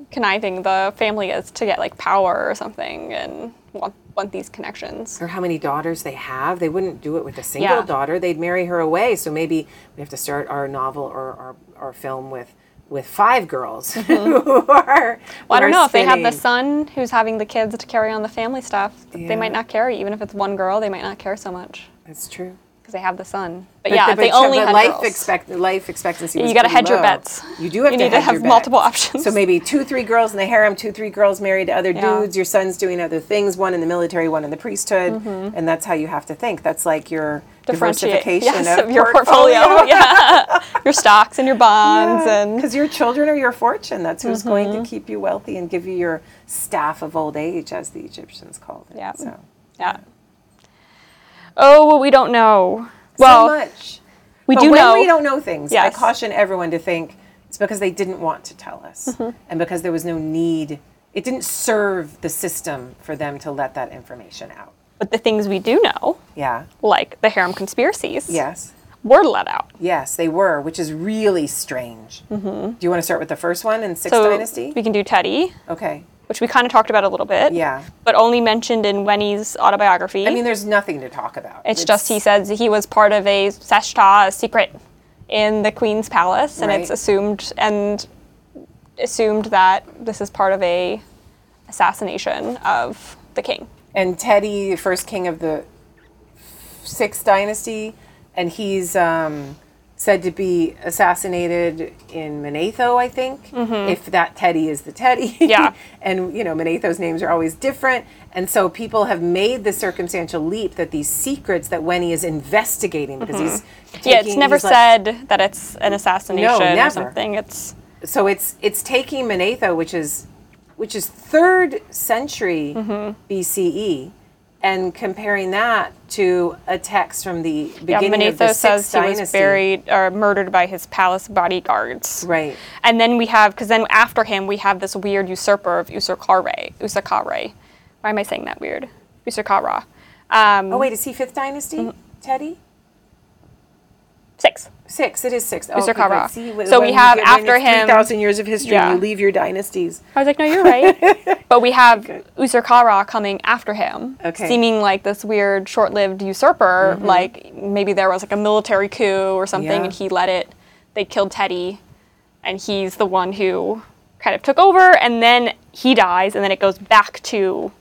Speaker 2: conniving the family is to get like power or something and want want these connections.
Speaker 1: or how many daughters they have. They wouldn't do it with a single
Speaker 2: Yeah.
Speaker 1: daughter. They'd marry her away. So maybe we have to start our novel or our, our film with with five girls who are.
Speaker 2: Mm-hmm. Well, I don't
Speaker 1: who are
Speaker 2: know if they have the
Speaker 1: spinning.
Speaker 2: son who's having the kids to carry on the family stuff. th- They might
Speaker 1: Yeah.
Speaker 2: not carry even if it's one girl. They might not care so much
Speaker 1: That's true.
Speaker 2: because they have the son. But, yeah,
Speaker 1: the-
Speaker 2: if they
Speaker 1: but
Speaker 2: only
Speaker 1: the
Speaker 2: had
Speaker 1: life
Speaker 2: girls,
Speaker 1: expect life expectancy.
Speaker 2: Yeah,
Speaker 1: was
Speaker 2: you gotta
Speaker 1: pretty
Speaker 2: hedge your
Speaker 1: low.
Speaker 2: bets.
Speaker 1: You do have
Speaker 2: You
Speaker 1: to
Speaker 2: need to
Speaker 1: hedge your
Speaker 2: have multiple
Speaker 1: bets.
Speaker 2: options.
Speaker 1: So maybe two, three girls in the harem, two, three girls married to other
Speaker 2: Yeah.
Speaker 1: dudes. Your son's doing other things. One in the military, one in the priesthood, and that's how you have to think. That's like your
Speaker 2: Mm-hmm. differentiate
Speaker 1: diversification
Speaker 2: yes,
Speaker 1: of,
Speaker 2: your portfolio. yeah, your stocks and your bonds and
Speaker 1: because your children are your fortune. That's who's
Speaker 3: Mm-hmm.
Speaker 1: going to keep you wealthy and give you your staff of old age, as the Egyptians called it.
Speaker 2: Yeah.
Speaker 1: So,
Speaker 2: yeah.
Speaker 3: oh, well, we don't know. Well,
Speaker 1: so much.
Speaker 3: we
Speaker 1: but
Speaker 3: do
Speaker 1: when
Speaker 3: know.
Speaker 1: we don't know things, I
Speaker 3: Yes.
Speaker 1: caution everyone to think it's because they didn't want to tell us,
Speaker 3: Mm-hmm.
Speaker 1: and because there was no need. It didn't serve the system for them to let that information out.
Speaker 3: but the things we do know,
Speaker 1: Yeah.
Speaker 3: like the harem conspiracies,
Speaker 1: Yes.
Speaker 3: were let out.
Speaker 1: Yes, they were, which is really strange. Do you want to start with the first one in Sixth
Speaker 3: Mm-hmm. So
Speaker 1: Dynasty?
Speaker 3: we can do Teddy,
Speaker 1: Okay.
Speaker 3: which we kind of talked about a little bit.
Speaker 1: Yeah.
Speaker 3: But only mentioned in Wenny's autobiography.
Speaker 1: I mean, there's nothing to talk about.
Speaker 3: It's just he says he was part of a seshta, a secret, in the queen's palace, and it's
Speaker 1: Right.
Speaker 3: assumed and assumed that this is part of a
Speaker 4: assassination of the king.
Speaker 1: and Teddy, the first king of the sixth dynasty, and he's um, said to be assassinated in Manetho, I think, if that Teddy is the Teddy.
Speaker 2: Mm-hmm. Yeah.
Speaker 1: and you know, Manetho's names are always different, and so people have made the circumstantial leap that these secrets that Wenny is investigating because he's taking,
Speaker 2: Mm-hmm. yeah, it's never
Speaker 1: he's like-
Speaker 2: said that it's an assassination
Speaker 1: never.
Speaker 2: or something. It's
Speaker 1: so it's it's taking Manetho, which is which is third century
Speaker 2: Mm-hmm.
Speaker 1: BCE, and comparing that to a text from the
Speaker 2: yeah,
Speaker 1: beginning of the
Speaker 2: Manetho
Speaker 1: sixth
Speaker 2: says he
Speaker 1: dynasty.
Speaker 2: was buried or murdered by his palace bodyguards.
Speaker 1: Right.
Speaker 2: And then we have, because then after him, we have this weird usurper of Usurkare. Usurkare. Why am I saying that weird? Usurkara. Um,
Speaker 1: Oh wait, is he fifth dynasty?
Speaker 2: Mm-hmm.
Speaker 1: Teddy
Speaker 2: Six.
Speaker 1: six. It is six. Oh,
Speaker 2: Mr.
Speaker 1: okay,
Speaker 2: Kara.
Speaker 1: see, when-
Speaker 2: So we
Speaker 1: when you
Speaker 2: have
Speaker 1: get- when
Speaker 2: after
Speaker 1: it's
Speaker 2: him-
Speaker 1: 3,000 years of history.
Speaker 2: Yeah.
Speaker 1: You leave your dynasties.
Speaker 2: I was like, no, you're right. but we have Usurkara coming after him,
Speaker 1: Okay. Mm-hmm.
Speaker 2: seeming like this weird, short-lived usurper. Like maybe there was like a military coup or something,
Speaker 1: Yeah.
Speaker 2: and he let it. They killed Teddy, and he's the one who kind of took over. And then he dies, and then it goes back to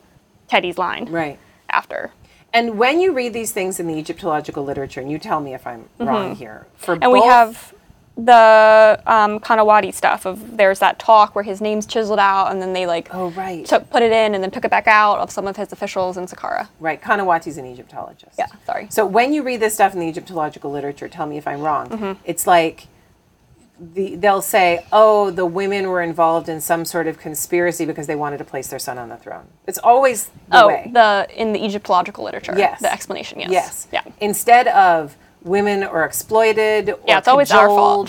Speaker 2: Teddy's line
Speaker 1: Right.
Speaker 2: after.
Speaker 1: And when you read these things in the Egyptological literature, and you tell me if I'm wrong here, for
Speaker 2: Mm-hmm. And we
Speaker 1: both-
Speaker 2: have the um, Kanawati stuff of there's that talk where his name's chiseled out, and then they like
Speaker 1: Oh, right.
Speaker 2: took put it in, and then took it back out of some of his officials in Saqqara.
Speaker 1: Right, Kanawati's an Egyptologist.
Speaker 2: Yeah, sorry.
Speaker 1: So when you read this stuff in the Egyptological literature, tell me if I'm wrong.
Speaker 2: Mm-hmm.
Speaker 1: It's like the, they'll say, "Oh, the women were involved in some sort of conspiracy because they wanted to place their son on the throne." It's always the
Speaker 2: oh,
Speaker 1: way.
Speaker 2: the in the Egyptological literature.
Speaker 1: yes.
Speaker 2: The explanation. Yes.
Speaker 1: Yes.
Speaker 2: Yeah.
Speaker 1: Instead of women are exploited, or
Speaker 2: Yeah, it's always our fault.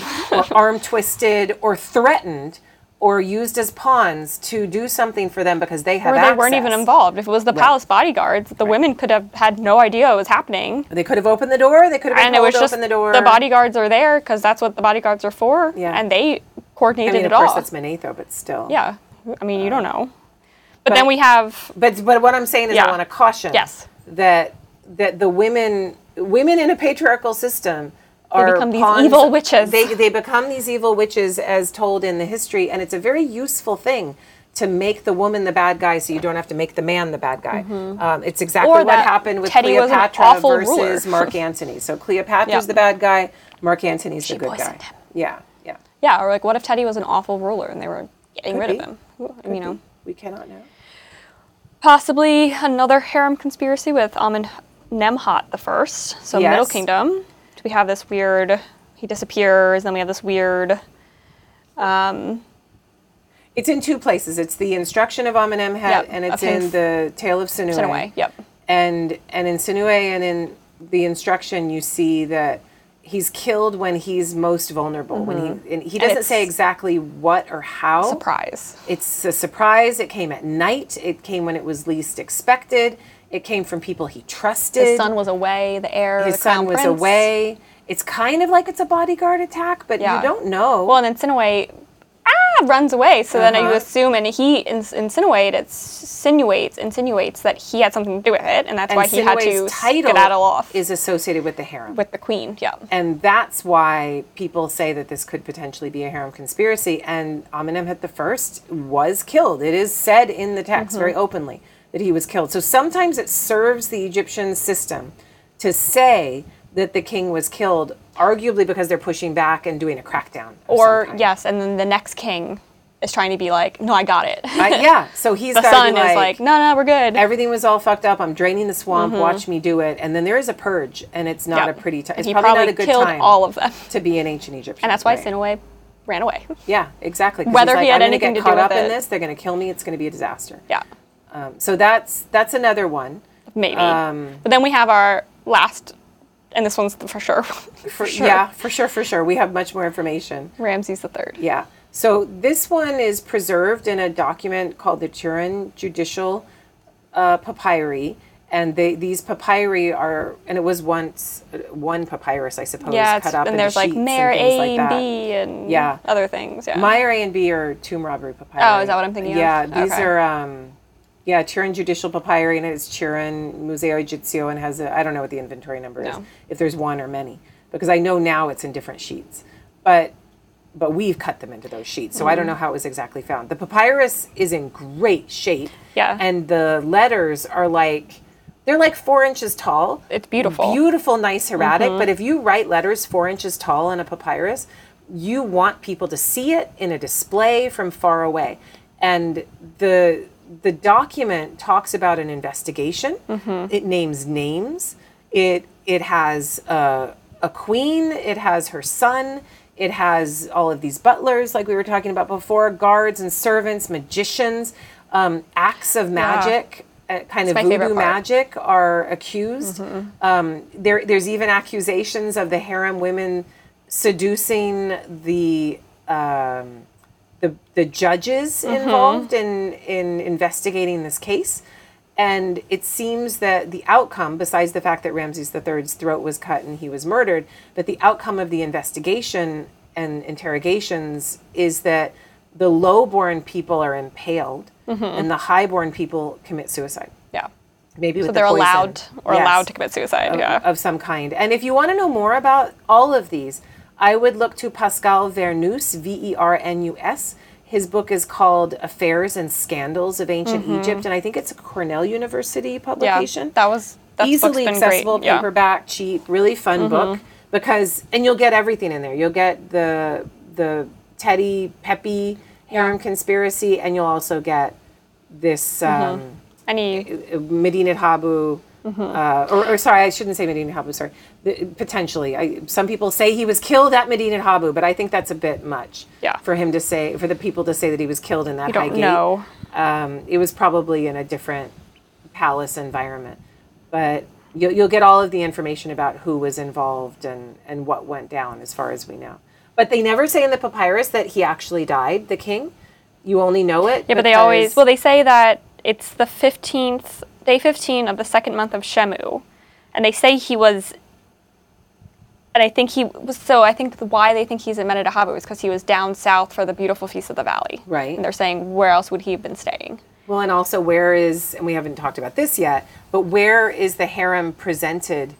Speaker 1: cajoled, or arm twisted, or threatened, or used as pawns to do something for them because they have
Speaker 2: Or they weren't even
Speaker 1: access.
Speaker 2: involved. If it was the palace bodyguards, the women could have had no idea it was happening.
Speaker 1: They could have opened the door. They could have been
Speaker 2: And it was
Speaker 1: told to
Speaker 2: just
Speaker 1: open the door.
Speaker 2: bodyguards are there because that's what the bodyguards are for.
Speaker 1: Yeah.
Speaker 2: And they
Speaker 1: I
Speaker 2: coordinated
Speaker 1: mean,
Speaker 2: it
Speaker 1: of course,
Speaker 2: all.
Speaker 1: that's Manetho, but still.
Speaker 2: yeah. I mean, you don't know. But,
Speaker 1: but-
Speaker 2: then we have
Speaker 1: But but what I'm saying is, I
Speaker 2: Yeah.
Speaker 1: want to caution.
Speaker 2: Yes.
Speaker 1: That that the women women in a patriarchal system are
Speaker 2: become these
Speaker 1: pawns.
Speaker 2: evil witches.
Speaker 1: They they become these evil witches as told in the history, and it's a very useful thing to make the woman the bad guy, so you don't have to make the man the bad guy. Um, it's exactly
Speaker 2: Mm-hmm. Or
Speaker 1: what
Speaker 2: that
Speaker 1: happened with
Speaker 2: Teddy was an
Speaker 1: Cleopatra
Speaker 2: awful
Speaker 1: versus
Speaker 2: ruler.
Speaker 1: Mark Antony. So Cleopatra's
Speaker 2: Yeah.
Speaker 1: the bad guy, Mark Antony's the good guy.
Speaker 2: poisoned him.
Speaker 1: Yeah, yeah.
Speaker 2: yeah. Or like, what if Teddy was an awful ruler and they were getting
Speaker 1: Could
Speaker 2: rid
Speaker 1: be.
Speaker 2: of him? you know,
Speaker 1: We cannot know.
Speaker 2: possibly another harem conspiracy with Amen Nemhat the first, so
Speaker 1: Yes.
Speaker 2: Middle Kingdom. We have this weird he disappears, then we have this weird
Speaker 1: It's in two places. It's the instruction of Amun Emhet,
Speaker 2: Yep,
Speaker 1: and it's
Speaker 2: of him
Speaker 1: in the Tale of Sinue.
Speaker 2: Sinaway. Yep.
Speaker 1: And and in Sinue and in the instruction, you see that he's killed when he's most vulnerable. When he and he doesn't
Speaker 2: Mm-hmm. it's-
Speaker 1: say exactly what or how.
Speaker 2: surprise.
Speaker 1: It's a surprise. It came at night. It came when it was least expected. It came from people he trusted.
Speaker 2: His son was away, the heir,
Speaker 1: His
Speaker 2: the crown
Speaker 1: son was
Speaker 2: prince.
Speaker 1: away. It's kind of like it's a bodyguard attack, but
Speaker 2: Yeah.
Speaker 1: you don't know.
Speaker 2: Well, and then Sinaway ah, runs away. So then
Speaker 1: Uh-huh.
Speaker 2: you assume, and he ins- insinuate, insinuates, insinuates that he had something to do with it, and that's
Speaker 1: and
Speaker 2: why he had
Speaker 1: Sinue's
Speaker 2: to
Speaker 1: title
Speaker 2: skedaddle off
Speaker 1: is associated with the harem.
Speaker 2: with the queen. Yeah.
Speaker 1: and that's why people say that this could potentially be a harem conspiracy. And Amenemhet the first was killed. It is said in the
Speaker 2: Mm-hmm.
Speaker 1: text very openly that he was killed. So sometimes it serves the Egyptian system to say that the king was killed, arguably because they're pushing back and doing a crackdown. of
Speaker 2: Or
Speaker 1: some kind.
Speaker 2: yes, and then the next king is trying to be like, no, I got it.
Speaker 1: I- yeah. So he's
Speaker 2: the
Speaker 1: gotta
Speaker 2: son
Speaker 1: be
Speaker 2: is like, no, no, we're good.
Speaker 1: everything was all fucked up. I'm draining the swamp. Watch me do it. And then there is a purge, and it's not
Speaker 2: Yep.
Speaker 1: a pretty time.
Speaker 2: And
Speaker 1: It's
Speaker 2: he
Speaker 1: probably,
Speaker 2: probably
Speaker 1: not a good
Speaker 2: killed
Speaker 1: time
Speaker 2: all of them.
Speaker 1: to be an ancient Egyptian.
Speaker 2: and that's why
Speaker 1: right?
Speaker 2: Sinaway ran away.
Speaker 1: Yeah, exactly. 'Cause
Speaker 2: Whether
Speaker 1: he's
Speaker 2: he
Speaker 1: like,
Speaker 2: had
Speaker 1: I'm gonna
Speaker 2: anything
Speaker 1: get
Speaker 2: to do
Speaker 1: caught
Speaker 2: with
Speaker 1: up in
Speaker 2: it.
Speaker 1: this, they're going to kill me. It's going to be a disaster.
Speaker 2: Yeah,
Speaker 1: Um, so that's that's another one.
Speaker 2: maybe.
Speaker 1: Um,
Speaker 2: but then we have our last, and this one's for sure.
Speaker 1: For, Yeah, for sure, for sure. We have much more information.
Speaker 2: Ramses the Third.
Speaker 1: Yeah. So this one is preserved in a document called the Turin Judicial uh, Papyri, and they, these papyri are, and it was once uh, one papyrus, I suppose,
Speaker 2: Yeah, it's,
Speaker 1: cut up
Speaker 2: and
Speaker 1: into
Speaker 2: there's like
Speaker 1: sheets and
Speaker 2: Mayor
Speaker 1: things
Speaker 2: A
Speaker 1: like
Speaker 2: and
Speaker 1: that.
Speaker 2: B and
Speaker 1: Yeah.
Speaker 2: other things. Yeah.
Speaker 1: Meyer A and B are tomb robbery papyri.
Speaker 2: Oh, is that what I'm thinking of?
Speaker 1: yeah, these
Speaker 2: Okay.
Speaker 1: are um, yeah, Turin Judicial Papyri, and it's Turin Museo Egizio, and has a I don't know what the inventory number is,
Speaker 2: No.
Speaker 1: if there's one or many, because I know now it's in different sheets. But but we've cut them into those sheets. So I
Speaker 2: Mm-hmm.
Speaker 1: don't know how it was exactly found. The papyrus is in great shape.
Speaker 2: Yeah.
Speaker 1: And the letters are like, they're like four inches tall.
Speaker 2: It's beautiful.
Speaker 1: Beautiful, nice hieratic.
Speaker 5: Mm-hmm.
Speaker 1: But if you write letters four inches tall in a papyrus, you want people to see it in a display from far away. And the the document talks about an investigation.
Speaker 5: Mm-hmm.
Speaker 1: It names names. It it has a, a queen. It has her son. It has all of these butlers, like we were talking about before, guards and servants, magicians, um, acts of magic, uh, kind of
Speaker 5: my favorite
Speaker 1: voodoo
Speaker 5: part.
Speaker 1: magic are accused. Um, there, there's even accusations of the harem women seducing the um, the, the judges involved in in investigating this case. And it seems that the outcome, besides the fact that Ramses III's throat was cut and he was murdered, but the outcome of the investigation and interrogations is that the lowborn people are impaled and the highborn people commit suicide
Speaker 5: Yeah.
Speaker 1: maybe with
Speaker 5: So
Speaker 1: the
Speaker 5: they're
Speaker 1: poison.
Speaker 5: allowed or
Speaker 1: Yes.
Speaker 5: allowed to commit suicide.
Speaker 1: of,
Speaker 5: yeah.
Speaker 1: of some kind. And if you want to know more about all of these, I would look to Pascal Vernus, V E R N U S. His book is called Affairs and Scandals of Ancient Egypt, and I think it's a Cornell University publication.
Speaker 5: Mm-hmm. that was- that book's
Speaker 1: easily
Speaker 5: been great,
Speaker 1: accessible,
Speaker 5: yeah. Mm-hmm.
Speaker 1: paperback, cheap, really fun book because and you'll get everything in there. You'll get the the Teddy Peppy harem conspiracy, and you'll also get this um,
Speaker 5: Mm-hmm. Any
Speaker 1: Medina Habu, uh, or, or sorry, I shouldn't say Medina Habu. Sorry, The- potentially, I, some people say he was killed at Medina Habu, but I think that's a bit much.
Speaker 5: Yeah.
Speaker 1: For him to say, for the people to say that he was killed in that
Speaker 5: you
Speaker 1: high
Speaker 5: don't
Speaker 1: gate.
Speaker 5: know.
Speaker 1: Um, it was probably in a different palace environment, but you'll, you'll get all of the information about who was involved and and what went down, as far as we know. But they never say in the papyrus that he actually died, the king. You only know it.
Speaker 2: Yeah, but they always well they say that it's the fifteenth day fifteen of the second month of Shemu, and they say he was. And I think he was so. I think the- why they think he's in Meditahabu is because he was down south for the beautiful feast of the valley.
Speaker 1: Right.
Speaker 2: And they're saying where else would he have been staying?
Speaker 1: Well, and also where is, and we haven't talked about this yet, but where is the harem presented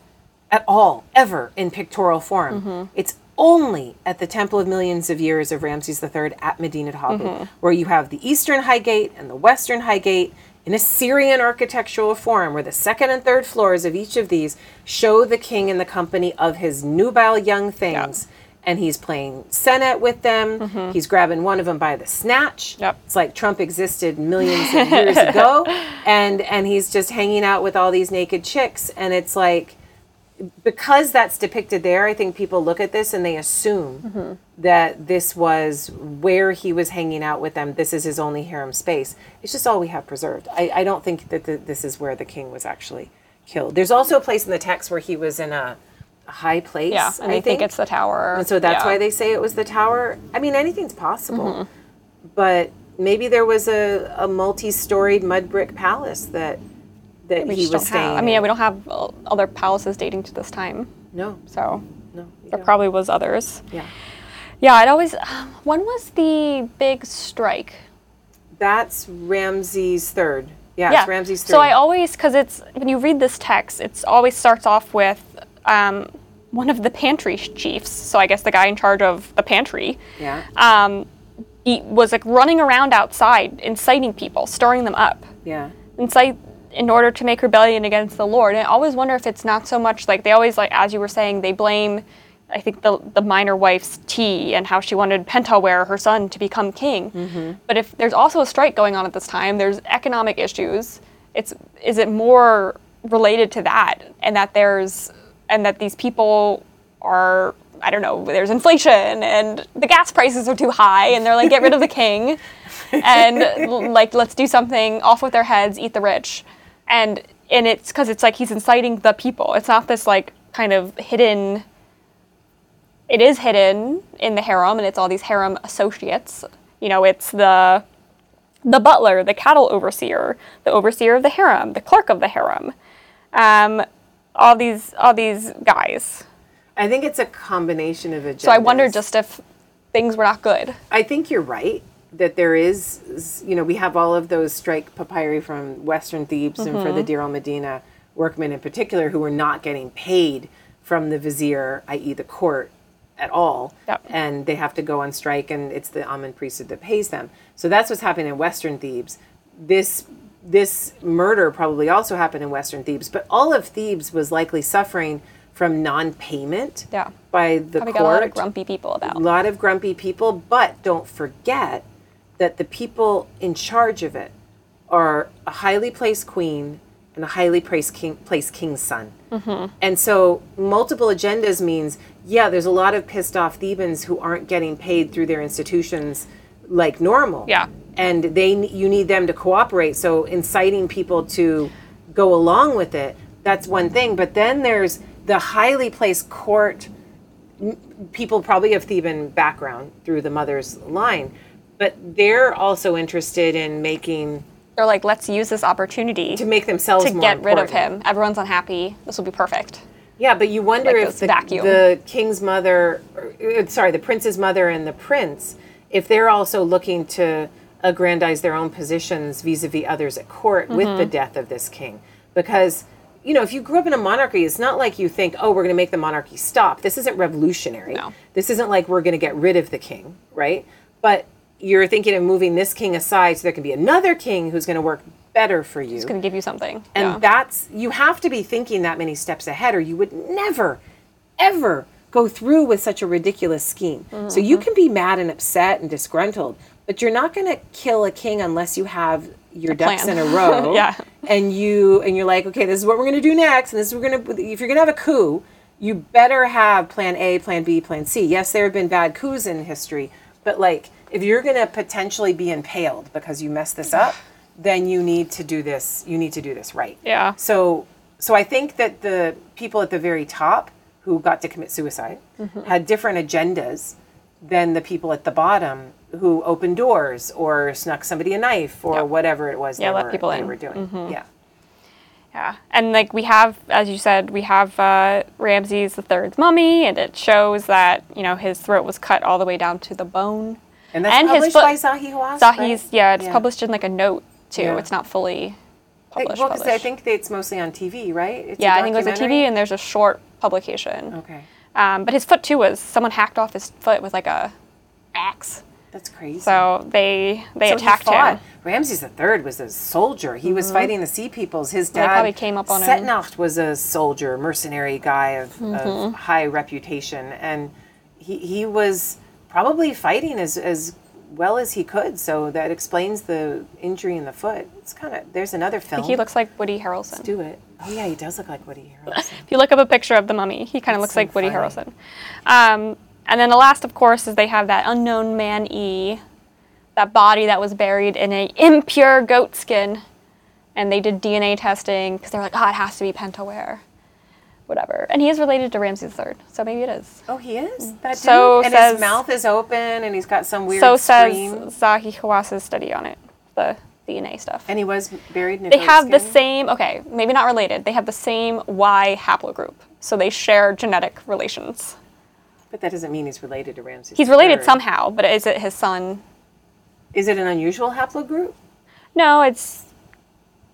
Speaker 1: at all, ever in pictorial form? It's only at the Temple of Millions of Years of Ramses III at Medinet Habu, where you have the Eastern High Gate and the Western High Gate in Assyrian architectural form, where the second and third floors of each of these show the king in the company of his nubile young things. And he's playing Senet with them. He's grabbing one of them by the snatch.
Speaker 5: Yep.
Speaker 1: It's like Trump existed millions of years ago, and and he's just hanging out with all these naked chicks, and it's like because that's depicted there, I think people look at this and they assume
Speaker 5: Mm-hmm.
Speaker 1: that this was where he was hanging out with them. This is his only harem space. It's just all we have preserved. I, I don't think that the, this is where the king was actually killed. There's also a place in the text where he was in a a high place.
Speaker 5: Yeah. And
Speaker 1: I
Speaker 5: they think, it's the tower.
Speaker 1: and so that's
Speaker 5: yeah. Mm-hmm.
Speaker 1: why they say it was the tower. I mean, anything's possible. But maybe there was a, a multi-storied mud brick palace that that
Speaker 5: we
Speaker 1: he
Speaker 5: just
Speaker 1: was
Speaker 5: don't
Speaker 1: staying.
Speaker 5: have. I mean, yeah, we don't have uh, other palaces dating to this time,
Speaker 1: no,
Speaker 5: so
Speaker 1: no, you
Speaker 5: there
Speaker 1: don't.
Speaker 5: probably was others.
Speaker 1: yeah.
Speaker 5: Yeah, I'd always. When was the big strike?
Speaker 1: That's Ramses third. Yeah, it's Ramses third.
Speaker 2: So I always, because it's when you read this text, it's always starts off with um, one of the pantry chiefs. So I guess the guy in charge of the pantry.
Speaker 1: yeah,
Speaker 2: Um, he was like running around outside, inciting people, stirring them up,
Speaker 1: yeah.
Speaker 2: incite in order to make rebellion against the Lord. And I always wonder if it's not so much like they always like, as you were saying, they blame. I think the the minor wife's tea and how she wanted Pentaware, her son, to become king. But if there's also a strike going on at this time, there's economic issues. It's is it more related to that and that there's and that these people are I don't know, there's inflation and the gas prices are too high and they're like get rid of the king and like let's do something off with their heads, eat the rich. And and it's cuz it's like he's inciting the people. It's not this like kind of hidden it is hidden in the harem and it's all these harem associates you know it's the the butler the cattle overseer the overseer of the harem the clerk of the harem um, all these all these guys
Speaker 1: I think it's a combination of agendas.
Speaker 2: so i wonder just if things were not good
Speaker 1: I think you're right that there is, you know, we have all of those strike papyri from Western Thebes and
Speaker 6: Mm-hmm.
Speaker 1: for the Deir al Medina workmen in particular who were not getting paid from e, the vizier, i.e., the court, at all,
Speaker 2: Yep.
Speaker 1: and they have to go on strike, and it's the almond priesthood that pays them. So that's what's happening in Western Thebes. This this murder probably also happened in Western Thebes, but all of Thebes was likely suffering from non-payment
Speaker 6: Yeah.
Speaker 1: by the
Speaker 6: Probably
Speaker 1: court
Speaker 6: got a lot of grumpy people about.
Speaker 1: a lot of grumpy people, but don't forget that the people in charge of it are a highly placed queen and a highly placed king, placed king's son. And so multiple agendas means, yeah, there's a lot of pissed off Thebans who aren't getting paid through their institutions like normal.
Speaker 2: Yeah.
Speaker 1: And they you need them to cooperate. So inciting people to go along with it, that's one thing. But then there's the highly placed court people probably of Theban background through the mother's line, but they're also interested in making
Speaker 6: They're like, let's use this opportunity
Speaker 1: to make themselves
Speaker 6: to
Speaker 1: more
Speaker 6: get rid of
Speaker 1: important.
Speaker 6: him. Everyone's unhappy. This will be perfect.
Speaker 1: Yeah, but you wonder
Speaker 6: Like
Speaker 1: if
Speaker 6: this
Speaker 1: the,
Speaker 6: vacuum.
Speaker 1: the king's mother, or, uh, sorry, the prince's mother and the prince, if they're also looking to aggrandize their own positions vis-a-vis others at court with
Speaker 6: Mm-hmm.
Speaker 1: the death of this king, because you know if you grew up in a monarchy, it's not like you think, oh, we're going to make the monarchy stop. This isn't revolutionary.
Speaker 6: No.
Speaker 1: This isn't like we're going to get rid of the king, right? But you're thinking of moving this king aside so there can be another king who's going to work better for you.
Speaker 6: It's going to give you something.
Speaker 1: And
Speaker 6: yeah.
Speaker 1: that's you have to be thinking that many steps ahead, or you would never, ever go through with such a ridiculous scheme.
Speaker 6: Mm-hmm,
Speaker 1: So you can be mad and upset and disgruntled, but you're not going to kill a king unless you have your ducks in
Speaker 6: plan.
Speaker 1: a row.
Speaker 6: Yeah.
Speaker 1: And you and you're like, okay, this is what we're going to do next, and this is we're going to. If you're going to have a coup, you better have plan A, plan B, plan C. Yes, there have been bad coups in history, but like if you're going to potentially be impaled because you messed this up. Then you need to do this. You need to do this right.
Speaker 2: Yeah.
Speaker 1: So so I think that the people at the very top who got to commit suicide
Speaker 2: Mm-hmm.
Speaker 1: had different agendas than the people at the bottom who opened doors or snuck somebody a knife or whatever it was
Speaker 2: Yeah,
Speaker 1: they,
Speaker 2: let
Speaker 1: were,
Speaker 2: people
Speaker 1: they
Speaker 2: in. Mm-hmm.
Speaker 1: were doing. Yeah.
Speaker 2: Yeah, and like we have, as you said, we have uh, Ramses III's mummy, and it shows that you know his throat was cut all the way down to the bone.
Speaker 1: And that's published by Zahi Hawass,
Speaker 2: Zahi's,
Speaker 1: right?
Speaker 2: yeah, it's
Speaker 1: Yeah.
Speaker 2: published in like a note too.
Speaker 1: Yeah.
Speaker 2: It's not fully
Speaker 1: Hey,
Speaker 2: published.
Speaker 1: well, because I
Speaker 2: published.
Speaker 1: think that it's mostly on TV, right? It's a
Speaker 2: yeah, I think it was a TV,
Speaker 1: documentary?
Speaker 2: and there's a short publication.
Speaker 1: Okay.
Speaker 2: Um, but his foot too was someone hacked off his foot with like a axe.
Speaker 1: That's crazy.
Speaker 2: So they they
Speaker 1: So he
Speaker 2: attacked him. Mm-hmm.
Speaker 1: fought. Ramses III was a soldier. He was fighting the Sea Peoples. His dad
Speaker 2: probably came up on him.
Speaker 1: Setnacht was a soldier, mercenary guy of,
Speaker 2: Mm-hmm.
Speaker 1: of high reputation, and he he was probably fighting as as well as he could. So that explains the injury in the foot. It's kind of there's another film.
Speaker 2: He looks like Woody Harrelson.
Speaker 1: do it. Oh yeah, he does look like Woody Harrelson.
Speaker 2: If you look up a picture of the mummy, he kind of looks
Speaker 1: so
Speaker 2: like Woody
Speaker 1: funny.
Speaker 2: Harrelson. Um, and then the last, of course, is they have that unknown man E, that body that was buried in a impure goat skin, and they did DNA testing because they were like, oh, it has to be Pentaware, whatever. And he is related to Ramses III, so maybe it is.
Speaker 1: Oh, he is that
Speaker 2: Mm. So
Speaker 1: dude. And
Speaker 2: says-
Speaker 1: his mouth is open, and he's got some weird
Speaker 2: so says
Speaker 1: scream.
Speaker 2: Zahi Hawass's study on it, the DNA stuff.
Speaker 1: and he was buried in a
Speaker 2: they
Speaker 1: goat
Speaker 2: have the
Speaker 1: skin?
Speaker 2: same okay maybe not related they have the same y haplogroup so they share genetic relations
Speaker 1: But that doesn't mean he's related to Ramses.
Speaker 2: he's related
Speaker 1: III.
Speaker 2: somehow but is it his son
Speaker 1: Is it an unusual haplogroup?
Speaker 2: no it's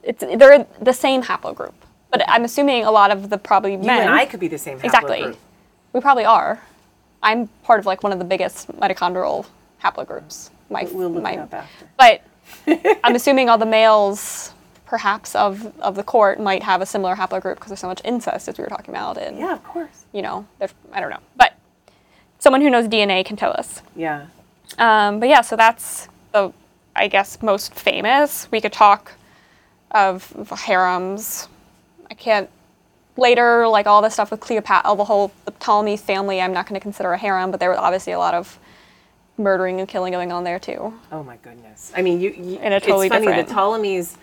Speaker 2: it's they're the same haplogroup but i'm assuming a lot of the probably men
Speaker 1: You and I could be the same haplogroup.
Speaker 2: exactly we probably are i'm part of like one of the biggest mitochondrial haplogroups my
Speaker 1: We'll look
Speaker 2: my
Speaker 1: it up after.
Speaker 2: but i'm assuming all the males perhaps of of the court might have a similar haplogroup because there's so much incest as we were talking about and
Speaker 1: Yeah, of course.
Speaker 2: you know, if, I don't know. But someone who knows DNA can tell us.
Speaker 1: Yeah.
Speaker 2: Um, but yeah, so that's the, I guess, most famous. We could talk of harems. I can't, later, like all the stuff with Cleopatra, the whole the Ptolemy family, I'm not going to consider a harem, but there was obviously a lot of murdering and killing going on there too.
Speaker 1: Oh my goodness. I mean, you. you
Speaker 2: And a totally
Speaker 1: it's funny.
Speaker 2: different-
Speaker 1: The Ptolemies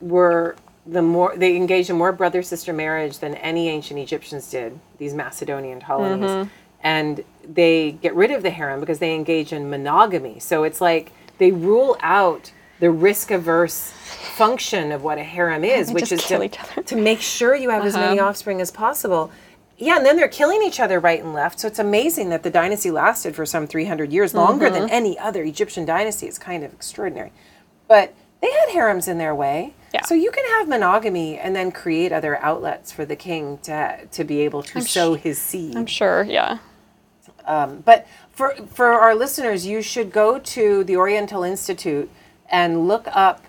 Speaker 1: were the more they engaged in more brother sister marriage than any ancient Egyptians did. These Macedonian Ptolemies,
Speaker 2: Mm-hmm.
Speaker 1: and they get rid of the harem because they engage in monogamy. So it's like they rule out the risk averse function of what a harem is, which
Speaker 2: just
Speaker 1: is
Speaker 2: kill
Speaker 1: to,
Speaker 2: each other.
Speaker 1: to make sure you have as many offspring as possible. Yeah, and then they're killing each other right and left. So it's amazing that the dynasty lasted for some 300 years, longer than any other Egyptian dynasty. It's kind of extraordinary. But they had harems in their way.
Speaker 2: Yeah.
Speaker 1: So you can have monogamy and then create other outlets for the king to to be able to sow his seed.
Speaker 2: I'm sure, yeah.
Speaker 1: Um, but for for our listeners, you should go to the Oriental Institute and look up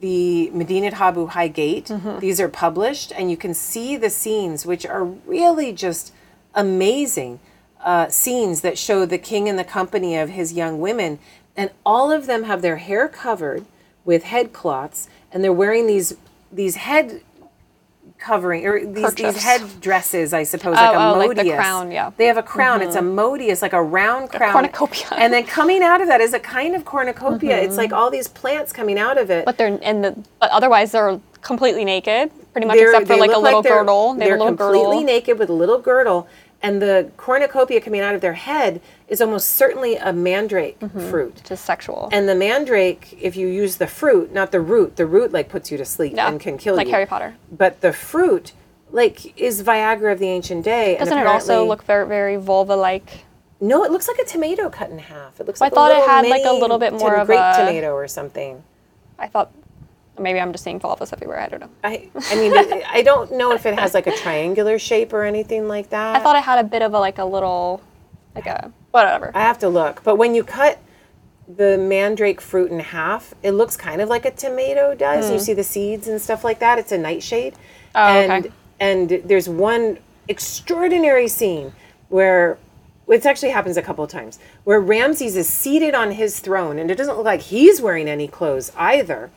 Speaker 1: the Medina Habu High Gate.
Speaker 2: Mm-hmm.
Speaker 1: These are published, and you can see the scenes, which are really just amazing uh, scenes that show the king and the company of his young women, and all of them have their hair covered with head cloths, and they're wearing these these head covering or these, these
Speaker 2: Kerchiefs.
Speaker 1: head dresses, I suppose, like a
Speaker 2: oh,
Speaker 1: modius.
Speaker 2: like the crown, yeah.
Speaker 1: They have a crown. It's a modius, like a round crown.
Speaker 2: Mm-hmm. cornucopia. Mm-hmm.
Speaker 1: And then coming out of that is a kind of cornucopia. It's like all these plants coming out of it.
Speaker 2: But they're and the, but otherwise they're completely naked, pretty much
Speaker 1: They're-
Speaker 2: except for
Speaker 1: they
Speaker 2: like a
Speaker 1: look
Speaker 2: little
Speaker 1: they're-
Speaker 2: girdle. They
Speaker 1: They're
Speaker 2: have a little
Speaker 1: completely
Speaker 2: girdle.
Speaker 1: naked with a little girdle, and the cornucopia coming out of their head is almost certainly a mandrake
Speaker 2: Mm-hmm.
Speaker 1: fruit.
Speaker 2: Just sexual.
Speaker 1: And the mandrake, if you use the fruit, not the root, the root like puts you to sleep
Speaker 2: Yeah,
Speaker 1: and can kill
Speaker 2: like
Speaker 1: you.
Speaker 2: Harry Potter.
Speaker 1: But the fruit, like, is Viagra of the ancient day.
Speaker 2: Doesn't
Speaker 1: and
Speaker 2: it also
Speaker 1: apparently-
Speaker 2: look very very vulva like?
Speaker 1: No, it looks like a tomato cut in half. It looks.
Speaker 2: I
Speaker 1: like
Speaker 2: thought
Speaker 1: a
Speaker 2: it
Speaker 1: little
Speaker 2: had, like, a
Speaker 1: mini
Speaker 2: little bit more
Speaker 1: tom-
Speaker 2: of
Speaker 1: grape
Speaker 2: a-
Speaker 1: tomato or something.
Speaker 2: I thought maybe I'm just seeing vulvas everywhere. I don't know.
Speaker 1: I, I mean, but I don't know if it has like a triangular shape or anything like that.
Speaker 2: I thought I had a bit of a like a little like a whatever.
Speaker 1: I have to look. But when you cut the mandrake fruit in half, it looks kind of like a tomato does. You see the seeds and stuff like that. It's a nightshade.
Speaker 2: Hmm. Oh, okay.
Speaker 1: and and there's one extraordinary scene where it actually happens a couple of times where Ramses is seated on his throne and it doesn't look like he's wearing any clothes either.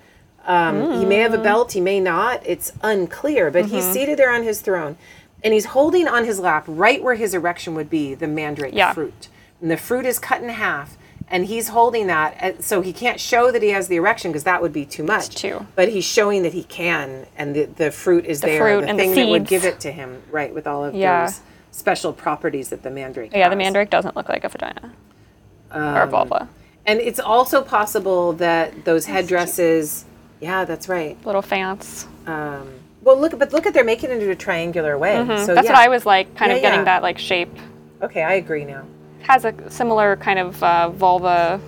Speaker 1: Um, He may
Speaker 2: Mm.
Speaker 1: have a belt, he may not. It's unclear, but
Speaker 2: Mm-hmm.
Speaker 1: he's seated there on his throne and he's holding on his lap, right where his erection would be, the mandrake
Speaker 3: Yeah.
Speaker 1: fruit. And the fruit is cut in half and he's holding that. and So he can't show that he has the erection because that would be too much.
Speaker 2: too.
Speaker 1: But he's showing that he can and the, the fruit is there.
Speaker 2: fruit
Speaker 1: the
Speaker 2: and the
Speaker 1: thing that would
Speaker 2: seeds.
Speaker 1: give it to him, right, with all of
Speaker 2: Yeah.
Speaker 1: those special properties that the mandrake
Speaker 2: Yeah, the
Speaker 1: has.
Speaker 2: mandrake doesn't look like a vagina
Speaker 1: Um,
Speaker 2: or a vulva.
Speaker 1: And it's also possible that those headdresses. Yeah, that's right.
Speaker 2: Little fans.
Speaker 1: Um, well, look, but look at they're making it in a triangular way. So
Speaker 3: Mm-hmm. That's
Speaker 1: Oh, yeah.
Speaker 3: what I was like, kind
Speaker 1: Yeah,
Speaker 3: of getting
Speaker 1: yeah.
Speaker 3: that like shape.
Speaker 1: Okay, I agree now.
Speaker 3: Has a similar kind of uh, vulva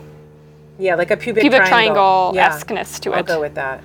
Speaker 1: Yeah, like a pubic,
Speaker 3: pubic
Speaker 1: triangle
Speaker 3: triangle
Speaker 1: Yeah.
Speaker 3: esqueness to
Speaker 1: I'll
Speaker 3: it.
Speaker 1: go with that.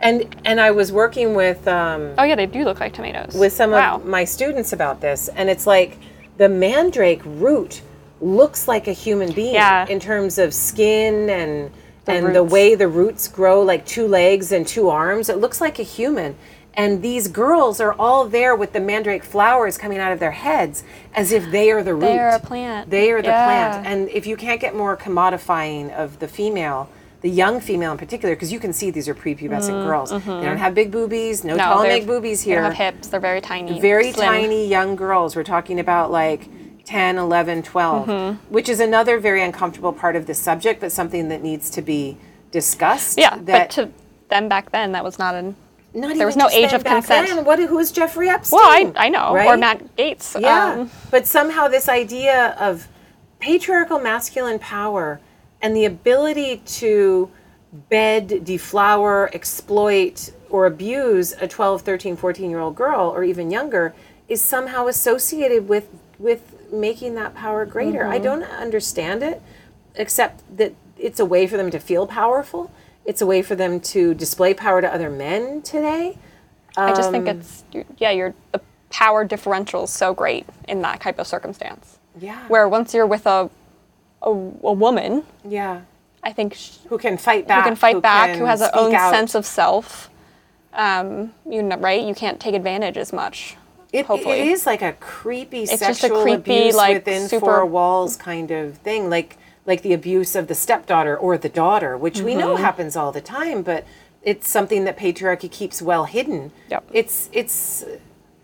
Speaker 1: And and I was working with um,
Speaker 3: Oh yeah, they do look like tomatoes.
Speaker 1: with some
Speaker 3: wow.
Speaker 1: of my students about this, and it's like the mandrake root looks like a human being
Speaker 3: Yeah.
Speaker 1: in terms of skin and and the
Speaker 3: roots.
Speaker 1: way the roots grow, like two legs and two arms. It looks like a human. And these girls are all there with the mandrake flowers coming out of their heads as if they are the root.
Speaker 2: They're a plant.
Speaker 1: They are the plant.
Speaker 2: Yeah.
Speaker 1: And if you can't get more commodifying of the female, the young female in particular, because you can see these are prepubescent girls. They don't have big boobies, no, tall,
Speaker 2: they're-
Speaker 1: big boobies
Speaker 2: They
Speaker 1: here
Speaker 2: don't have hips. They're very tiny.
Speaker 1: very
Speaker 2: slim.
Speaker 1: tiny young girls we're talking about like 10 11 12
Speaker 2: Mm-hmm.
Speaker 1: which is another very uncomfortable part of this subject but something that needs to be discussed
Speaker 2: Yeah,
Speaker 1: that
Speaker 2: but to them back then, that was not an.
Speaker 1: not
Speaker 2: there was
Speaker 1: even
Speaker 2: no
Speaker 1: just
Speaker 2: age
Speaker 1: then,
Speaker 2: of
Speaker 1: back
Speaker 2: consent.
Speaker 1: then. what who's jeffrey epstein
Speaker 2: Well, I, I know. Or
Speaker 1: right?
Speaker 2: Matt Gates.
Speaker 1: yeah
Speaker 2: um,
Speaker 1: but somehow this idea of patriarchal masculine power and the ability to bed deflower exploit or abuse a 12 13 14 year old girl or even younger is somehow associated with with making that power greater i don't understand it except that it's a way for them to feel powerful it's a way for them to display power to other men today
Speaker 2: I just think
Speaker 1: Um,
Speaker 2: it's you- yeah, you're the power differential is so great in that type of circumstance.
Speaker 1: yeah
Speaker 2: Where once you're with a a, a woman,
Speaker 1: yeah
Speaker 2: I think sh
Speaker 1: who can fight back
Speaker 2: who can fight back,
Speaker 1: can
Speaker 2: who has her
Speaker 1: speak
Speaker 2: own
Speaker 1: out.
Speaker 2: sense of self. Um, you know, right? You can't take advantage as much.
Speaker 1: It-
Speaker 2: hopefully.
Speaker 1: it is like a creepy
Speaker 2: just a
Speaker 1: sexual
Speaker 2: creepy,
Speaker 1: abuse
Speaker 2: like,
Speaker 1: within
Speaker 2: super-
Speaker 1: four walls kind of thing, like like the abuse of the stepdaughter or the daughter, which we know
Speaker 2: Mm-hmm.
Speaker 1: happens all the time, but it's something that patriarchy keeps well hidden.
Speaker 2: Yep.
Speaker 1: It's it's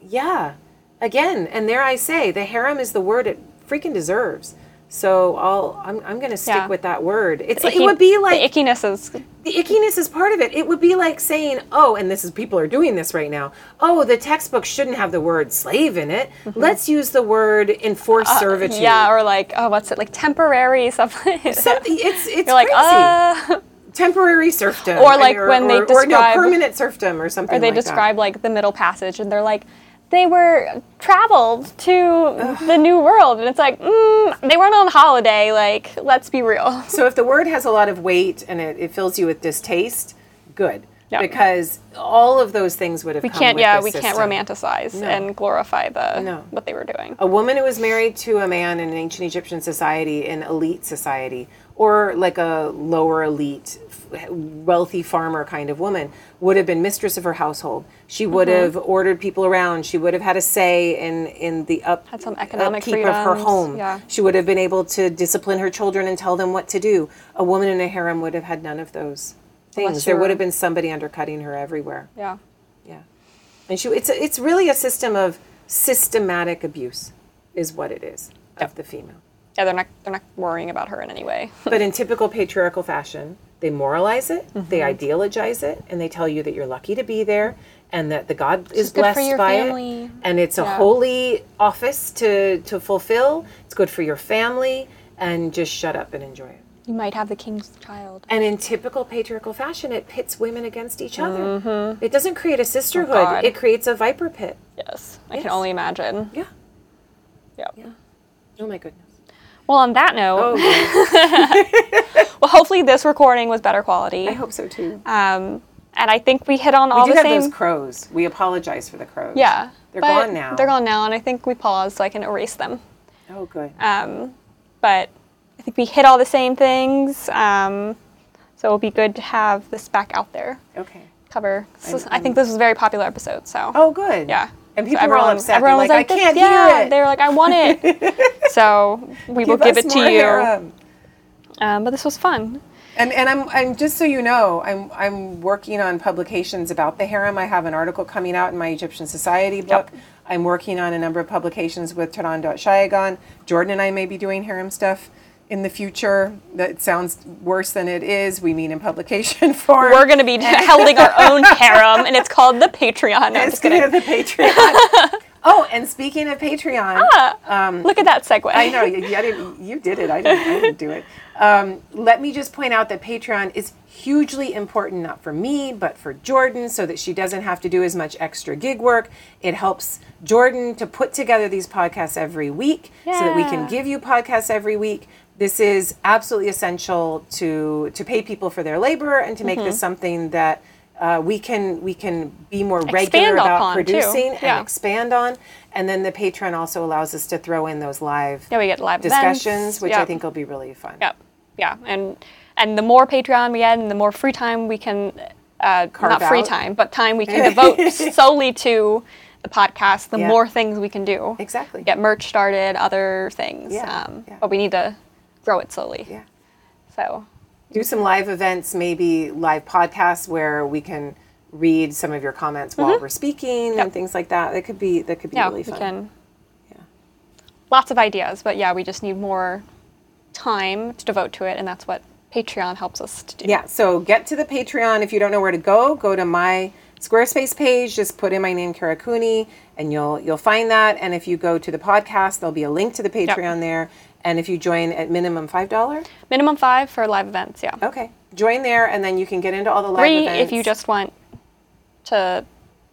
Speaker 1: yeah. Again, and there I say the harem is the word it freaking deserves. So I'll I'm, I'm going to stick
Speaker 2: Yeah.
Speaker 1: with that word. It's like,
Speaker 2: Icky-
Speaker 1: it would be like
Speaker 2: the ickiness is
Speaker 1: the ickiness is part of it. It would be like saying, oh, and this is people are doing this right now. Oh, the textbook shouldn't have the word slave in it. Let's use the word enforced servitude.
Speaker 2: Mm-hmm. Uh, yeah, or like oh, what's it like temporary something.
Speaker 1: something. It's it's
Speaker 2: You're like,
Speaker 1: crazy.
Speaker 2: uh,
Speaker 1: Temporary serfdom,
Speaker 2: Or like when they
Speaker 1: or, or no
Speaker 2: describe-
Speaker 1: permanent serfdom or something.
Speaker 2: or they
Speaker 1: like
Speaker 2: describe like the middle passage, and they're like, they were traveled to the new world, and it's like, mm, they weren't on holiday. Like, let's be real.
Speaker 1: That. So if the word has a lot of weight and it, it fills you with distaste, good.
Speaker 3: Yeah.
Speaker 1: because all of those things would have
Speaker 3: We
Speaker 1: come
Speaker 3: can't.
Speaker 1: with
Speaker 3: Yeah,
Speaker 1: this
Speaker 3: we can't
Speaker 1: system.
Speaker 3: romanticize
Speaker 1: No.
Speaker 3: and glorify the
Speaker 1: No. Oh.
Speaker 3: what they were doing.
Speaker 1: a woman who was married to a man in an ancient Egyptian society, an elite society, or like a lower elite, f- wealthy farmer kind of woman, would have been mistress of her household. She would
Speaker 3: Mm-hmm.
Speaker 1: have ordered people around. She would have had a say in in the up
Speaker 3: Had some economic
Speaker 1: upkeep of her
Speaker 3: freedoms,
Speaker 1: home.
Speaker 3: yeah.
Speaker 1: She would have been able to discipline her children and tell them what to do. A woman in a harem would have had none of those things.
Speaker 3: Unless
Speaker 1: There would
Speaker 3: you're-
Speaker 1: have been somebody undercutting her everywhere.
Speaker 3: Yeah.
Speaker 1: Yeah. And she, it's, a, it's really a system of systematic abuse, is what it is, of the female.
Speaker 2: Yeah, they're not they're not worrying about her in any way.
Speaker 1: But in typical patriarchal fashion, they moralize it,
Speaker 2: Mm-hmm.
Speaker 1: they ideologize it, and they tell you that you're lucky to be there and that the God is
Speaker 2: good for
Speaker 1: blessed
Speaker 2: your
Speaker 1: by it.
Speaker 2: family.
Speaker 1: And it's a holy office to, to fulfill. It's good for your family. And just shut up and enjoy it.
Speaker 2: you might have the king's child.
Speaker 1: And in typical patriarchal fashion, it pits women against each other. It doesn't create a sisterhood,
Speaker 2: Mm-hmm. Oh, God.
Speaker 1: it creates a viper pit.
Speaker 2: Yes, I
Speaker 1: Yes.
Speaker 2: can only imagine.
Speaker 1: Yeah.
Speaker 2: Yeah.
Speaker 1: Oh my goodness.
Speaker 3: Well, on that
Speaker 1: Oh,
Speaker 3: note,
Speaker 2: Well, hopefully this recording was better quality.
Speaker 1: I hope so too.
Speaker 2: Um, and I think we hit on all
Speaker 1: we do
Speaker 2: the
Speaker 1: have
Speaker 2: same.
Speaker 1: those crows. We apologize for the crows.
Speaker 2: yeah,
Speaker 1: They're
Speaker 2: but
Speaker 1: gone now.
Speaker 2: They're gone now, and I think we paused so I can erase them.
Speaker 1: Oh, good.
Speaker 2: Um, but I think we hit all the same things. Um, so it'll be good to have this back out there.
Speaker 1: okay.
Speaker 2: Cover. So I think this was a very popular episode. So
Speaker 1: Oh, good.
Speaker 2: yeah.
Speaker 1: And
Speaker 2: So
Speaker 1: people were all
Speaker 2: everyone-
Speaker 1: upset. They're
Speaker 2: everyone
Speaker 1: like,
Speaker 2: was
Speaker 1: I
Speaker 2: "This-
Speaker 1: can't
Speaker 2: yeah.
Speaker 1: hear it.
Speaker 2: They were like, I want it. so we will give
Speaker 1: us
Speaker 2: it to
Speaker 1: more
Speaker 2: you.
Speaker 1: harem.
Speaker 2: Um, but this was fun.
Speaker 1: And and I'm I'm just so you know, I'm I'm working on publications about the harem. I have an article coming out in my Egyptian Society book. I'm working on a number of publications with Taran Shayagon. Jordan and I may be doing harem stuff in the future. That sounds worse than it is. We mean in publication form.
Speaker 2: We're gonna be holding our own harem, and it's called the Patreon. No, I'm just
Speaker 1: Speaking
Speaker 2: kidding.
Speaker 1: of the Patreon. oh, and speaking of Patreon,
Speaker 2: Look at that segue.
Speaker 1: I know you, I didn't, you did it. I didn't, I didn't do it. Um, let me just point out that Patreon is hugely important, not for me, but for Jordan, so that she doesn't have to do as much extra gig work. It helps Jordan to put together these podcasts every week so that we can
Speaker 2: Yeah.
Speaker 1: give you podcasts every week. This is absolutely essential to to pay people for their labor and to make
Speaker 2: Mm-hmm.
Speaker 1: this something that uh, we can we can be more regular about
Speaker 2: upon, too.
Speaker 1: producing and
Speaker 2: Yeah.
Speaker 1: expand on. And then the patron also allows us to throw in those live
Speaker 2: Yeah, we get live events.
Speaker 1: discussions, which I
Speaker 2: Yep.
Speaker 1: think will be really fun.
Speaker 2: Yep. Yeah. And and the more Patreon we add, and the more free time we can, uh, not free
Speaker 1: out.
Speaker 2: time, but time we can devote solely to the podcast, the
Speaker 1: Yeah.
Speaker 2: more things we can do.
Speaker 1: Exactly.
Speaker 2: Get merch started, other things. um,
Speaker 1: Yeah, yeah.
Speaker 2: But we need to grow it slowly.
Speaker 1: Yeah.
Speaker 2: So
Speaker 1: Do some live events, maybe live podcasts where we can read some of your comments while we're speaking and things like that. That could be that could be
Speaker 2: Mm-hmm. yeah,
Speaker 1: really
Speaker 2: we
Speaker 1: fun.
Speaker 2: can.
Speaker 1: Yeah.
Speaker 2: Lots of ideas, but yeah, we just need more time to devote to it, and that's what Patreon helps us to do.
Speaker 1: Yeah, so get to the Patreon. If you don't know where to go, go to my Squarespace page. Just put in my name, Kara Cooney, and you'll you'll find that. And if you go to the podcast, there'll be a link to the Patreon there. And if you join at minimum five dollar,
Speaker 2: Minimum five for live events. Yeah.
Speaker 1: okay, join there, and then you can get into all the live
Speaker 2: Three
Speaker 1: Oh, events.
Speaker 2: if you just want to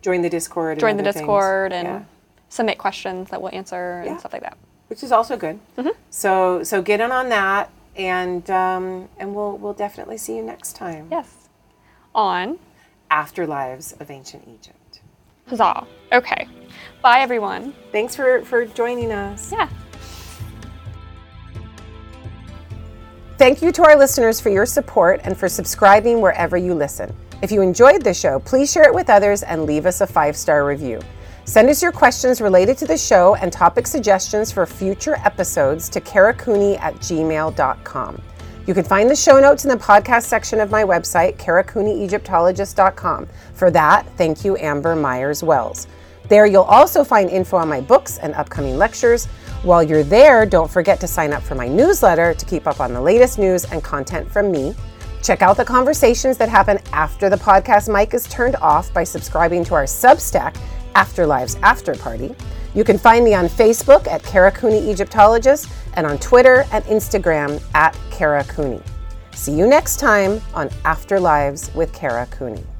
Speaker 1: join the Discord, and
Speaker 2: join the
Speaker 1: other things.
Speaker 2: Discord and
Speaker 1: Yeah.
Speaker 2: submit questions that we'll answer
Speaker 1: Yeah.
Speaker 2: and stuff like that.
Speaker 1: which is also good.
Speaker 2: Mm-hmm.
Speaker 1: So so get in on that, and um, and we'll we'll definitely see you next time.
Speaker 2: Yes. On.
Speaker 1: Afterlives of ancient Egypt.
Speaker 2: Huzzah. Okay. Bye, everyone.
Speaker 1: Thanks for for joining us.
Speaker 2: Yeah.
Speaker 7: Thank you to our listeners for your support and for subscribing wherever you listen. If you enjoyed the show, please share it with others and leave us a five star review. Send us your questions related to the show and topic suggestions for future episodes to karakuni at gmail.com. You can find the show notes in the podcast section of my website, karakuniegyptologist.com. For that, thank you, Amber Myers Wells. There, you'll also find info on my books and upcoming lectures. While you're there, don't forget to sign up for my newsletter to keep up on the latest news and content from me. Check out the conversations that happen after the podcast mic is turned off by subscribing to our Substack, Afterlives After Party. You can find me on Facebook at Kara Cooney Egyptologist and on Twitter and Instagram at Kara Cooney. See you next time on Afterlives with Kara Cooney.